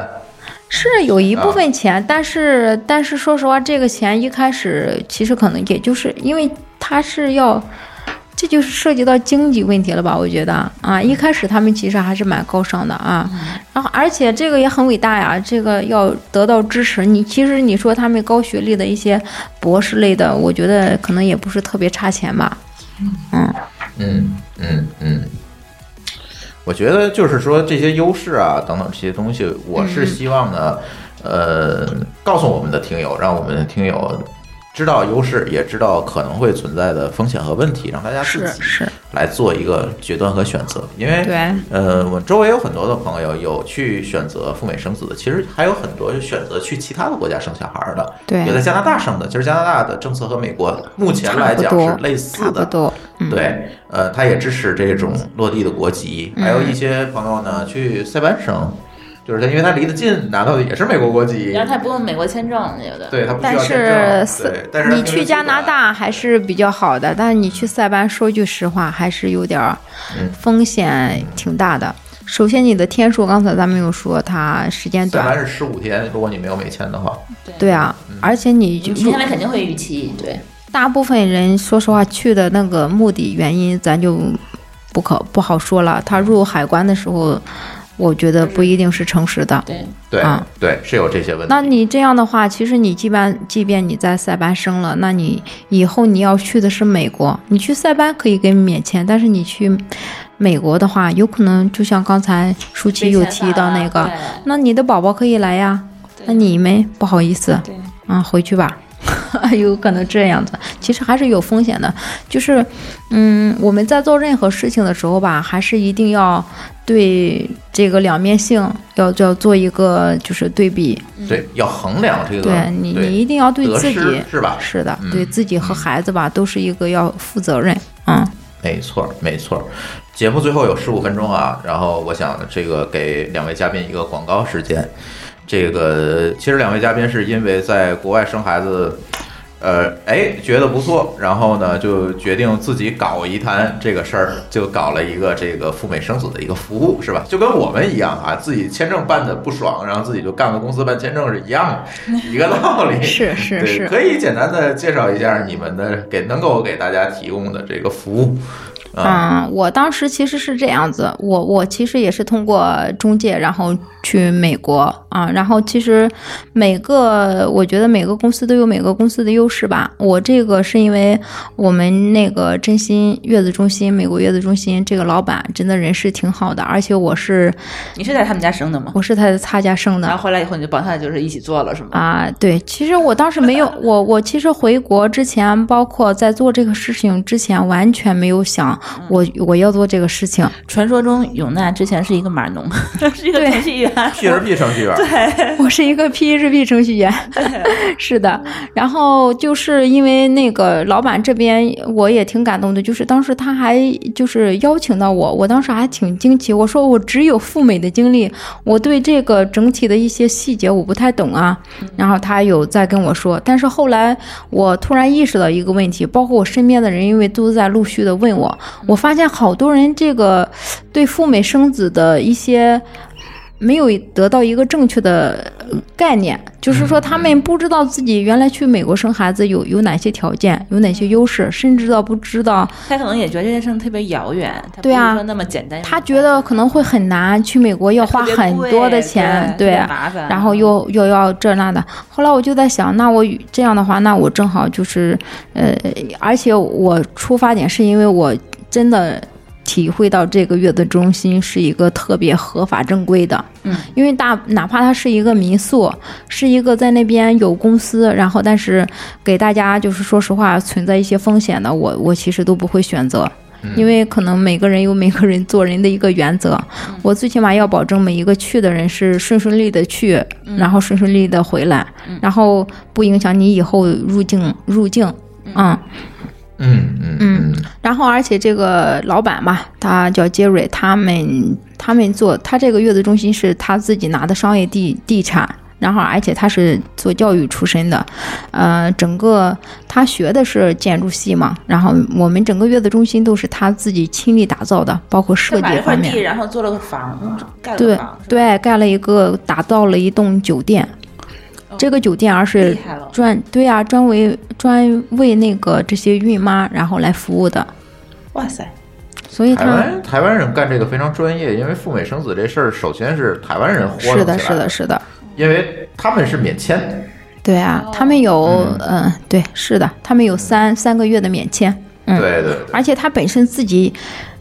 Speaker 4: 是有一部分钱，但是但是说实话，这个钱一开始其实可能也就是因为他是要。这就是涉及到经济问题了吧？我觉得啊，
Speaker 6: 嗯
Speaker 4: 一开始他们其实还是蛮高尚的啊，然后而且这个也很伟大呀，这个要得到支持。你其实你说他们高学历的一些博士类的，我觉得可能也不是特别差钱吧。
Speaker 3: 嗯嗯嗯，我觉得就是说这些优势啊等等这些东西，我是希望呢，呃，告诉我们的听友，让我们的听友知道优势，也知道可能会存在的风险和问题，让大家自己
Speaker 4: 是，
Speaker 3: 来做一个决断和选择。因为
Speaker 4: 对，
Speaker 3: 呃，我周围有很多的朋友有去选择赴美生子的，其实还有很多是选择去其他的国家生小孩儿的，
Speaker 4: 对
Speaker 3: 有在加拿大生的。其实加拿大的政策和美国目前来讲
Speaker 4: 差不多
Speaker 3: 是类似
Speaker 4: 差不
Speaker 3: 的，
Speaker 4: 多。嗯，
Speaker 3: 对，呃，他也支持这种落地的国籍，
Speaker 4: 嗯
Speaker 3: 还有一些朋友呢去塞班生，就是他因为他离得近，拿到的也是美国国籍
Speaker 6: 然，后他也不用美国签证，有的
Speaker 3: 对他不需
Speaker 4: 但
Speaker 3: 要
Speaker 4: 是
Speaker 3: 签
Speaker 4: 塞
Speaker 3: 证，对，但是他
Speaker 4: 你
Speaker 3: 平时
Speaker 4: 去
Speaker 3: 去
Speaker 4: 加
Speaker 3: 不
Speaker 4: 拿
Speaker 3: 了
Speaker 4: 大还是比较好的，但是你去塞班，说句实话，还是有点儿
Speaker 3: 嗯
Speaker 4: 风险挺大的。首先你的天数，刚才咱们有说它时间
Speaker 3: 但凡
Speaker 4: 短，
Speaker 3: 是嗯十五天，如果你没有美签的话，
Speaker 4: 对啊，而且你就
Speaker 6: 你前面肯定会逾期，对，
Speaker 4: 大部分人说实话去的那个目的原因，咱就不可不好说了。他入海关的时候，我觉得不一定是诚实的。
Speaker 6: 对，
Speaker 3: 对、
Speaker 4: 啊
Speaker 3: 对，是有这些问题。
Speaker 4: 那你这样的话，其实你即便即便你在塞班生了，那你以后你要去的是美国，你去塞班可以给免签，但是你去美国的话，有可能就像刚才舒淇有提到那个，那你的宝宝可以来呀，那你们不好意思，
Speaker 6: 对
Speaker 4: 嗯，回去吧。 有可能这样子，其实还是有风险的。就是，嗯，我们在做任何事情的时候吧，还是一定要对这个两面性要要做一个就是对比。
Speaker 3: 对要衡量这个，
Speaker 4: 嗯对你，你一定要对
Speaker 3: 得
Speaker 4: 自己
Speaker 3: 失是吧？
Speaker 4: 是的，
Speaker 3: 嗯
Speaker 4: 对自己和孩子吧，都是一个要负责任。嗯，
Speaker 3: 没错儿，没错儿。节目最后有十五分钟啊，然后我想这个给两位嘉宾一个广告时间。这个其实两位嘉宾是因为在国外生孩子，呃，哎觉得不错，然后呢就决定自己搞一摊这个事儿，就搞了一个这个赴美生子的一个服务，是吧？就跟我们一样啊，自己签证办的不爽，然后自己就干个公司办签证是一样的， 一个道理。
Speaker 4: 是是
Speaker 3: 对，
Speaker 4: 是，
Speaker 3: 可以简单的介绍一下你们的给能够给大家提供的这个服务。啊、
Speaker 4: 嗯，我当时其实是这样子，我我其实也是通过中介，然后去美国啊，然后其实每个我觉得每个公司都有每个公司的优势吧。我这个是因为我们那个真心月子中心，美国月子中心这个老板真的人是挺好的，而且我是
Speaker 6: 你是在他们家生的吗？
Speaker 4: 我是他他家生的
Speaker 6: 然，后回来以后你就帮他就是一起做了是吗？
Speaker 4: 啊，对，其实我当时没有，我我其实回国之前，包括在做这个事情之前，完全没有想我我要做这个事情。
Speaker 6: 传说中永娜之前是一个码农， 是一个
Speaker 4: 对
Speaker 6: 程序员，
Speaker 3: p r p 程序员，
Speaker 4: 我是一个 P 日 P 程序员， 是的。然后就是因为那个老板这边我也挺感动的，就是当时他还就是邀请到我，我当时还挺惊奇，我说我只有赴美的经历，我对这个整体的一些细节我不太懂啊。然后他有在跟我说，但是后来我突然意识到一个问题，包括我身边的人，因为都在陆续的问我，我发现好多人这个对赴美生子的一些。没有得到一个正确的呃概念，就是
Speaker 6: 嗯
Speaker 4: 说他们不知道自己原来去美国生孩子有有哪些条件，有哪些优势，甚至到不知道，
Speaker 6: 他可能也觉得这件事情特别遥远，他不
Speaker 4: 对
Speaker 6: 是
Speaker 4: 啊
Speaker 6: 说那么简单。
Speaker 4: 他觉得可能会很难，去美国要花
Speaker 6: 特别
Speaker 4: 很
Speaker 6: 贵
Speaker 4: 多的钱，
Speaker 6: 对，
Speaker 4: 对，啊
Speaker 6: 特别麻烦，
Speaker 4: 然后又又要这那的。后来我就在想，那我与这样的话，那我正好就是，呃，而且我出发点是因为我真的。体会到这个月子中心是一个特别合法正规的，
Speaker 6: 嗯，
Speaker 4: 因为大哪怕它是一个民宿，是一个在那边有公司，然后但是给大家就是说实话存在一些风险的，我我其实都不会选择，
Speaker 6: 嗯
Speaker 4: 因为可能每个人有每个人做人的一个原则，我最起码要保证每一个去的人是顺顺利利的去，然后顺顺利利的回来，然后不影响你以后入境入境。嗯，
Speaker 3: 嗯嗯嗯，
Speaker 4: 然后而且这个老板嘛，他叫杰瑞，他们他们做他这个月子中心是他自己拿的商业地地产，然后而且他是做教育出身的，呃，整个他学的是建筑系嘛，然后我们整个月子中心都是他自己亲力打造的，包括设
Speaker 6: 他买
Speaker 4: 计
Speaker 6: 了块
Speaker 4: 方面
Speaker 6: 地，。然后做了个房，盖了
Speaker 4: 对
Speaker 6: 个房，是吧
Speaker 4: 对，盖了一个，打造了一栋酒店。这个酒店而是
Speaker 6: 哦厉害了
Speaker 4: 专对啊，专为专为那个这些孕妈然后来服务的，
Speaker 6: 哇塞，
Speaker 4: 所以
Speaker 3: 台
Speaker 4: 它
Speaker 3: 湾台湾人干这个非常专业，因为赴美生子这事儿，首先是台湾人豁
Speaker 4: 是
Speaker 3: 得
Speaker 4: 的，
Speaker 3: 起来
Speaker 4: 是的，，是的，
Speaker 3: 因为他们是免签，
Speaker 4: 对啊，
Speaker 6: 哦
Speaker 4: 他们有嗯、对，是的，他们有三三个月的免签，嗯，
Speaker 3: 对对对，
Speaker 4: 而且他本身自己，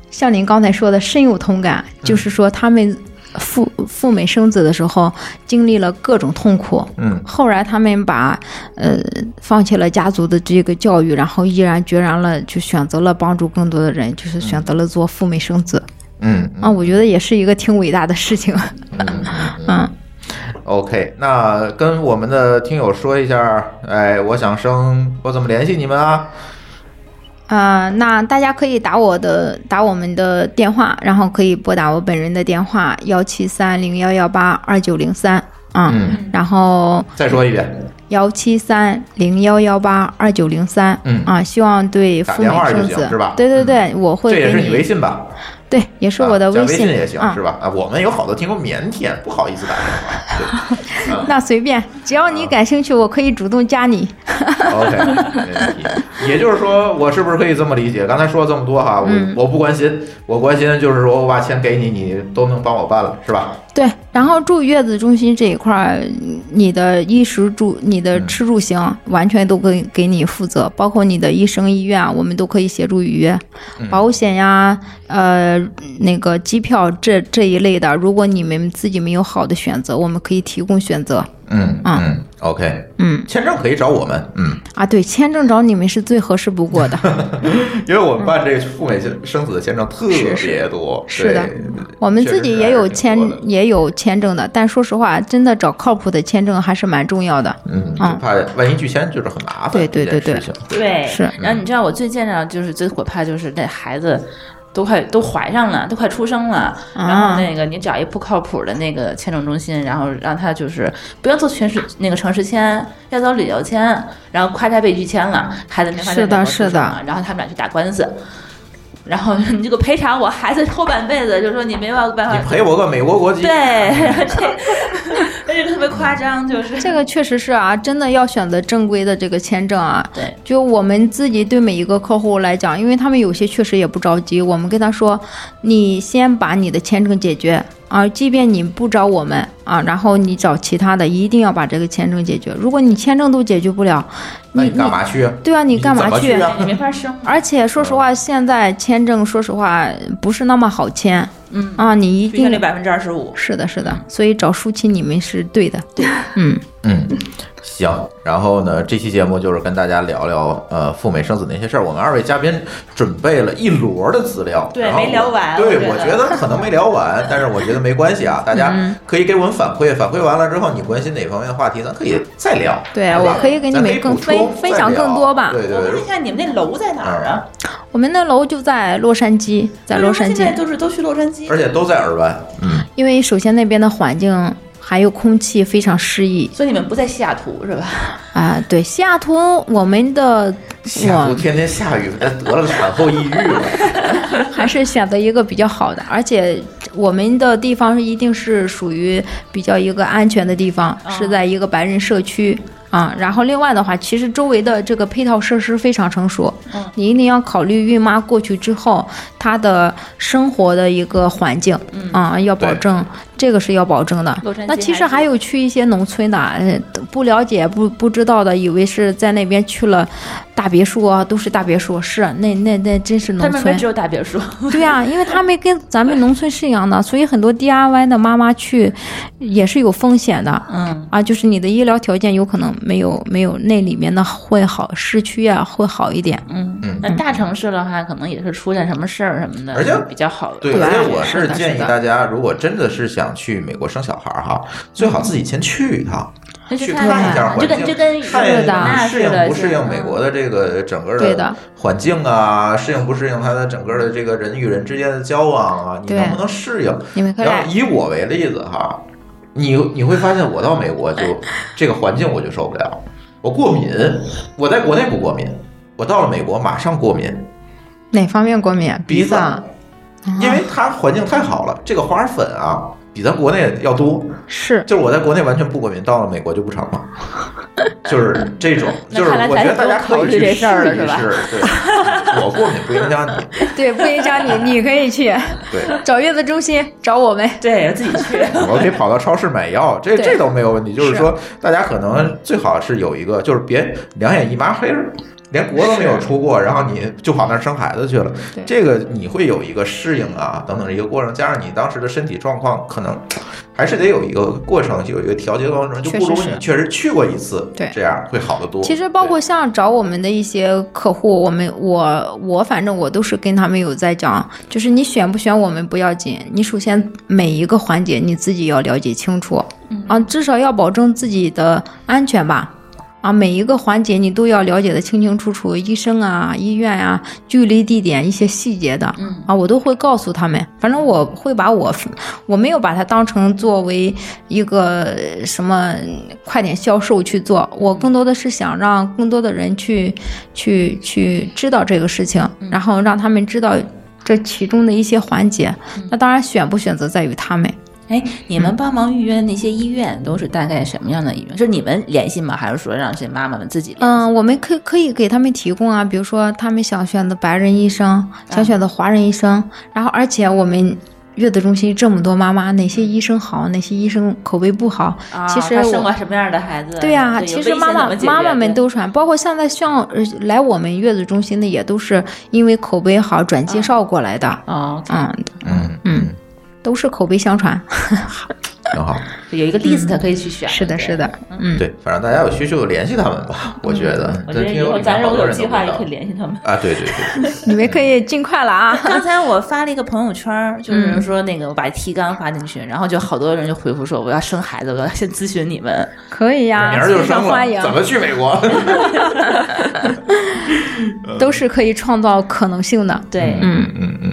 Speaker 4: 像您刚才说的，深有同感，
Speaker 3: 嗯
Speaker 4: 就是说他们赴赴美生子的时候经历了各种痛苦，
Speaker 3: 嗯
Speaker 4: 后来他们把呃放弃了家族的这个教育，然后毅然决然了就选择了帮助更多的人，就是选择了做赴美生子、
Speaker 3: 嗯嗯
Speaker 4: 啊，我觉得也是一个挺伟大的事情，
Speaker 3: 嗯
Speaker 4: 嗯，
Speaker 3: ，OK，那跟我们的听友说一下，哎，我想生，我怎么联系你们啊？
Speaker 4: 啊，那大家可以打我的打我们的电话，然后可以拨打我本人的电话幺七三零幺幺八二九零三啊，
Speaker 3: 嗯
Speaker 4: 然后
Speaker 3: 再说一遍，
Speaker 4: 幺七三零幺幺八二九零三，
Speaker 3: 嗯
Speaker 4: 啊，希望对
Speaker 3: 打
Speaker 4: 赴美
Speaker 3: 电话就
Speaker 4: 生
Speaker 3: 行
Speaker 4: 子
Speaker 3: 是吧嗯
Speaker 4: 对对对，我会
Speaker 3: 这也
Speaker 4: 给
Speaker 3: 是你微
Speaker 4: 你
Speaker 3: 信吧？
Speaker 4: 对，也是
Speaker 3: 啊
Speaker 4: 我的
Speaker 3: 加
Speaker 4: 微
Speaker 3: 微
Speaker 4: 信，
Speaker 3: 也行
Speaker 4: 啊
Speaker 3: 是吧？啊，我们有好多听众腼腆，不好意思打电话。对啊
Speaker 4: 那随便，只要你感兴趣，我可以主动加你。
Speaker 3: OK，没问题。也就是说，我是不是可以这么理解？刚才说了这么多哈，我、
Speaker 4: 嗯
Speaker 3: 我不关心，我关心的就是说我把钱给你，你都能帮我办了，是吧？
Speaker 4: 对，然后住月子中心这一块儿，你的衣食住、你的
Speaker 3: 嗯
Speaker 4: 吃住行，完全都可以给你负责，包括你的医生、医院啊，我们都可以协助预约，
Speaker 3: 嗯
Speaker 4: 保险呀、呃，那个机票这这一类的，如果你们自己没有好的选择，我们可以提供选择。
Speaker 3: 嗯
Speaker 4: 啊
Speaker 3: 嗯，OK，
Speaker 4: 嗯
Speaker 3: 签证可以找我们，嗯，
Speaker 4: 啊，对，签证找你们是最合适不过 的。
Speaker 3: 因为我们办这个赴美生子的签证特别多，
Speaker 4: 是的
Speaker 3: 对
Speaker 4: 我们自己也有签
Speaker 3: 确实是还是挺多的
Speaker 4: 也有签证的，但说实话，真的找靠谱的签证还是蛮重要的。
Speaker 3: 嗯，就
Speaker 4: 嗯
Speaker 3: 怕万一拒签就是很麻烦，
Speaker 4: 对对对对
Speaker 3: 事情，
Speaker 6: 对，
Speaker 4: 是
Speaker 6: 然后你知道我最见着就是最可怕就是那孩子。都快都怀上了，都快出生了，
Speaker 4: 啊
Speaker 6: 然后那个你找一不靠谱的那个签证中心，然后让他就是不要做全市那个城市签，要走旅游签，然后夸他被拒签了，孩子没法在美
Speaker 4: 是的
Speaker 6: 国
Speaker 4: 是
Speaker 6: 出生
Speaker 4: 的
Speaker 6: 了然后他们俩去打官司，然后你这个赔偿我孩子后半辈子，就说你没有办 法，
Speaker 3: 你赔我个美国国籍，
Speaker 6: 对， 这这个特别夸张，就是
Speaker 4: 这个确实是啊，真的要选择正规的这个签证啊。
Speaker 6: 对，
Speaker 4: 就我们自己对每一个客户来讲，因为他们有些确实也不着急，我们跟他说，你先把你的签证解决啊，即便你不找我们啊，然后你找其他的，一定要把这个签证解决。如果你签证都解决不了，
Speaker 3: 那
Speaker 4: 你
Speaker 3: 你干嘛去啊？
Speaker 4: 对啊，你
Speaker 3: 你
Speaker 4: 干
Speaker 3: 怎
Speaker 4: 嘛
Speaker 3: 么去啊
Speaker 6: 你没法生，
Speaker 4: 而且说实话，现在签证说实话不是那么好签，嗯啊，你一
Speaker 6: 去那
Speaker 4: 定
Speaker 6: 率百分之二十五，
Speaker 4: 是的，是的，所以找舒淇你们是对的，对，嗯，
Speaker 3: 嗯，行。然后呢，这期节目就是跟大家聊聊呃赴美生子那些事儿。我们二位嘉宾准备了一摞的资料，
Speaker 6: 对
Speaker 3: 然后
Speaker 6: 没聊完
Speaker 3: 对，
Speaker 6: 我
Speaker 3: 我
Speaker 6: 觉
Speaker 3: 觉
Speaker 6: 得
Speaker 3: 得可能没聊完，但是我觉得没关系啊，大家
Speaker 4: 嗯
Speaker 3: 可以给我们反馈，反馈完了之后，你关心哪方面的话题，咱可以再聊。
Speaker 4: 对
Speaker 3: 吧
Speaker 4: 我可以给你
Speaker 3: 咱
Speaker 4: 们
Speaker 3: 以
Speaker 4: 更
Speaker 3: 补充
Speaker 4: 分分
Speaker 3: 再
Speaker 4: 享
Speaker 3: 聊
Speaker 4: 更多吧
Speaker 3: 对嗯对
Speaker 6: 我
Speaker 3: 对
Speaker 6: 问一，下你们那楼在哪儿啊？
Speaker 4: 我们的楼就在洛杉矶，在洛杉
Speaker 6: 为什么现
Speaker 4: 矶
Speaker 6: 在，都是都去洛杉矶，
Speaker 3: 而且都在耳湾。嗯，
Speaker 4: 因为首先那边的环境还有空气非常适宜
Speaker 6: 所以你们不在西雅图是吧？
Speaker 4: 啊，对，西雅图我们的
Speaker 3: 西雅图
Speaker 4: 我
Speaker 3: 天天下雨，得了产后抑郁了。
Speaker 4: 还是选择一个比较好的，而且我们的地方是一定是属于比较一个安全的地方，
Speaker 6: 哦
Speaker 4: 是在一个白人社区。啊，然后另外的话，其实周围的这个配套设施非常成熟，
Speaker 6: 嗯
Speaker 4: 你一定要考虑孕妈过去之后她的生活的一个环境，啊，要保
Speaker 3: 对
Speaker 4: 证，这个是要保证的
Speaker 6: 嗯洛杉矶。
Speaker 4: 那其实
Speaker 6: 还是
Speaker 4: 还有去一些农村的，呃不了解、不不知道的，以为是在那边去了大别墅啊，都是大别墅，是那那那真是
Speaker 6: 他
Speaker 4: 农
Speaker 6: 们那
Speaker 4: 村
Speaker 6: 边只。有大别 墅，
Speaker 4: 对啊，因为他们跟咱们农村是一样的，所以很多 DIY 的妈妈去也是有风险的。
Speaker 6: 嗯，
Speaker 4: 啊，就是你的医疗条件有可能没有没有那里面的会好，市区啊会好一点。
Speaker 3: 嗯
Speaker 6: 那大城市的话，可能也是出现什么事儿什么的，
Speaker 3: 而且
Speaker 6: 比较好。
Speaker 3: 对，
Speaker 4: 对
Speaker 3: 而且
Speaker 4: 是
Speaker 3: 我
Speaker 4: 是的
Speaker 3: 建议
Speaker 4: 是的
Speaker 3: 大家，如果真的是想去美国生小孩儿哈，最好自己先去一趟，
Speaker 6: 那
Speaker 3: 去
Speaker 6: 就
Speaker 3: 看
Speaker 6: 看
Speaker 3: 一下环
Speaker 6: 就
Speaker 3: 境，
Speaker 6: 跟就跟
Speaker 3: 看
Speaker 4: 啊是
Speaker 3: 一
Speaker 4: 的
Speaker 3: 下
Speaker 6: 那
Speaker 3: 适
Speaker 6: 似
Speaker 3: 应
Speaker 6: 的，
Speaker 3: 不适应美国
Speaker 6: 的。
Speaker 3: 的这个整个
Speaker 4: 对的
Speaker 3: 环境啊，适应不适应它的整个的这个人与人之间的交往啊，你
Speaker 4: 对
Speaker 3: 能不能适应？
Speaker 4: 你们可以
Speaker 3: 然
Speaker 4: 来
Speaker 3: 后以我为例子哈，你你会发现我到美 国就这个环境我就受不了，我过敏，我在国内不过敏，我到了美国马上过敏，
Speaker 4: 哪方面过敏？
Speaker 3: 鼻子
Speaker 4: 啊，
Speaker 6: 哦
Speaker 3: 因为它环境太好了，这个花粉啊比咱国内要多。
Speaker 4: 是
Speaker 3: 就是我在国内完全不过敏，到了美国就不成 了，就是这种，
Speaker 6: 那
Speaker 3: 就是
Speaker 6: 看来
Speaker 3: 我觉
Speaker 6: 咱也
Speaker 3: 得
Speaker 6: 不
Speaker 3: 大
Speaker 6: 用
Speaker 3: 家可
Speaker 6: 考
Speaker 3: 以
Speaker 6: 虑
Speaker 3: 去试
Speaker 6: 这
Speaker 3: 一
Speaker 6: 事
Speaker 3: 试，
Speaker 6: 儿了是吧
Speaker 3: 对，我过敏不影响你，
Speaker 4: 对，不影响你，你可以去
Speaker 3: 对。
Speaker 4: 找月子中心找我们。
Speaker 6: 对自己去，
Speaker 3: 我可以跑到超市买药，这
Speaker 4: 对
Speaker 3: 这都没有问题。就是
Speaker 4: 是
Speaker 3: 说，大家可能最好是有一个，就是别两眼一抹黑，连国都没有出过，然后你就跑那儿生孩子去了
Speaker 4: 对。
Speaker 3: 这个你会有一个适应啊等等的一个过程，加上你当时的身体状况，可能还是得有一个过程，有一个调节的过程，就
Speaker 4: 确
Speaker 3: 不如
Speaker 4: 实是
Speaker 3: 你确实去过一次，
Speaker 4: 对
Speaker 3: 这样会好得多。
Speaker 4: 其实包括
Speaker 3: 对
Speaker 4: 像找我们的一些客户，我们我我反正我都是跟他们有在讲，就是你选不选我们不要紧，你首先每一个环节你自己要了解清楚，啊，至少要保证自己的安全吧。啊，每一个环节你都要了解的清清楚楚，医生啊、医院啊、距离、地点一些细节的，嗯、啊，我都会告诉他们。反正我会把我，我没有把它当成作为一个呃什么快点销售去做，我更多的是想让
Speaker 6: 嗯
Speaker 4: 更多的人去去去知道这个事情，然后让他们知道这其中的一些环节。
Speaker 6: 嗯
Speaker 4: 那当然，选不选择在于他们。
Speaker 6: 哎，你们帮忙预约那些医院都是大概什么样的医院？是你们联系吗？还是说让这些妈妈们自己联系？
Speaker 4: 嗯，我们可以可以给他们提供啊，比如说他们想选择白人医生，想选择华人医生，然后而且我们。月子中心这么多妈妈，哪些医生好，哪些医生口碑不好？
Speaker 6: 啊
Speaker 4: 其实
Speaker 6: 她
Speaker 4: 我
Speaker 6: 生过什么样的孩子？
Speaker 4: 对呀、
Speaker 6: 啊有
Speaker 4: 其实
Speaker 6: 危
Speaker 4: 妈
Speaker 6: 险
Speaker 4: 妈
Speaker 6: 怎么解决
Speaker 4: 妈妈们
Speaker 6: 对
Speaker 4: 都传，包括现在像呃来我们月子中心的也都是因为口碑好转介绍过来的，
Speaker 6: 哦，
Speaker 4: 嗯
Speaker 3: 嗯
Speaker 4: 嗯，都是口碑相传。
Speaker 3: 挺好。
Speaker 6: 有一个 list 可以去选。
Speaker 4: 是
Speaker 6: 对
Speaker 4: 的，
Speaker 6: 啊
Speaker 4: 是的，，嗯，
Speaker 3: 对，反正大家有需求联系他们吧，我觉得。
Speaker 6: 嗯我觉得
Speaker 3: 这
Speaker 6: 以
Speaker 3: 听
Speaker 6: 后
Speaker 3: 友里面
Speaker 6: 咱如
Speaker 3: 好
Speaker 6: 果
Speaker 3: 多
Speaker 6: 有
Speaker 3: 人都
Speaker 6: 计划，
Speaker 3: 知
Speaker 6: 也
Speaker 3: 道
Speaker 6: 可以联系他们。
Speaker 3: 啊，对对对对，
Speaker 4: 你们可以尽快了啊。
Speaker 6: 刚才我发了一个朋友圈儿，就是说那个我把提纲发进去，然后就好多人就回复说我要生孩子，我要先咨询你们。
Speaker 4: 可以 啊呀、
Speaker 3: 明儿就
Speaker 4: 非
Speaker 3: 生
Speaker 4: 常欢
Speaker 3: 了，
Speaker 4: 迎
Speaker 3: 怎，么去美国？
Speaker 4: 都是可以创造可能性的。
Speaker 6: 对，
Speaker 3: 嗯嗯嗯。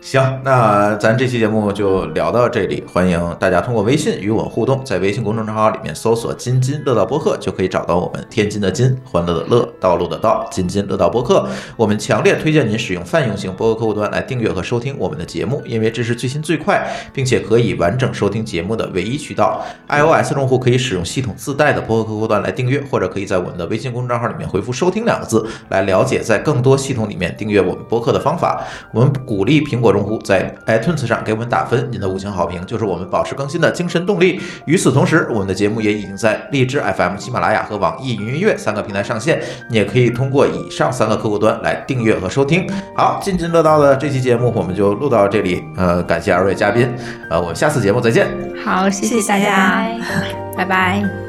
Speaker 3: 行，那咱这期节目就聊到这里。欢迎大家通过微信与我们互动，在微信公众号里面搜索“津津乐道播客”，就可以找到我们天津的津、欢乐的乐、道路的道、津津乐道播客。我们强烈推荐您使用泛用型播客客户端来订阅和收听我们的节目，因为这是最新最快，并且可以完整收听节目的唯一渠道。iOS 用户可以使用系统自带的播客客户端来订阅，或者可以在我们的微信公众账号里面回复“收听”两个字，来了解在更多系统里面订阅我们播客的方法。我们鼓励苹果用户在 iTunes 上给我们打分，您的五星好评就是我们保持更新的精神动力。与此同时，我们的节目也已经在荔枝 FM、喜马拉雅和网易云音乐三个平台上线，你也可以通过以上三个客户端来订阅和收听。好，津津乐道的这期节目我们就录到这里，呃，感谢二位嘉宾，呃，我们下次节目再见。
Speaker 4: 好，谢
Speaker 5: 谢谢
Speaker 4: 大
Speaker 5: 大
Speaker 4: 家
Speaker 5: 家，
Speaker 4: 拜拜。